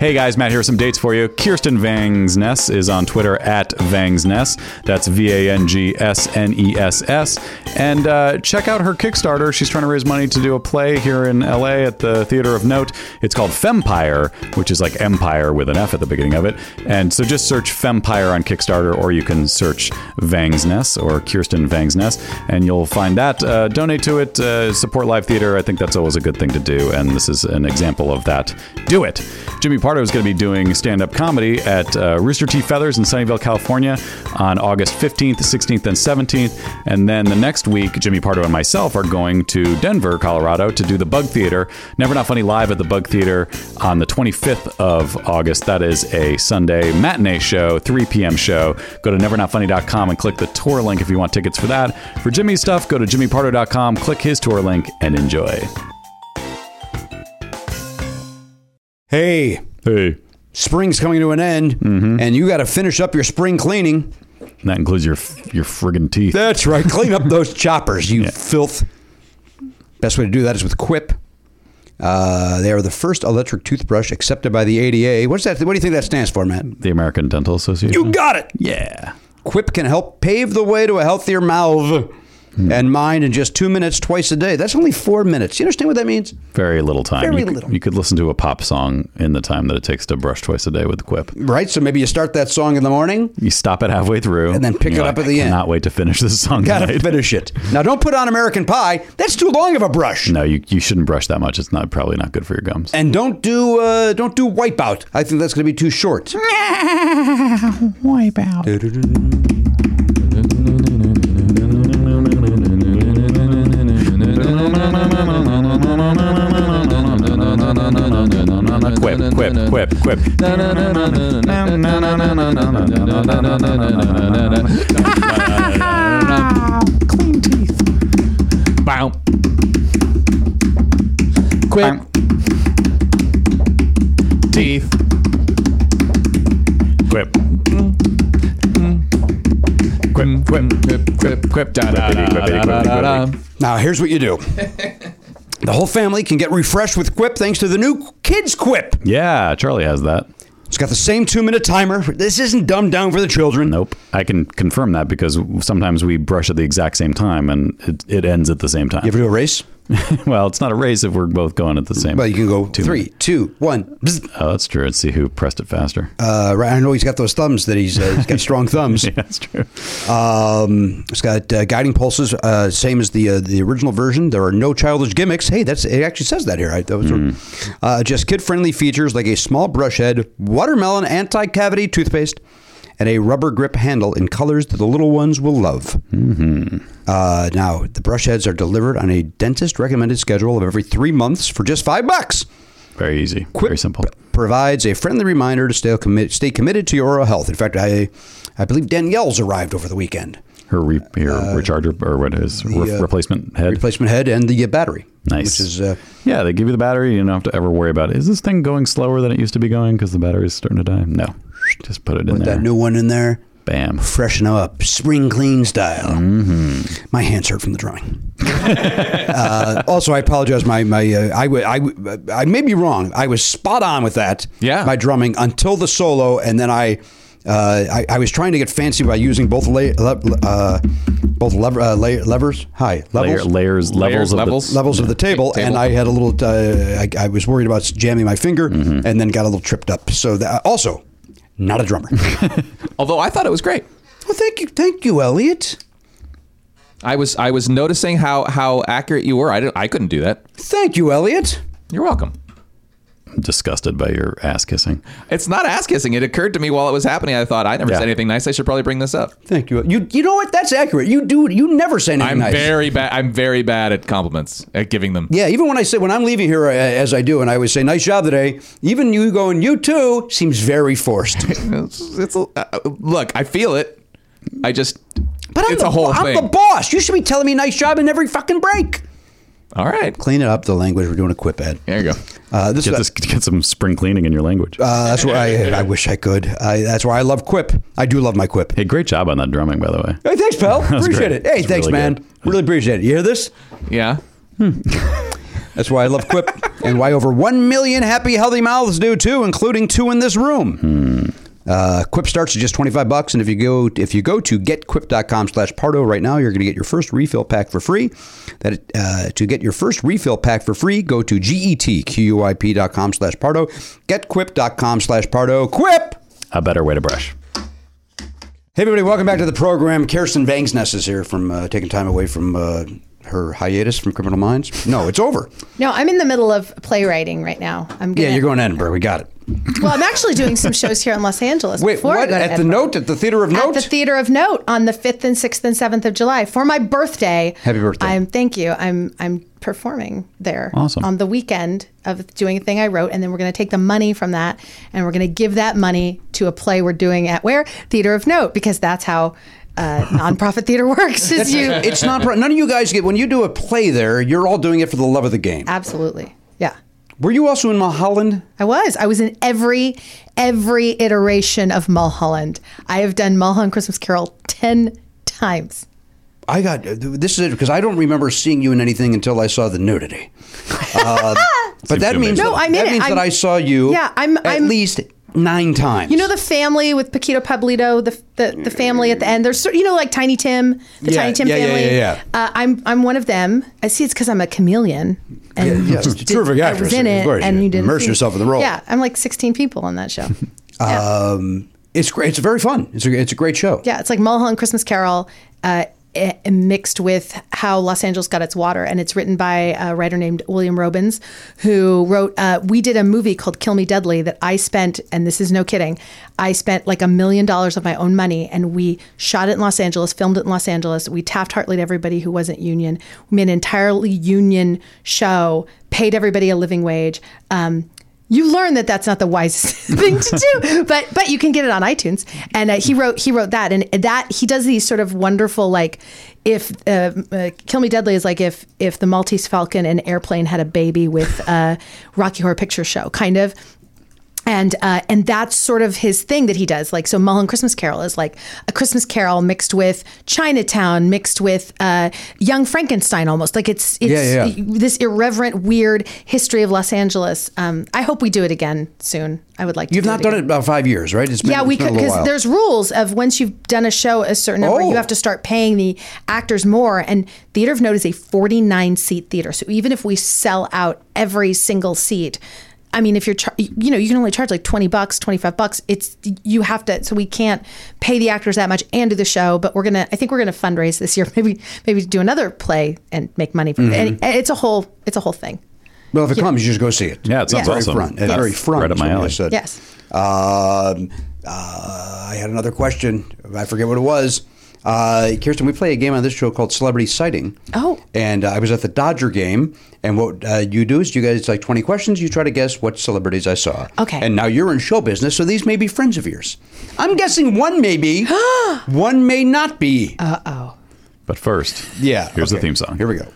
Hey guys, Matt here are some dates for you. Kirsten Vangsness is on Twitter at Vangsness. That's V A N G S N E S S. And uh, check out her Kickstarter. She's trying to raise money to do a play here in LA at the Theater of Note. It's called Fempire, which is like empire with an F at the beginning of it. And so just search Fempire on Kickstarter, or you can search Vangsness or Kirsten Vangsness, and you'll find that. Uh, donate to it, uh, support live theater. I think that's always a good thing to do. And this is an example of that. Do it. Jimmy Pardo is going to be doing stand up comedy at uh, Rooster Teeth Feathers in Sunnyvale, California on August 15th, 16th, and 17th. And then the next week, Jimmy Pardo and myself are going to Denver, Colorado to do the Bug Theater. Never Not Funny Live at the Bug Theater on the 25th of August. That is a Sunday matinee show, 3 p.m. show. Go to nevernotfunny.com and click the tour link if you want tickets for that. For Jimmy's stuff, go to jimmypardo.com, click his tour link, and enjoy.
Hey,
Hey. Mm-hmm.
spring's coming to an end, and you got to finish up your spring cleaning.
And that includes your your friggin' teeth.
That's right. Clean up those choppers, you filth. Best way to do that is with Quip. Uh, they are the first electric toothbrush accepted by the ADA. What's that? What do you think that stands for, Matt?
The American Dental Association.
You got it.
yeah.
Quip can help pave the way to a healthier mouth and mind in just two minutes twice a day. That's only four minutes. You understand what that means?
Very little time.
Very
you, could-
little.
You could listen to a pop song in the time that it takes to brush twice a day with the quip.
Right? So maybe you start that song in the morning.
You stop it halfway through.
And then pick
you're
it up at the
I
end."
Cannot wait to finish this song.
Gotta
tonight."
finish it. Now, don't put on American Pie. That's too long of a brush.
No, you, you shouldn't brush that much. It's not probably not good for your gums.
And don't do uh, don't do Wipeout. I think that's going to be too short.
Quip, quip, quip, quip.
Clean teeth. Bow. Quick. Teeth.
Quip. Quip, quip.
Quip, quip, quip. Da, da, da,
Quippity, quippity,
da, da, da, da.
Now, here's what you do. The whole family can get refreshed with Quip thanks to the new Kids Quip.
Yeah, Charlie has that.
It's got the same two minute timer. This isn't dumbed down for the children.
Nope. I can confirm that because sometimes we brush at the exact same time and it, it ends at the same time.
You ever do a race?
well, it's not a race if we're both going at the same.
But you can go three,
minutes.
two, one. Bzz.
Oh, that's true. Let's see who pressed it faster.
Uh, right, I know he's got those thumbs that he's, uh, he's got strong thumbs.
yeah, that's true.
Um, it's got uh, guiding pulses, uh, same as the uh, the original version. There are no childish gimmicks. Hey, that's it. Actually, says that here. I, that was uh, just kid friendly features like a small brush head, watermelon anti cavity toothpaste, and a rubber grip handle in colors that the little ones will love. Uh, now, the brush heads are delivered on a dentist recommended schedule of every three months for just five bucks
Very easy. Very simple.
provides a friendly reminder to stay, commit, stay committed to your oral health. In fact, I, I believe Danielle's arrived over the weekend.
Her re, her recharger or what is re-
uh,
replacement head?
Replacement head and the uh, battery.
Nice.
Which is, uh,
yeah, they give you the battery. You don't have to ever worry about is this thing going slower than it used to be going because the battery's starting to die. No, just put it in
put
there.
that new one in there,
Bam.
freshen up, spring clean style.
Mm-hmm.
My hands hurt from the drawing. uh, also, I apologize. My my uh, I, w- I, w- I may be wrong. I was spot on with that.
Yeah.
My drumming until the solo, and then I. Uh, I, I was trying to get fancy by using both le- le- uh, both lever, uh, la- levers, hi
Layer, layers,
levels,
levels,
Layers,
of the-
levels.
levels of the table,
table.
and I had a little. Uh, I, I was worried about jamming my finger,
Mm-hmm.
and then got a little tripped up. So that also, not a drummer. well,
Although I thought it was great.
thank you, thank you, Elliot.
I was I was noticing how how accurate you were. I didn't, I couldn't do that.
Thank you, Elliot.
You're welcome.
disgusted by your ass kissing.
It's not ass kissing. It occurred to me while it was happening. I thought I never
Yeah.
said anything nice. I should probably bring this up.
Thank you. You you know what? That's accurate. You do. You never say anything
I'm
nice.
very bad. I'm very bad at compliments at giving them.
yeah, even when I say when I'm leaving here, uh, as I do, and I always say "nice job today," even you going "you too" seems very forced.
It's, it's a, uh, look. I feel it. I just.
But I'm
it's
the,
a whole
I'm
thing.
the boss. You should be telling me "nice job" in every fucking break.
All right.
Clean it up. The language. We're doing a quip ad.
There you go.
Uh, this
Get,
is
this, get some spring cleaning in your language.
Uh, that's why I, I wish I could. I, that's why I love Quip. I do love my Quip.
hey, great job on that drumming, by the way.
Hey, thanks, pal.
That's
Appreciate
great.
it. Hey,
That's
thanks,
really
man.
good.
Really appreciate it. You hear this?
Yeah.
That's why I love Quip and why over 1 million happy, healthy mouths do too, including two in this room.
Hmm.
Uh, Quip starts at just 25 bucks, and if you go if you go to getquip.com slash Pardo right now, you're going to get your first refill pack for free. That uh, To get your first refill pack for free, go to E getquip.com slash Pardo, getquip.com slash Pardo. Quip!
A better way to brush.
Hey, everybody, welcome back to the program. Kirsten Vangsness is here from uh, taking time away from uh, her hiatus from Criminal Minds. No, it's over.
No, I'm in the middle of playwriting right now. I'm
Yeah,
gonna-
you're going to Edinburgh. We got it.
Well, I'm actually doing some shows here in Los Angeles.
Wait,
before I
what?
go to
At the
Edinburgh.
Note? At the Theater of
At
Note?
the Theater of Note on the fifth and sixth and seventh of July for my birthday.
Happy birthday.
I'm thank you. I'm I'm performing there
Awesome.
on the weekend of doing a thing I wrote, and then we're going to take the money from that and we're going to give that money to a play we're doing at where Theater of Note because that's how uh, nonprofit theater works. Is you
it's not. pro- None of you guys get. When you do a play there, you're all doing it for the love of the game.
Uh, absolutely yeah.
Were you also in Mulholland?
I was. I was in every every iteration of Mulholland. I have done Mulholland Christmas Carol ten times.
I got. uh, This is it because I don't remember seeing you in anything until I saw the nudity. Uh, but that
too
means,
amazing.
No,
that,
I'm in
that
it.
means
I'm-
that I saw you
Yeah, I'm-
at
I'm-
least nine times.
You know the family with Paquito Pablito, the the, the family at the end. There's cer- you know like Tiny Tim, the
Yeah,
Tiny Tim
yeah, yeah,
family.
yeah, yeah.
Uh, I'm I'm one of them. I see it's because I'm a chameleon. And
Yeah, yeah,
just did-
terrific
I
actress,
was in
of
it,
course,
and
you
you didn't
immerse
see-
yourself in the role.
Yeah, I'm like 16 people on that show. yeah.
Um, it's great. It's very fun. It's a, it's a great show.
Yeah, it's like Mulholland Christmas Carol uh, eh, mixed with How Los Angeles Got Its Water. And it's written by a writer named William Robins, who wrote, uh, we did a movie called Kill Me Deadly that I spent, and this is no kidding, I spent like a million dollars of my own money and we shot it in Los Angeles, filmed it in Los Angeles. We Taft Hartleyed everybody who wasn't union. We made an entirely union show, paid everybody a living wage. Um, you learn that that's not the wisest thing to do, but but you can get it on iTunes. And uh, he wrote he wrote that, and that he does these sort of wonderful like if uh, uh, Kill Me Deadly is like if if the Maltese Falcon and Airplane had a baby with uh, Rocky Horror Picture Show, kind of and uh, and that's sort of his thing that he does. Like so, Mulholland Christmas Carol is like a Christmas Carol mixed with Chinatown, mixed with uh, Young Frankenstein, almost like it's it's
Yeah, yeah.
this irreverent, weird history of Los Angeles. Um, I hope we do it again soon. I would like to.
You've
do
not done it in about five years, right? It's been,
Yeah, we
it's been
could
a little
because
while.
there's rules of once you've done a show a certain number,
Oh.
you have to start paying the actors more. And Theater of Note is a 49 seat theater, so even if we sell out every single seat, I mean, if you're char- you know you can only charge like 20 bucks, 25 bucks. It's you have to, so we can't pay the actors that much and do the show. But we're gonna, I think we're gonna fundraise this year. Maybe maybe do another play and make money. From it.
Mm-hmm.
And it's a whole it's a whole thing.
Well, if it comes, you just go see it.
Yeah, it sounds
very
awesome.
Front,
Yes.
Very front.
Right up
is
my
what I
alley.
said.
Yes.
Um, uh, I had another question. I forget what it was. Uh, Kirsten, we play a game on this show called Celebrity Sighting.
Oh.
And uh, I was at the Dodger game, and what uh, you do is you guys like twenty questions. You try to guess what celebrities I saw.
Okay.
And now you're in show business, so these may be friends of yours. I'm guessing one may be, one may not be.
But first,
yeah.
here's the
okay.
theme song.
Here we go.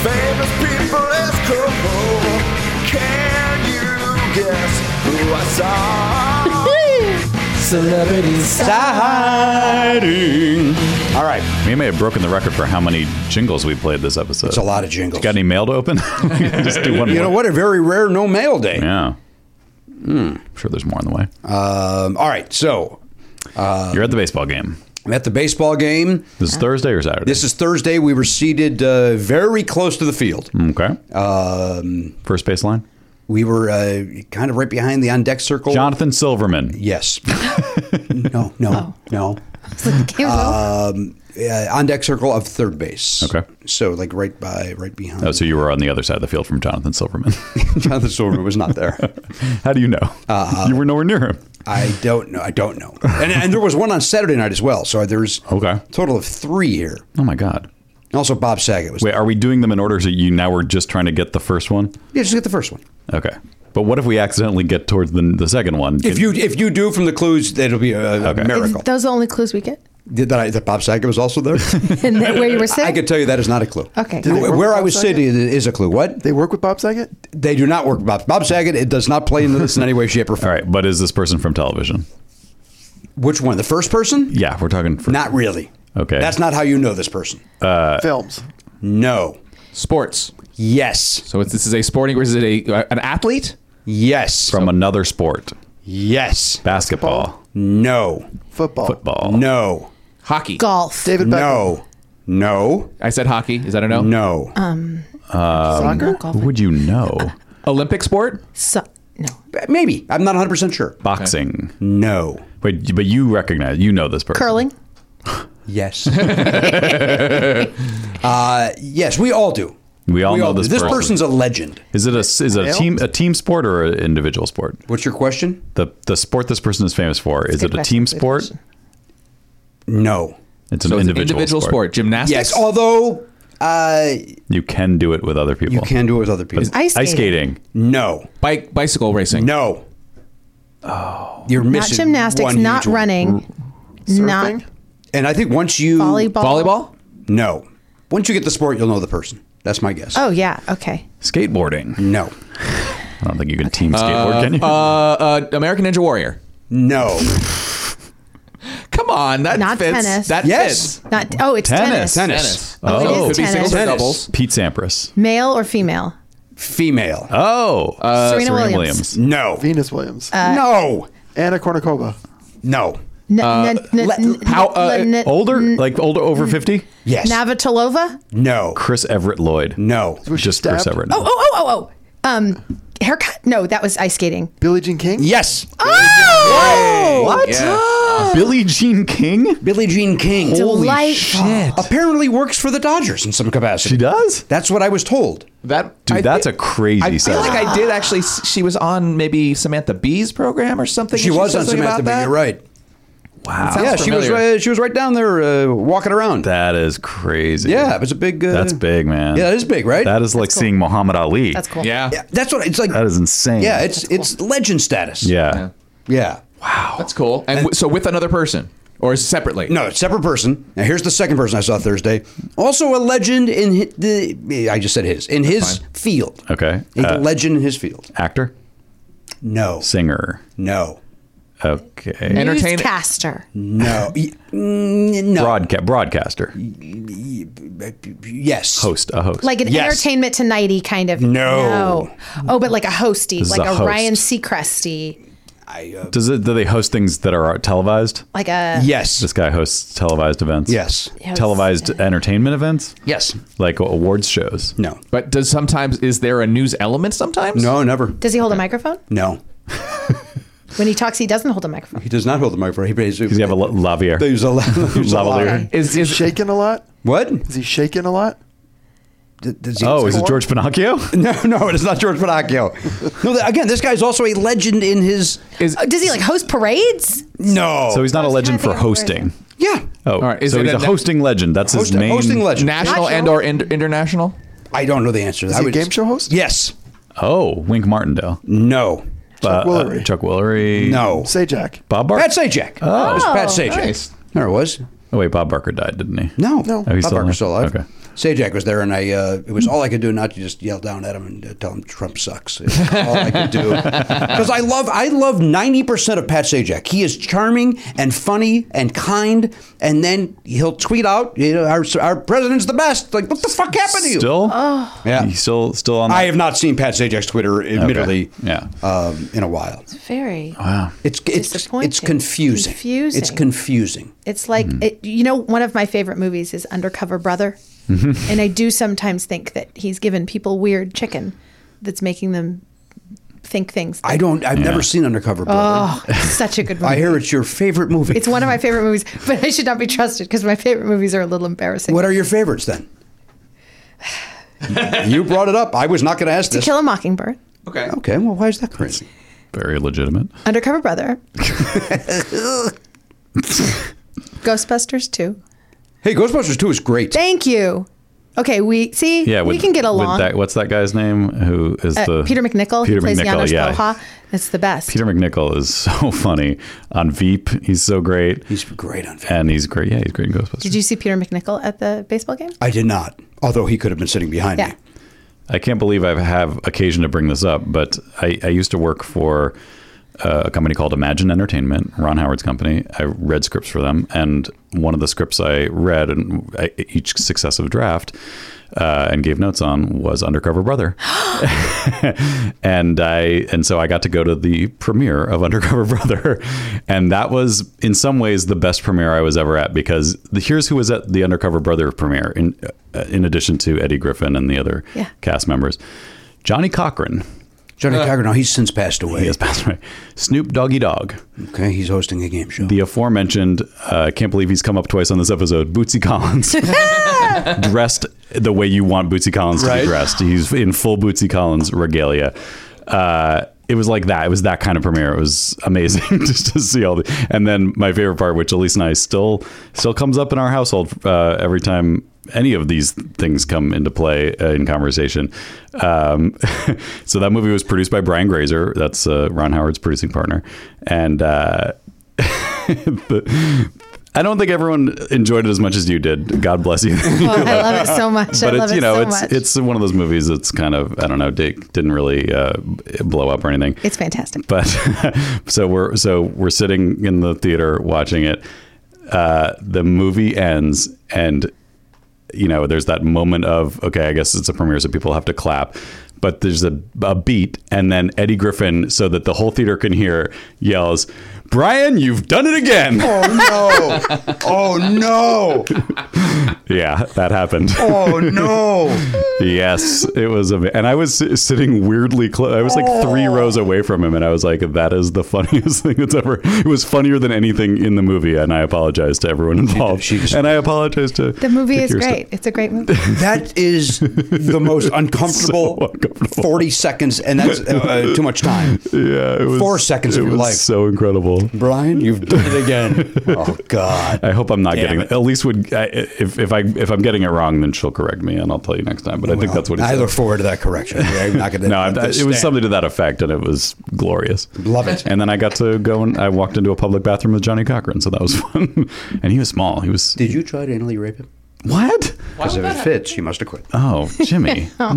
Famous people as cool. Can you guess who I saw?
All right.
We may have broken the record for how many jingles we played this episode.
It's a lot of jingles.
Got any mail to open? Just do one
You
more.
know what? Hmm. A very rare no mail day.
Yeah. I'm sure there's more on the way.
Um, all right. So
You're at the baseball game.
I'm at the baseball game.
This is Thursday or Saturday?
This is Thursday. We were seated uh, very close to the field.
Mm, okay.
Um,
First baseline.
we were uh, kind of right behind the on deck circle.
Jonathan Silverman.
Yes. no, no, no.
It's like, okay, well,
Um, uh, on deck circle of third base.
Okay.
So like right by, right behind.
Oh, so you were on the other side of the field from Jonathan Silverman.
Jonathan Silverman was not there.
How do you know?
Uh,
you were nowhere near him.
I don't know. I don't know. And, and there was one on Saturday night as well. So there's
Okay.
total of three here.
Oh my God.
And also Bob Saget was.
Wait, are we doing them in order? So you now we're just trying to get the first one.
Yeah, just get the first one.
Okay. But what if we accidentally get towards the, the second one?
If you if you do from the clues, it'll be a, a
Okay.
is-
miracle.
those are the only clues we get.
Did that, I, that Bob Saget was also there?
And that where you were sitting.
I could tell you that is not a clue.
Okay. Do they
Where,
work
where
with
I
Bob
was
Saget?
sitting is a clue. What? They,
They work with Bob Saget?
do not work with Bob. Bob Saget, it does not play into this in any way, shape, or
All
form.
right. But is this person from television?
Which one? The first person?
Yeah, we're talking. For,
Not really.
Okay.
That's not how you know this person. Uh,
Films.
No.
Sports.
Yes.
So it's, this is a sporting. Is it a uh, an athlete?
Yes.
from another sport.
yes.
Basketball.
No.
Football.
Football.
No.
Hockey.
golf.
David Beckham.
No. No.
I said hockey. Is that a no?
No.
Soccer?
Who would you know?
Olympic sport.
So, no.
Maybe. I'm not 100% sure.
Boxing.
No.
Wait, but you recognize, you know this person.
Curling.
Yes. uh, yes, we all do.
We all know
do.
this
This
person.
person's a legend.
Is it a is it a
Nailed.
team a team sport or an individual sport?
What's your question?
The the sport this person is famous for is it a
Good
team
question, good
sport?
question.
No.
It's an
So it's an
individual,
individual sport. Gymnastics.
Yes, although uh,
You can do it with other people.
you can do it with other people.
Ice
Ice
skating.
skating.
No.
Bike bicycle racing.
No. Oh. You're missing
Not gymnastics.
one
Not
huge one.
running. Not
Surfing?
And I think once you
volleyball.
Volleyball.
No. Once you get the sport, you'll know the person. That's my guess.
Oh yeah. Okay.
Skateboarding.
No.
I don't think you can team skateboard, can you?
Uh, American Ninja Warrior.
No.
Come on, that
Not
fits.
tennis.
That
Yes.
fits.
Not. Oh, it's
Tennis.
Tennis.
tennis.
Oh.
it
could
is
be
tennis.
singles or
Tennis.
doubles.
Pete Sampras.
Male or female?
Female.
Oh, uh,
Serena Williams.
no.
Venus Williams.
Uh, no.
Anna Kournikova.
No.
N- n- n-
le-
n-
how- uh,
n- n-
Older, like older, over fifty.
Yes.
Navatilova.
no.
Chris Everett Lloyd.
No.
Just
stabbed?
Chris Everett.
Oh oh oh oh oh. Um, haircut. No, that was ice skating.
Billie Jean King?
Yes.
Oh,
What? Uh, Billie Jean King? Oh,
Billie Jean King
delightful.
apparently works for the Dodgers in some capacity.
She does?
That's what I was told.
That
Dude,
I
that's
thi-
a crazy
I feel
setup.
like I did actually. s- She was on maybe Samantha Bee's program or something.
She
and
was
said
on
something
Samantha
about
Bee.
that.
You're right. Wow.
Sounds
Yeah, she was.
familiar.
Uh, she was right down there uh, walking around.
That is crazy.
Yeah, it was a big. Uh,
That's big, man.
Yeah, that is big, right?
That is like seeing Muhammad Ali.
That's cool.
Yeah.
Yeah, that's what it's like.
That is insane.
Yeah, it's it's legend status.
Yeah.
Yeah.
Yeah.
That's cool. And w- so with another person. or separately?
No, separate person. Now here's the second person I saw Thursday. Also a legend in hi- the. I just said his in his field.
Okay.
He's
Uh,
a legend in his field.
Actor,
No,
singer.
no,
Okay.
Entertain-
Newscaster.
no, Y- mm, no.
Broadca- broadcaster,
Yes.
host, a host.
Like an
Yes.
entertainment tonighty kind of.
No.
No. Oh, but like a hosty,
This is
like
a
a,
host.
Ryan Seacresty,
Does it? Do they host things that are televised?
like a
Yes.
This guy hosts televised events.
Yes.
Hosts-
Televised entertainment events,
Yes.
like awards shows.
No.
But does sometimes is there a news element sometimes?
No. Never.
Does he hold a microphone?
No.
When he talks, he doesn't hold a microphone.
He does not hold the microphone. He plays.
Does he have a la- lavier?
There's a lot. There's a lot.
lavalier?
Is
Is
is
he shaking a lot?
What?
Is he shaking a lot?
D- does he-
Oh, is it George Pinocchio?
No, no, it is not George Pinocchio. No, th- again, this guy's also a legend in his.
is
Oh, does he like host parades?
No.
So he's not a legend
trying
for
to think of where
hosting.
it is.
yeah.
Oh,
right, is
so
it
he's
a
a
na-
hosting legend. That's his
Host-
main
hosting legend.
national
National.
and or in- international?
I don't know the answer.
Is
I
he a
would-
game show host?
Yes.
Oh, Wink Martindale,
No. Uh,
Chuck,
Woolery.
Chuck Woolery,
No.
Say Jack.
Bob Barker.
Pat Sajak. Oh, it was Pat Sajak.
nice.
There it was.
Oh wait, Bob Barker died, didn't he?
No,
No.
Oh, he's
Bob
still
Barker's still
alive?
alive.
Okay.
Sajak was there, and I. Uh, it was all I could do not to just yell down at him and uh, tell him Trump sucks. It was all I could do because I love I love ninety percent of Pat Sajak. He is charming and funny and kind, and then he'll tweet out, "You know, our, our president's the best." Like, what the fuck happened to you?
Still?
Yeah.
He's still still on.
I have not seen Pat Sajak's Twitter, admittedly,
Yeah.
um, in a while.
Very.
It's it's
Disappointing.
it's confusing.
Confusing.
It's Hmm. confusing.
It's like it, you know, one of my favorite movies is Undercover Brother,
Mm-hmm.
and I do sometimes think that he's given people weird chicken that's making them think things.
I don't. I've never seen Undercover Brother.
oh, it's such a good movie.
I hear it's your favorite movie.
It's one of my favorite movies, but I should not be trusted because my favorite movies are a little embarrassing.
What are your favorites then? you brought it up. I was not going to ask
to
this.
Kill a Mockingbird,
Okay.
okay, well, why is that crazy?
Very legitimate.
Undercover Brother, Ghostbusters 2.
Hey, Ghostbusters 2 is great.
Thank you. Okay, we see
Yeah.
we
with-
can get
with
along.
that- what's that guy's name? Who is
Uh,
the
Peter McNichol,
Peter
he plays
McNichol.
Janos
Yeah.
Boha. It's the best.
Peter McNichol is so funny on Veep. He's so great,
He's great on film.
and he's great. Yeah, he's great in Ghostbusters.
Did you see Peter McNichol at the baseball game?
I did not, although he could have been sitting behind
Yeah.
me.
I can't believe I have occasion to bring this up, but I, I used to work for uh, a company called Imagine Entertainment, Ron Howard's company. I read scripts for them, and one of the scripts I read and I, each successive draft uh, and gave notes on was Undercover Brother, and I and so I got to go to the premiere of Undercover Brother, and that was in some ways the best premiere I was ever at because the, here's who was at the Undercover Brother premiere in uh, in addition to Eddie Griffin and the other
Yeah.
cast members, Johnny Cochran.
Johnny Cochran, no, he's since passed away.
He has passed away. Snoop Doggy Dog,
Okay, he's hosting a game show.
the aforementioned, uh, I can't believe he's come up twice on this episode, Bootsy Collins, dressed the way you want Bootsy Collins to
Right.
be dressed. He's in full Bootsy Collins regalia. Uh, it was like that. It was that kind of premiere. It was amazing just to see all the. And then my favorite part, which Elise and I still still comes up in our household uh, every time any of these things come into play uh, in conversation. Um, so that movie was produced by Brian Grazer. That's uh, Ron Howard's producing partner, and. Uh, the, I don't think everyone enjoyed it as much as you did. God bless you.
Oh, I love it so much.
but
I love
it's you know
it
it's
so much.
it's one of those movies that's kind of I don't know Dick didn't really uh, blow up or anything.
It's fantastic.
but so we're so we're sitting in the theater watching it. Uh, the movie ends and you know, there's that moment of okay, I guess it's a premiere, so people have to clap. But there's a, a beat, and then Eddie Griffin, so that the whole theater can hear, yells, "Brian, you've done it again!"
oh, no. Oh, no.
Yeah, that happened.
Oh, no.
yes, it was. A, and I was si- sitting weirdly close. I was like three
Oh.
rows away from him, and I was like, "That is the funniest thing that's ever." It was funnier than anything in the movie, and I apologize to everyone involved.
she just-
and I apologize to
the movie
to
is
Kirsten.
great. It's a great movie.
That is the most uncomfortable,
uncomfortable.
40 seconds, and that's uh, uh, too much time.
Yeah, it was
Four seconds
it
of your
was
life.
So incredible. Bill.
Brian, you've done it again. oh God.
I hope I'm not
Damn
getting
it.
At least would I, if if I if I'm getting it wrong, then she'll correct me, and I'll tell you next time. But I think that's what he
I
said.
look forward to that correction. Yeah, I'm not gonna.
no, I,
let
I-
this
it was
stand.
something to that effect, and it was glorious.
Love it.
And then I got to go and I walked into a public bathroom with Johnny Cochran, so that was fun. and he was small. He was
Did you try to anally rape him?
what?
Because if it fits, you must have quit.
Oh, Jimmy. no.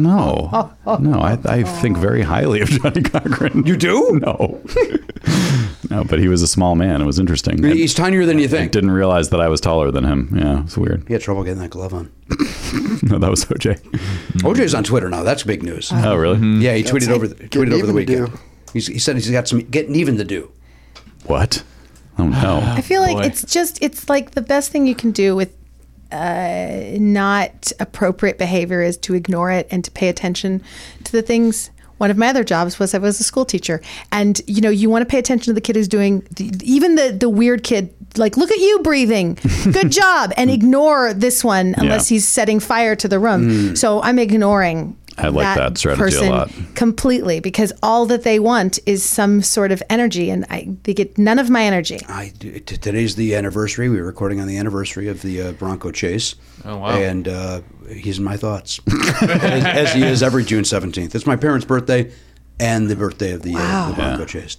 No, I, I think very highly of Johnny Cochran. You do? No. no, but he was a small man. It was interesting. I,
He's tinier than you
I
think.
didn't realize that I was taller than him. Yeah, it's weird.
He had trouble getting that glove on.
No, that was OJ.
OJ's on Twitter now. That's big news.
Oh, really?
Mm-hmm. yeah, he tweeted over the, tweeted over
even
the
to
weekend.
do.
He's, he said he's got some getting even to do.
What? Oh no.
I feel like
Boy.
it's just it's like the best thing you can do with uh, not appropriate behavior is to ignore it and to pay attention to the things. One of my other jobs was I was a school teacher, and you know you want to pay attention to the kid who's doing the, even the the weird kid. Like, look at you breathing. Good job. And ignore this one unless
Yeah. Hmm.
he's setting fire to the room. So I'm ignoring
I like that strategy a
person
lot.
completely because all that they want is some sort of energy, and I, they get none of my energy.
I t- today's the anniversary. We were recording on the anniversary of the uh, Bronco chase. Oh
wow.
And uh, he's in my thoughts, as, as he is every June seventeenth. It's my parents' birthday, and the birthday of the, uh, the Bronco chase.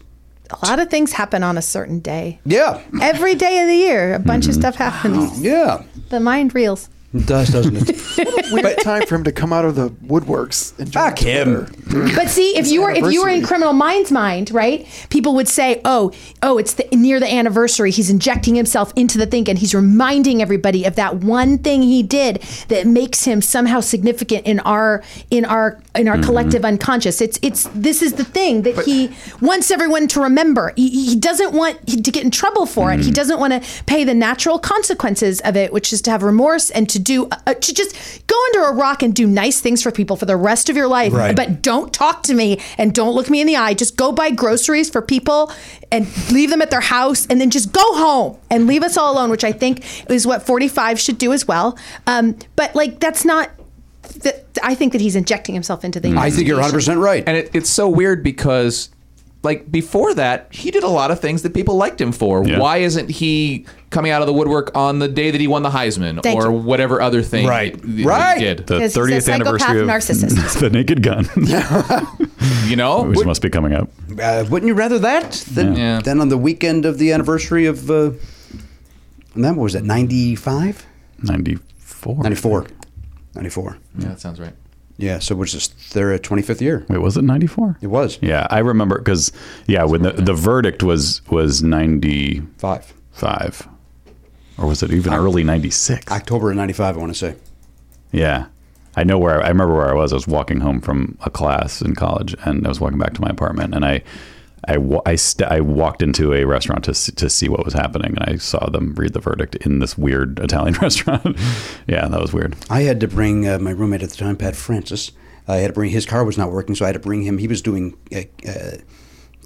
a lot of things happen on a certain day.
Yeah,
Every day of the year, a bunch of stuff happens.
yeah,
The mind reels.
it does doesn't it?
Weird time for him to come out of the woodworks. And join
Fuck him.
But see, if you were if you were in
anniversary.
Criminal Minds mind, right? People would say, "Oh, oh, it's the near the anniversary. He's injecting himself into the thing and he's reminding everybody of that one thing he did that makes him somehow significant in our in our in our collective unconscious. It's it's this is the thing that he wants everyone to remember. He, he doesn't want to get in trouble for it. He doesn't want to pay the natural consequences of it, which is to have remorse and to do uh, to just go under a rock and do nice things for people for the rest of your life,
Right.
but don't talk to me and don't look me in the eye. Just go buy groceries for people and leave them at their house and then just go home and leave us all alone, which I think is what 45 should do as well. Um, but like, that's not, th- I think that he's injecting himself into the.
I think you're 100 percent right.
and it, it's so weird because like before that he did a lot of things that people liked him for
Yeah.
why isn't he coming out of the woodwork on the day that he won the heisman
Thank
or
you.
whatever other thing
Right.
that he
Right.
did
The
Because he's a
thirtieth anniversary of
psychopath narcissist.
the Naked Gun,
you know
which must be coming up.
Uh, wouldn't you rather that than,
Yeah. Yeah.
than on the weekend of the anniversary of? Uh, and then what was that? 95?
Ninety four.
94. 94.
yeah that sounds right
Yeah. So which is their 25th year?
Wait, was it ninety four?
It was
Yeah, I remember because yeah, when the the verdict was was ninety
five
five, or was it even early ninety six?
October of 95. I want to say.
Yeah. I know where I, I remember where I was. I was walking home from a class in college and I was walking back to my apartment and I I, wa- I, st- I walked into a restaurant to, s- to see what was happening and I saw them read the verdict in this weird Italian restaurant. yeah, that was weird.
I had to bring uh, my roommate at the time, Pat Francis. I had to bring his car was not working, so I had to bring him. He was doing a, uh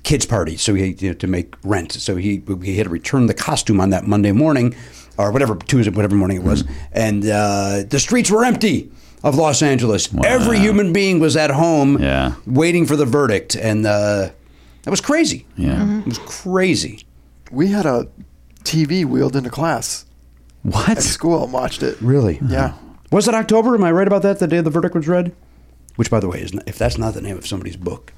kids party, so he had, you know, to make rent. So he he had to return the costume on that Monday morning, or whatever Tuesday, whatever morning it was, and uh, the streets were empty. Of Los Angeles, every human being was at home,
Yeah.
waiting for the verdict, and uh, that was crazy.
Yeah.
It was crazy.
We had a TV wheeled into class at
What?
school and watched it.
Really?
Yeah.
Was it October? Am I right about that? The day the verdict was read? Which, by the way, is not, if that's not the name of somebody's book,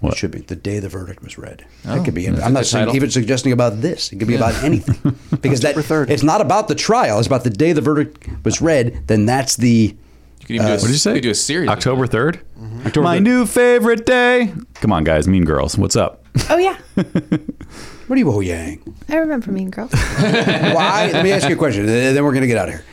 What? Oh.
it should be. The day the verdict was read. that could be. I'm not
good
saying,
title.
even suggesting about this. It could be about anything because that
October 3rd.
it's not about the trial. It's about the day the verdict was read. Then that's the
you could even do a,
What did Uh, you say?
could do a series Mm-hmm. of
October 3rd?
October
My
3rd.
new favorite day. Come on, guys. Mean Girls. What's up?
Oh, yeah.
what are you, Oh Yang?
I remember Mean Girls.
Why? Let me ask you a question. th- Then we're going to get out of here.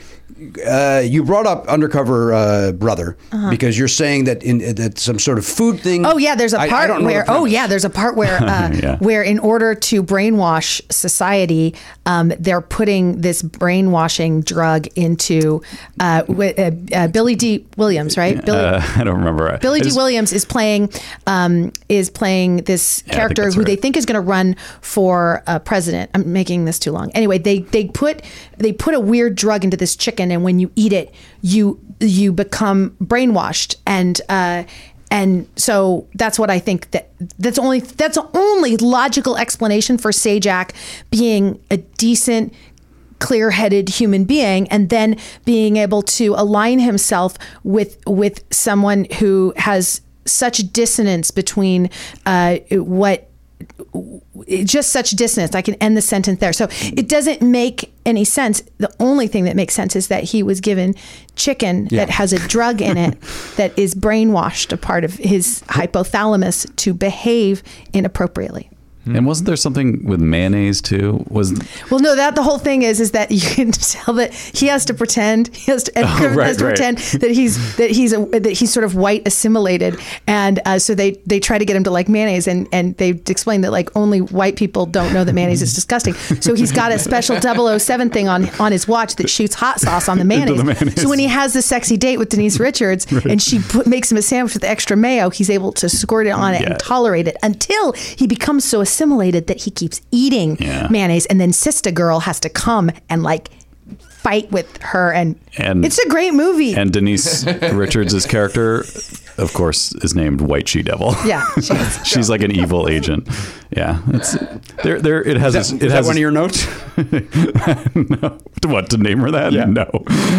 Uh, you brought up undercover uh, brother because you're saying that in that some sort of food thing.
Uh-huh. Oh yeah, there's a
Mm. I- I
part
don't know the
where oh
premise.
yeah, there's a part where uh,
Yeah.
where in order to brainwash society, um, they're putting this brainwashing drug into uh, wi- uh, uh, Billy D. Williams, right? Billy,
Uh, I don't remember. I
Billy D.
just-
Williams is playing um, is playing this
I think
character
that's
who they
right.
think is going to run for uh, president. I'm making this too long. Anyway, they they put they put a weird drug into this chicken, and when you eat it, you you become brainwashed and. Uh, And so that's what I think that that's only that's the only logical explanation for Sajak being a decent clear-headed human being and then being able to align himself with with someone who has such dissonance between uh, what it- just such dissonance. I can end the sentence there. So it doesn't make any sense. The only thing that makes sense is that he was given chicken that has a drug in it that is brainwashed a part of his hypothalamus to behave inappropriately.
And wasn't there something with mayonnaise too? Was
Well, no, that the whole thing is is that you can tell that he has to pretend he has to, and Griffith
Oh, right,
has to
right.
pretend that he's that he's a, that he's sort of white assimilated, and uh, so they they try to get him to like mayonnaise, and and they explain that like only white people don't know that mayonnaise is disgusting. So he's got a special 007 thing on on his watch that shoots hot sauce on the
Into
mayonnaise.
the mayonnaise.
So when he has the sexy date with Denise Richards and she put, makes him a sandwich with extra mayo, he's able to squirt it on it
Yeah.
and tolerate it until he becomes so assimilated that he keeps eating
Yeah.
mayonnaise, and then Sister Girl has to come and like fight with her, and,
And-
it's a great movie.
and Denise Richards' character, of course, is named White She Devil.
yeah, she is.
She's like an evil agent. Yeah, it's there. There it has.
Is
its-
that,
it
is that
has
one of your notes?
no. What to name her that? No.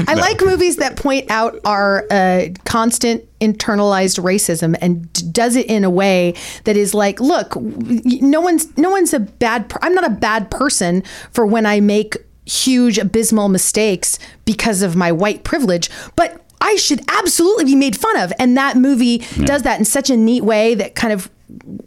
I like movies that point out our uh, constant internalized racism and d- does it in a way that is like, look, w- y- no one's no one's a bad. Per- I'm not a bad person for when I make huge abysmal mistakes because of my white privilege, but. I should absolutely be made fun of, and that movie does that in such a neat way that kind of,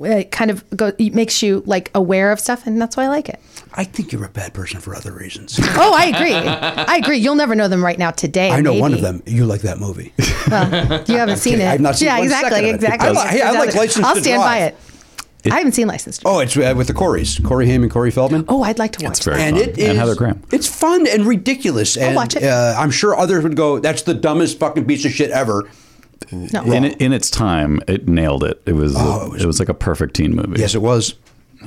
uh, kind of go, makes you like aware of stuff, and that's why I like it.
I think you're a bad person for other reasons.
Oh, I agree. I agree. You'll never know them right now today.
I know one of
maybe.
them. You like that movie.
You haven't seen it.
I've not seen
Yeah,
one
exactly,
second of it.
exactly.
I like- hey, I like License
I'll
to
stand by
Drive.
it. I haven't seen License to Drive.
oh, it's uh, with the Coreys, Corey Haim and Corey Feldman.
Oh, I'd like to watch.
It's very
that.
and
fun.
it is
and Heather Graham.
It's fun and ridiculous. And
watch it.
Uh, I'm sure others would go, "That's the dumbest fucking piece of shit ever."
No.
In, it- in its time, it nailed it. It was, a- it, was like a perfect teen movie.
Oh, Yes, it was.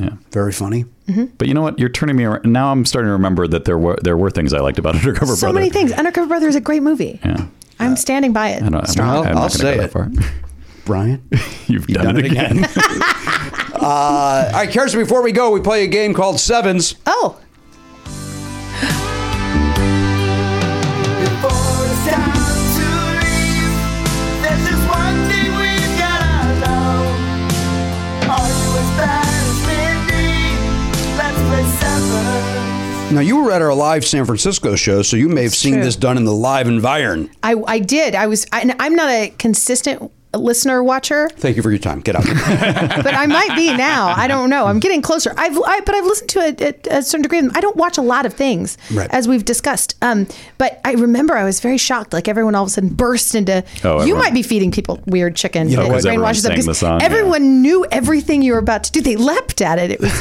Yeah, very funny.
But you know what? You're turning me around. Now I'm starting to remember that there were there were things I liked about Undercover
so
Brother.
many things. Undercover Brother is a great movie.
Yeah.
I'm standing by it.
I don't, I'm,
Well,
not- I'm
I'll
not going to
say
go that
it.
far.
Brian.
You've, done,
done
it
it
again.
All right, Kirsten. Before we go, we play a game called Sevens.
Oh,
Before it's time to leave, there's just one thing we gotta know. Are you as bad as Mindy? Let's play seven.
Now, you were at our live San Francisco show, so you may have seen
true.
this done in the live environment.
I I did. I was. I, and I'm not a consistent listener watcher,
Thank you for your time. Get out.
but I might be now. I don't know. I'm getting closer. I've I, but I've listened to it at a certain degree. I don't watch a lot of things,
Right.
as we've discussed. Um, but I remember I was very shocked. Like everyone all of a sudden burst into.
Oh,
you
everyone-
might be feeding people weird chicken.
Yeah,
that
because everyone
brainwashes them,
sang the song, yeah.
everyone knew everything you were about to do. They leapt at it. It was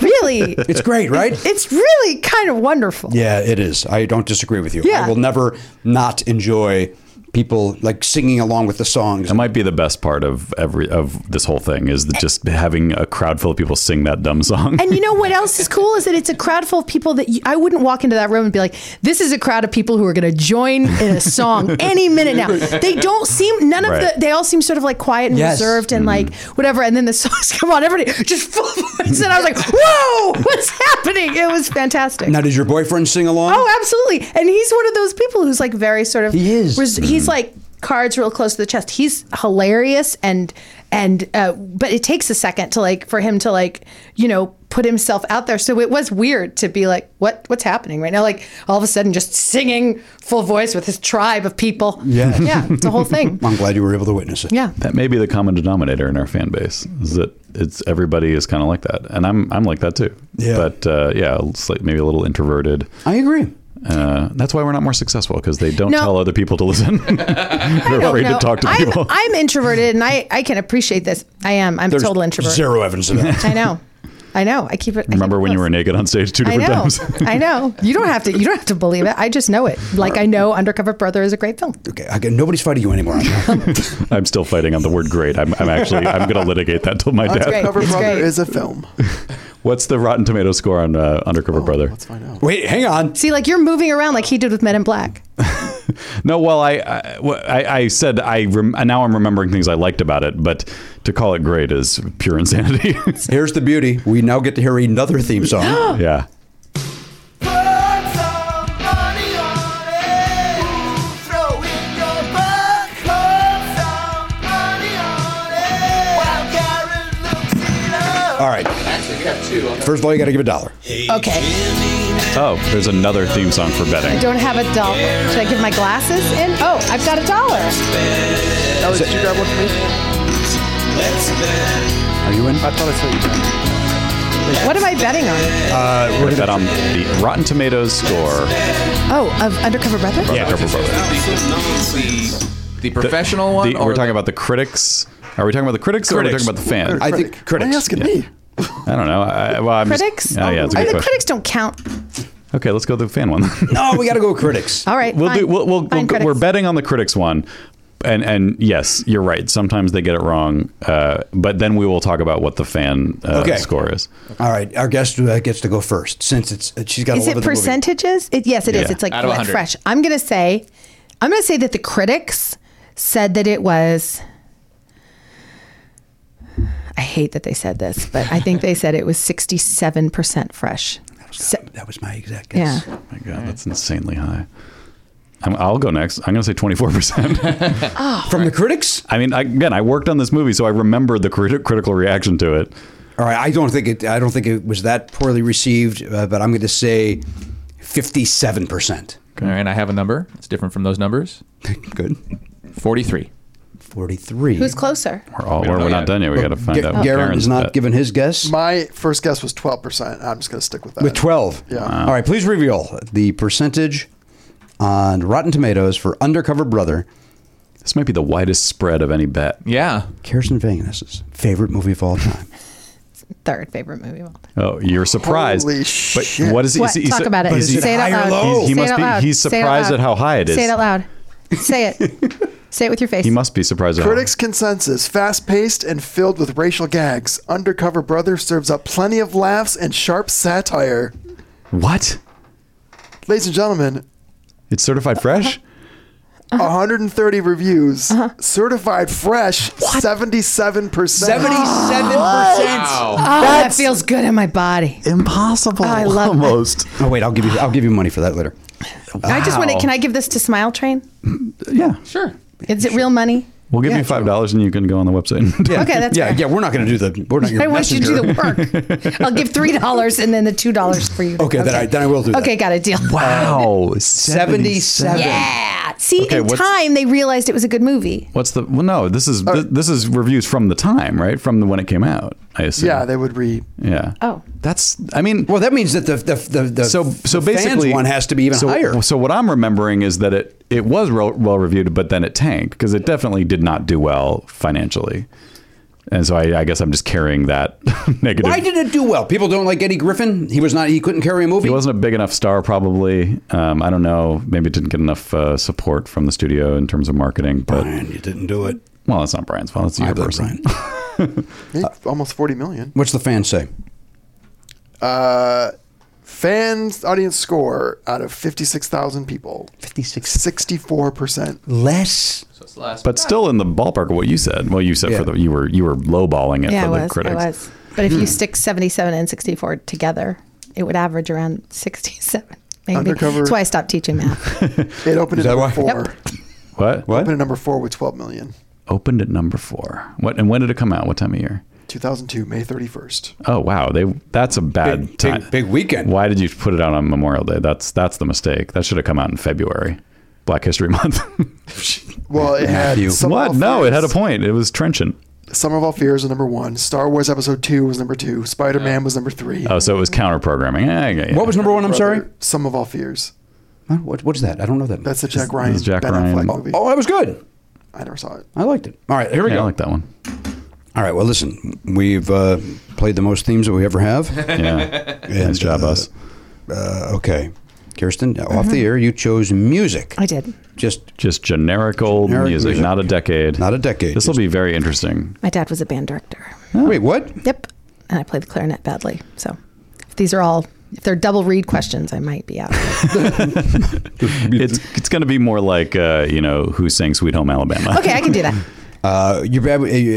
really.
it's great, right?
It's really kind of wonderful.
yeah, it is. I don't disagree with you.
Yeah.
I will never not enjoy people like singing along with the songs.
That might be the best part of every of this whole thing is the, just having a crowd full of people sing that dumb song.
And you know what else is cool is that it's a crowd full of people that you, I wouldn't walk into that room and be like, "This is a crowd of people who are going to join in a song any minute now." They don't seem none of
Right.
the. They all seem sort of like quiet and
Yes.
reserved and like whatever. And then the songs come on, everybody just full voice, and I was like, "Whoa, what's happening?" It was fantastic.
now, does your boyfriend sing along?
Oh, absolutely. And he's one of those people who's like very sort of
He is.
res- he's
Mm-hmm.
like cards real close to the chest. He's hilarious and and uh, but it takes a second to like for him to like you know put himself out there. So it was weird to be like what what's happening right now? Like all of a sudden just singing full voice with his tribe of people. Yeah, yeah, it's a whole thing.
I'm glad you were able to witness it.
Yeah.
that may be the common denominator in our fan base is that it's everybody is kind of like that, and I'm I'm like that too.
Yeah.
But uh, yeah, it's like maybe a little introverted.
I agree.
Uh, that's why we're not more successful because they don't
No.
tell other people to listen. They're
I don't
afraid
know.
to talk to
I'm,
people.
I'm introverted and I, I can appreciate this. I am. I'm
There's
total introvert.
Zero evidence of that.
I know. I know. I keep it. I keep
Remember
it
when you
close.
were naked on stage two
I
different
know.
times?
I know. You don't have to. You don't have to believe it. I just know it. Like I know, Undercover Brother is a great film.
okay, I can, nobody's fighting you anymore. on that.
I'm still fighting on the word great. I'm, I'm actually I'm going to litigate that till my death.
great.
Cover
It's
Brother
great.
is a film.
What's the Rotten Tomato score
Oh,
on uh, Undercover Brother?
Let's find out.
Wait, hang on.
See, like you're moving around like he did with Men in Black.
No, well, I I, well, I, I said I rem- now I'm remembering things I liked about it, but to call it great is pure insanity.
Here's the beauty. We now get to hear another theme song.
yeah.
All right.
Actually, we have two.
First of all, you got to give a dollar.
Okay.
Oh, there's another theme song for
I
betting.
don't have a dollar. Should I give my glasses in? Oh, I've got a dollar.
Elliot, Oh, did you grab one for me?
Are you in?
I thought I saw you. grab it.
What am I betting on?
We're gonna bet on the Rotten Tomatoes score.
Oh, of Undercover Brother?
Yeah, Purple Brother.
The, the professional one.
The- we're talking about the critics. Are we talking about the critics, or are we
Critics.
talking about the fans?
I think
Why are you
critics.
asking me?
I don't know. I, well, I'm just-
Critics?
oh, yeah, it's a
I
good
mean,
question.
the critics don't count.
Okay, let's go to the fan one.
No,
Oh,
we got to go with critics.
All right.
we'll
fine.
do. We'll, we'll,
Fine,
we'll
critics.
we're betting on the critics one, and and yes, you're right. Sometimes they get it wrong, uh, but then we will talk about what the fan uh,
Okay.
score is.
All right. Our guest uh, gets to go first since it's uh, she's got
Is
a
it percentages? It, yes, it is.
Yeah.
It's like
Out of
wet
100.
fresh. I'm gonna say, I'm gonna say that the critics said that it was. I hate that they said this, but I think they said it was 67 percent fresh. Se-
That was my exact
yeah,
guess.
My God, that's insanely high. I'm, I'll go next. I'm going to say 24 percent.
From the critics?
I mean, I, again, I worked on this movie, so I remember the crit- critical reaction to it.
All right. I don't think it. I don't think it was that poorly received. Uh, but I'm going to say fifty-seven percent.
All right, I have a number. It's different from those numbers.
Good.
Forty-three.
Forty-three.
who's closer?
We're all
We
we are
don't know
not
yet.
done yet. We got to find out. what
Garen
Karen's
is not
bet.
given his guess.
My first guess was 12%. I'm just going to stick with that.
With 12.
Yeah.
All right, please reveal the percentage on Rotten Tomatoes for Undercover Brother,
This might be the widest spread of any bet.
Yeah.
Kirsten Vangus' favorite movie of all time.
Third favorite movie of all time.
Oh, you're surprised.
Holy
but
shit.
what is he?
What?
is he-
Talk
so-
about it.
is he-
Say it out
high or
loud.
low?
Say
He
it
must
out
be-
loud.
he's
Say it out
surprised
loud.
at how high it
Say
is.
it out loud. Say it. Say it with your face.
He must be surprised. at how-
Critics' consensus fast paced and filled with racial gags. Undercover Brother serves up plenty of laughs and sharp satire.
What?
Ladies and gentlemen,
It's certified fresh.
Uh-huh.
130 reviews, certified fresh, 77%.
77%.
oh, that feels good in my body.
Impossible.
I love that.
almost.
Oh wait, I'll give you I'll give you money for that later.
I just want to.
Wow.
Can I give this to Smile Train?
Yeah,
Sure.
Is it real money?
we'll give
Yeah,
you five dollars and you can go on the website. and-
Okay, that's
yeah,
fair.
yeah, we're not going to do the we're not going
I want you to do the work. I'll give three dollars and then the two dollars for you.
Okay, then I- then I will do that.
Okay, got a deal.
wow,
77.
Yeah. See,
Okay,
in
what's-
time they realized it was a good movie.
What's the? Well, no, this is thi- this is reviews from the time, right? From the when it came out. I assume.
Yeah, they would re.
yeah.
Oh.
That's. I mean.
Well, that means that the the the, the
so so
the fans
basically
one has to be even
so,
higher.
So what I'm remembering is that it it was ro- well reviewed, but then it tanked because it definitely did not do well financially. And so I, I guess I'm just carrying that negative.
Why did it do well? People don't like Eddie Griffin. He was not he couldn't carry a movie.
he wasn't a big enough star, probably. Um, I don't know. Maybe it didn't get enough uh, support from the studio in terms of marketing. But
Brian, you didn't do it.
well, that's not Brian's fault. It's your
I blame
person.
Brian.
made almost 40 million.
What's the fans say?
Uh, fans audience score out of 56,000 people.
56
64%.
less
So it's the last.
But still in the ballpark of what you said. Well, you said
Yeah.
for the you were you were lowballing it
Yeah,
for
it
the
was.
critics.
It was. But
Hmm.
if you stick seventy-seven and sixty-four together, it would average around sixty-seven. Maybe.
Undercover-
That's why I stopped teaching math.
It opened at number
that why?
four.
What
Opened
what
at number four with 12 million.
opened at number four? What and when did it come out? What time of year?
2002, May 31st.
Oh wow, they that's a bad
big,
time.
big weekend.
Why did you put it out on Memorial Day? That's that's the mistake. That should have come out in February, Black History Month.
Well, it had
Matthew.
Summer of
what?
All
No, it
Fears.
had a point. It was trenchant.
Summer of All Fears was number one. Star Wars Episode Two was number two. Spider Man was number three.
Oh, so it was counter programming.
What was number one? I'm sorry.
Brother, Sum of All Fears.
Huh? What, what's that? I don't know that.
That's the Jack Ryan,
Jack
Ben
Ryan.
Affleck movie.
oh, that was good.
I never saw it.
I liked it. All right, here we
Yeah,
go.
I like that one.
All right, well, listen, we've uh, played the most themes that we ever have.
Yeah,
And,
nice job,
uh,
us.
Uh, okay, Kirsten,
Uh-huh.
off the air, you chose music.
I did.
Just
Just generic old
Generic
music,
music.
not a decade.
Not a decade,
This will
just-
be very interesting.
My dad was a band director.
wait, what?
Yep. And I played the clarinet badly. So these are all If they're double read questions, I might be out. of it.
It's it's going to be more like uh, you know who sang Sweet Home Alabama.
Okay, I can do that.
Uh, you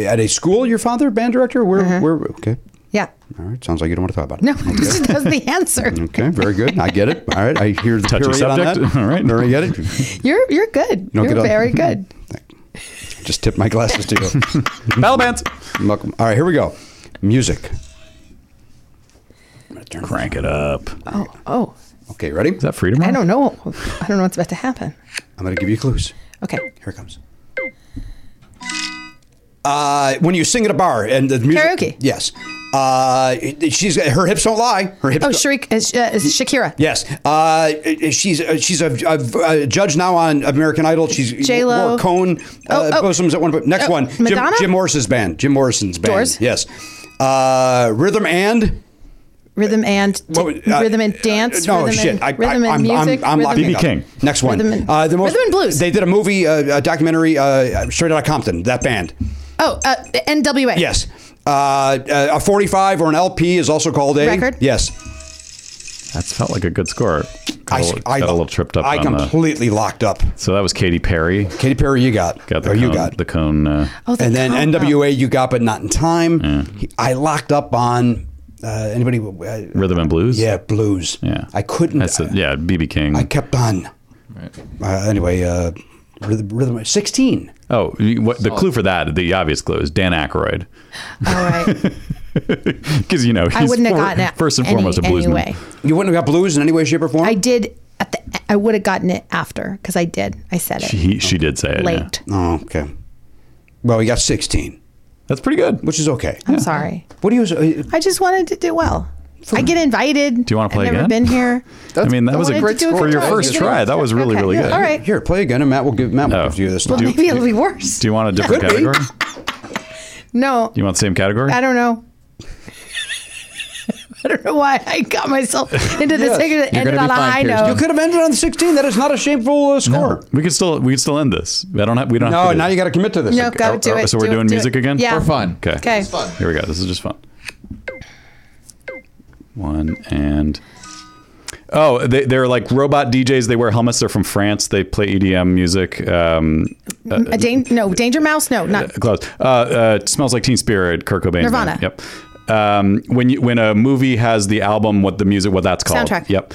at a school? Your father, band director? Where?
Uh-huh.
Where? Okay.
Yeah.
All right. Sounds like you don't want to talk about it.
No, this is- that's the answer.
Okay. Very good. I get it. All right. I hear the
Touchy
period on
subject.
that.
All right.
I get it.
You're you're good.
don't
You are
get all-
very good.
Just tip my glasses to you.
Battle bands.
Welcome. All right. Here we go. Music. I'm gonna turn-
Crank it up. Is
Oh, oh.
Okay. Ready?
that Freedom?
I
Rock?
don't know. I don't know what's about to happen.
I'm going to give you clues.
Okay.
Here it comes. Uh, when you sing at a bar and the music,
Karaoke.
Yes. Uh, she's her hips don't lie. Her hips.
Oh,
don't-
Shariq, is, uh, is Shakira.
Yes, uh, she's uh, she's a, a, a judge now on American Idol. She's
J.Lo.
wore cone uh,
Oh, oh.
bosoms at one point. Next
Oh,
one,
Madonna?
Jim, Jim Morrison's band. Jim Morrison's band.
Doors?
Yes, uh, rhythm and
Rhythm and
what was- uh,
rhythm and dance.
No
rhythm
shit,
And,
I,
rhythm and
I, I'm,
music.
I'm, I'm
rhythm
locking
BB
up.
King.
Next one,
Rhythm and-
uh, the most,
Rhythm and blues.
They did a movie, uh, a documentary, uh, straight out of Compton. That band.
Oh, uh, NWA.
Yes. Uh, a 45 or an LP is also called a
Record?
Yes.
That's felt like a good score. Got, a little-
I-
got a little tripped up
I
on the.
completely locked up.
So that was Katy Perry.
Katy Perry, you got.
Got the
or
cone,
Oh, you got.
the cone. Uh,
Oh, the
and then
combo.
NWA, you got, but not in time. He- I locked up on uh, anybody. Uh,
Rhythm and blues.
yeah, blues.
Yeah.
I couldn't.
That's a, yeah. BB King.
I kept on. Uh, anyway, uh, rhythm, rhythm. Sixteen.
oh, you- what, the clue for that, the obvious clue, is Dan Aykroyd.
All right.
Because you know he's
oh, I wouldn't have
for-
gotten it.
First and
any-
foremost, a bluesman.
Anyway,
You wouldn't have got blues in any way, shape, or form.
I did. At the, I would have gotten it after because I did. I said it
She he, she did say it. yeah.
late.
Oh, okay. Well, we got sixteen,
That's pretty good. Do
which is okay.
I'm sorry.
What do you? uh,
I just wanted to do well. I get invited. Do
you want to play
I've never
again?
been here.
I mean, that was a
wanted
great
to do it
for your
good.
first
You're
try.
getting-
That was really
okay.
really good.
All right.
Here, play again, and Matt will give Matt will
No.
give you this.
Well,
time.
maybe it'll be worse.
Do you want a different
Could be.
category?
no,
You want the same category?
I don't know. I don't know why I got myself into this thing that
You're
ended
gonna
on
be
a
fine,
high
Kirsten.
note.
you could have ended on sixteen. That is not a shameful uh, score.
We could still we could still end this. I don't have we don't.
No,
have to do
now you got to commit to this.
no, go
Are-
do
are-
it.
so we're
do it,
doing
do it.
music again?
Yeah.
For fun.
Okay.
Okay.
Here we go. This is just fun. One and oh, they, they're like robot DJs. They wear helmets. They're from France. They play EDM music. Um,
A dan- no, Danger Mouse. No, not.
close. Uh, uh, smells like Teen Spirit. Kurt Cobain.
Nirvana.
Yep. Um, when you when a movie has the album, what the music, what that's called.
Soundtrack.
Yep.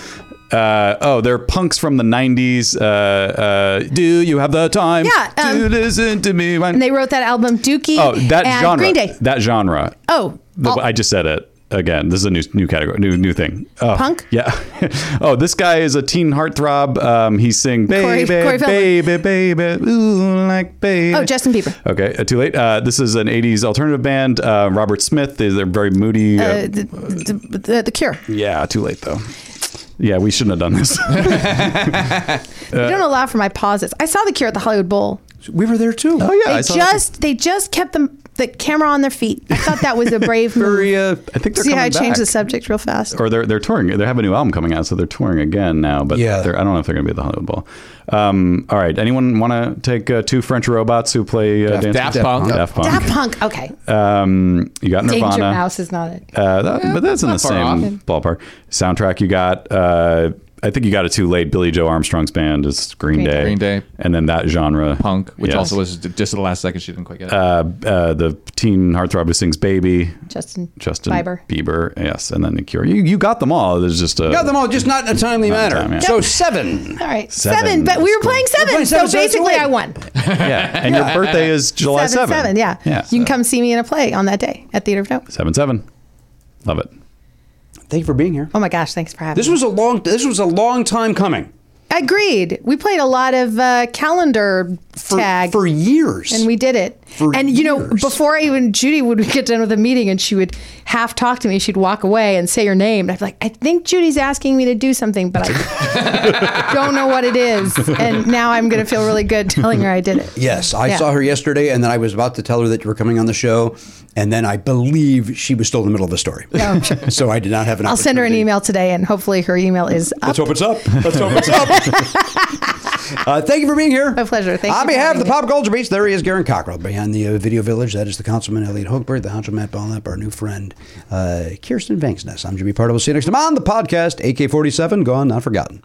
Uh, oh, they're punks from the '90s. Uh, uh, do you have the time
Yeah,
to
um,
listen to me?
And they wrote that album Dookie.
Oh, that
and
genre.
Green Day.
That genre.
Oh,
The-
all-
I just said it again. This is a new new category, new new thing. Oh,
Punk?
Yeah. oh, this guy is a teen heartthrob. Um, he's singing
Corey-
baby,
Corey Feldman.
baby, baby, ooh, like baby.
oh, Justin Bieber.
Okay, uh, too late. Uh, this is an '80s alternative band. Uh, Robert Smith. They- They're very moody. Uh,
Uh, the, the, the, the Cure.
yeah, too late though. Yeah, we shouldn't have done this. Uh,
you don't allow for my pauses. I saw the Cure at the Hollywood Bowl.
We were there too.
oh yeah,
They
I saw that.
just they just kept the the camera on their feet. I thought that was a brave move.
Very, uh, I think they're
See how I
coming
changed
back.
the subject real fast.
or they're they're touring. They have a new album coming out, so they're touring again now. But
Yeah.
they're, I don't know if they're going to be at the Hollywood Bowl. Um, all right, anyone want to take uh, two French robots who play uh, dance?
Daft Punk.
Daft Punk.
Daft Punk. Okay.
Um, you got Nirvana.
Danger Mouse is not it.
Uh, that, but that's in the
not far
same
off.
ballpark. Soundtrack you got. Uh, I think you got it too late. Billy Joe Armstrong's band is Green,
Green
Day.
Day.
Green Day.
And then that genre.
Punk, which
Yes.
also was just at the last second she didn't quite get it.
Uh, uh, the teen heartthrob who sings Baby.
Justin.
Justin
Bieber.
Bieber. Yes. And then The Cure. You, you got them all. There's just a.
Got them all, just not in a timely
Not in
manner.
time, yeah.
So seven.
All right,
Seven.
seven. But we
That's
were
cool.
playing 7
playing seven, so
so
it's
basically
a win.
I won.
Yeah. And your birthday is July 7th.
seven, seven. Yeah.
Yeah.
You can come see me in a play on that day at Theater of Note.
Seven seven. Love it.
Thank you for being here.
Oh my gosh, thanks for having
This
me.
was a long. This was a long time coming
Agreed. We played a lot of uh, calendar
for,
tag.
for years.
and we did it.
For
and you know,
years.
before I even Judy would get done with a meeting, and she would half talk to me. She'd walk away and say your name, and I'd be like, "I think Judy's asking me to do something, but I don't know what it is." And now I'm gonna feel really good telling her I did it.
yes, I
Yeah.
saw her yesterday, and then I was about to tell her that you were coming on the show, and then I believe she was still in the middle of a story.
Oh.
so I did not have an.
I'll send her an email today, and hopefully her email is up.
Let's hope it's up. Let's hope it's up. Uh, thank you for being here.
My pleasure. Thank you
On
for
behalf of the
having me.
Pop Culture Beach, there he is, Garen Cockrell. Behind the uh, Video Village, that is the Councilman Elliot Hochberg, the Hunter Matt Belknap, our new friend, uh, Kirsten Vanksness. I'm Jimmy Pardo. We'll see you next time on the podcast, AK 47, Gone, Not Forgotten.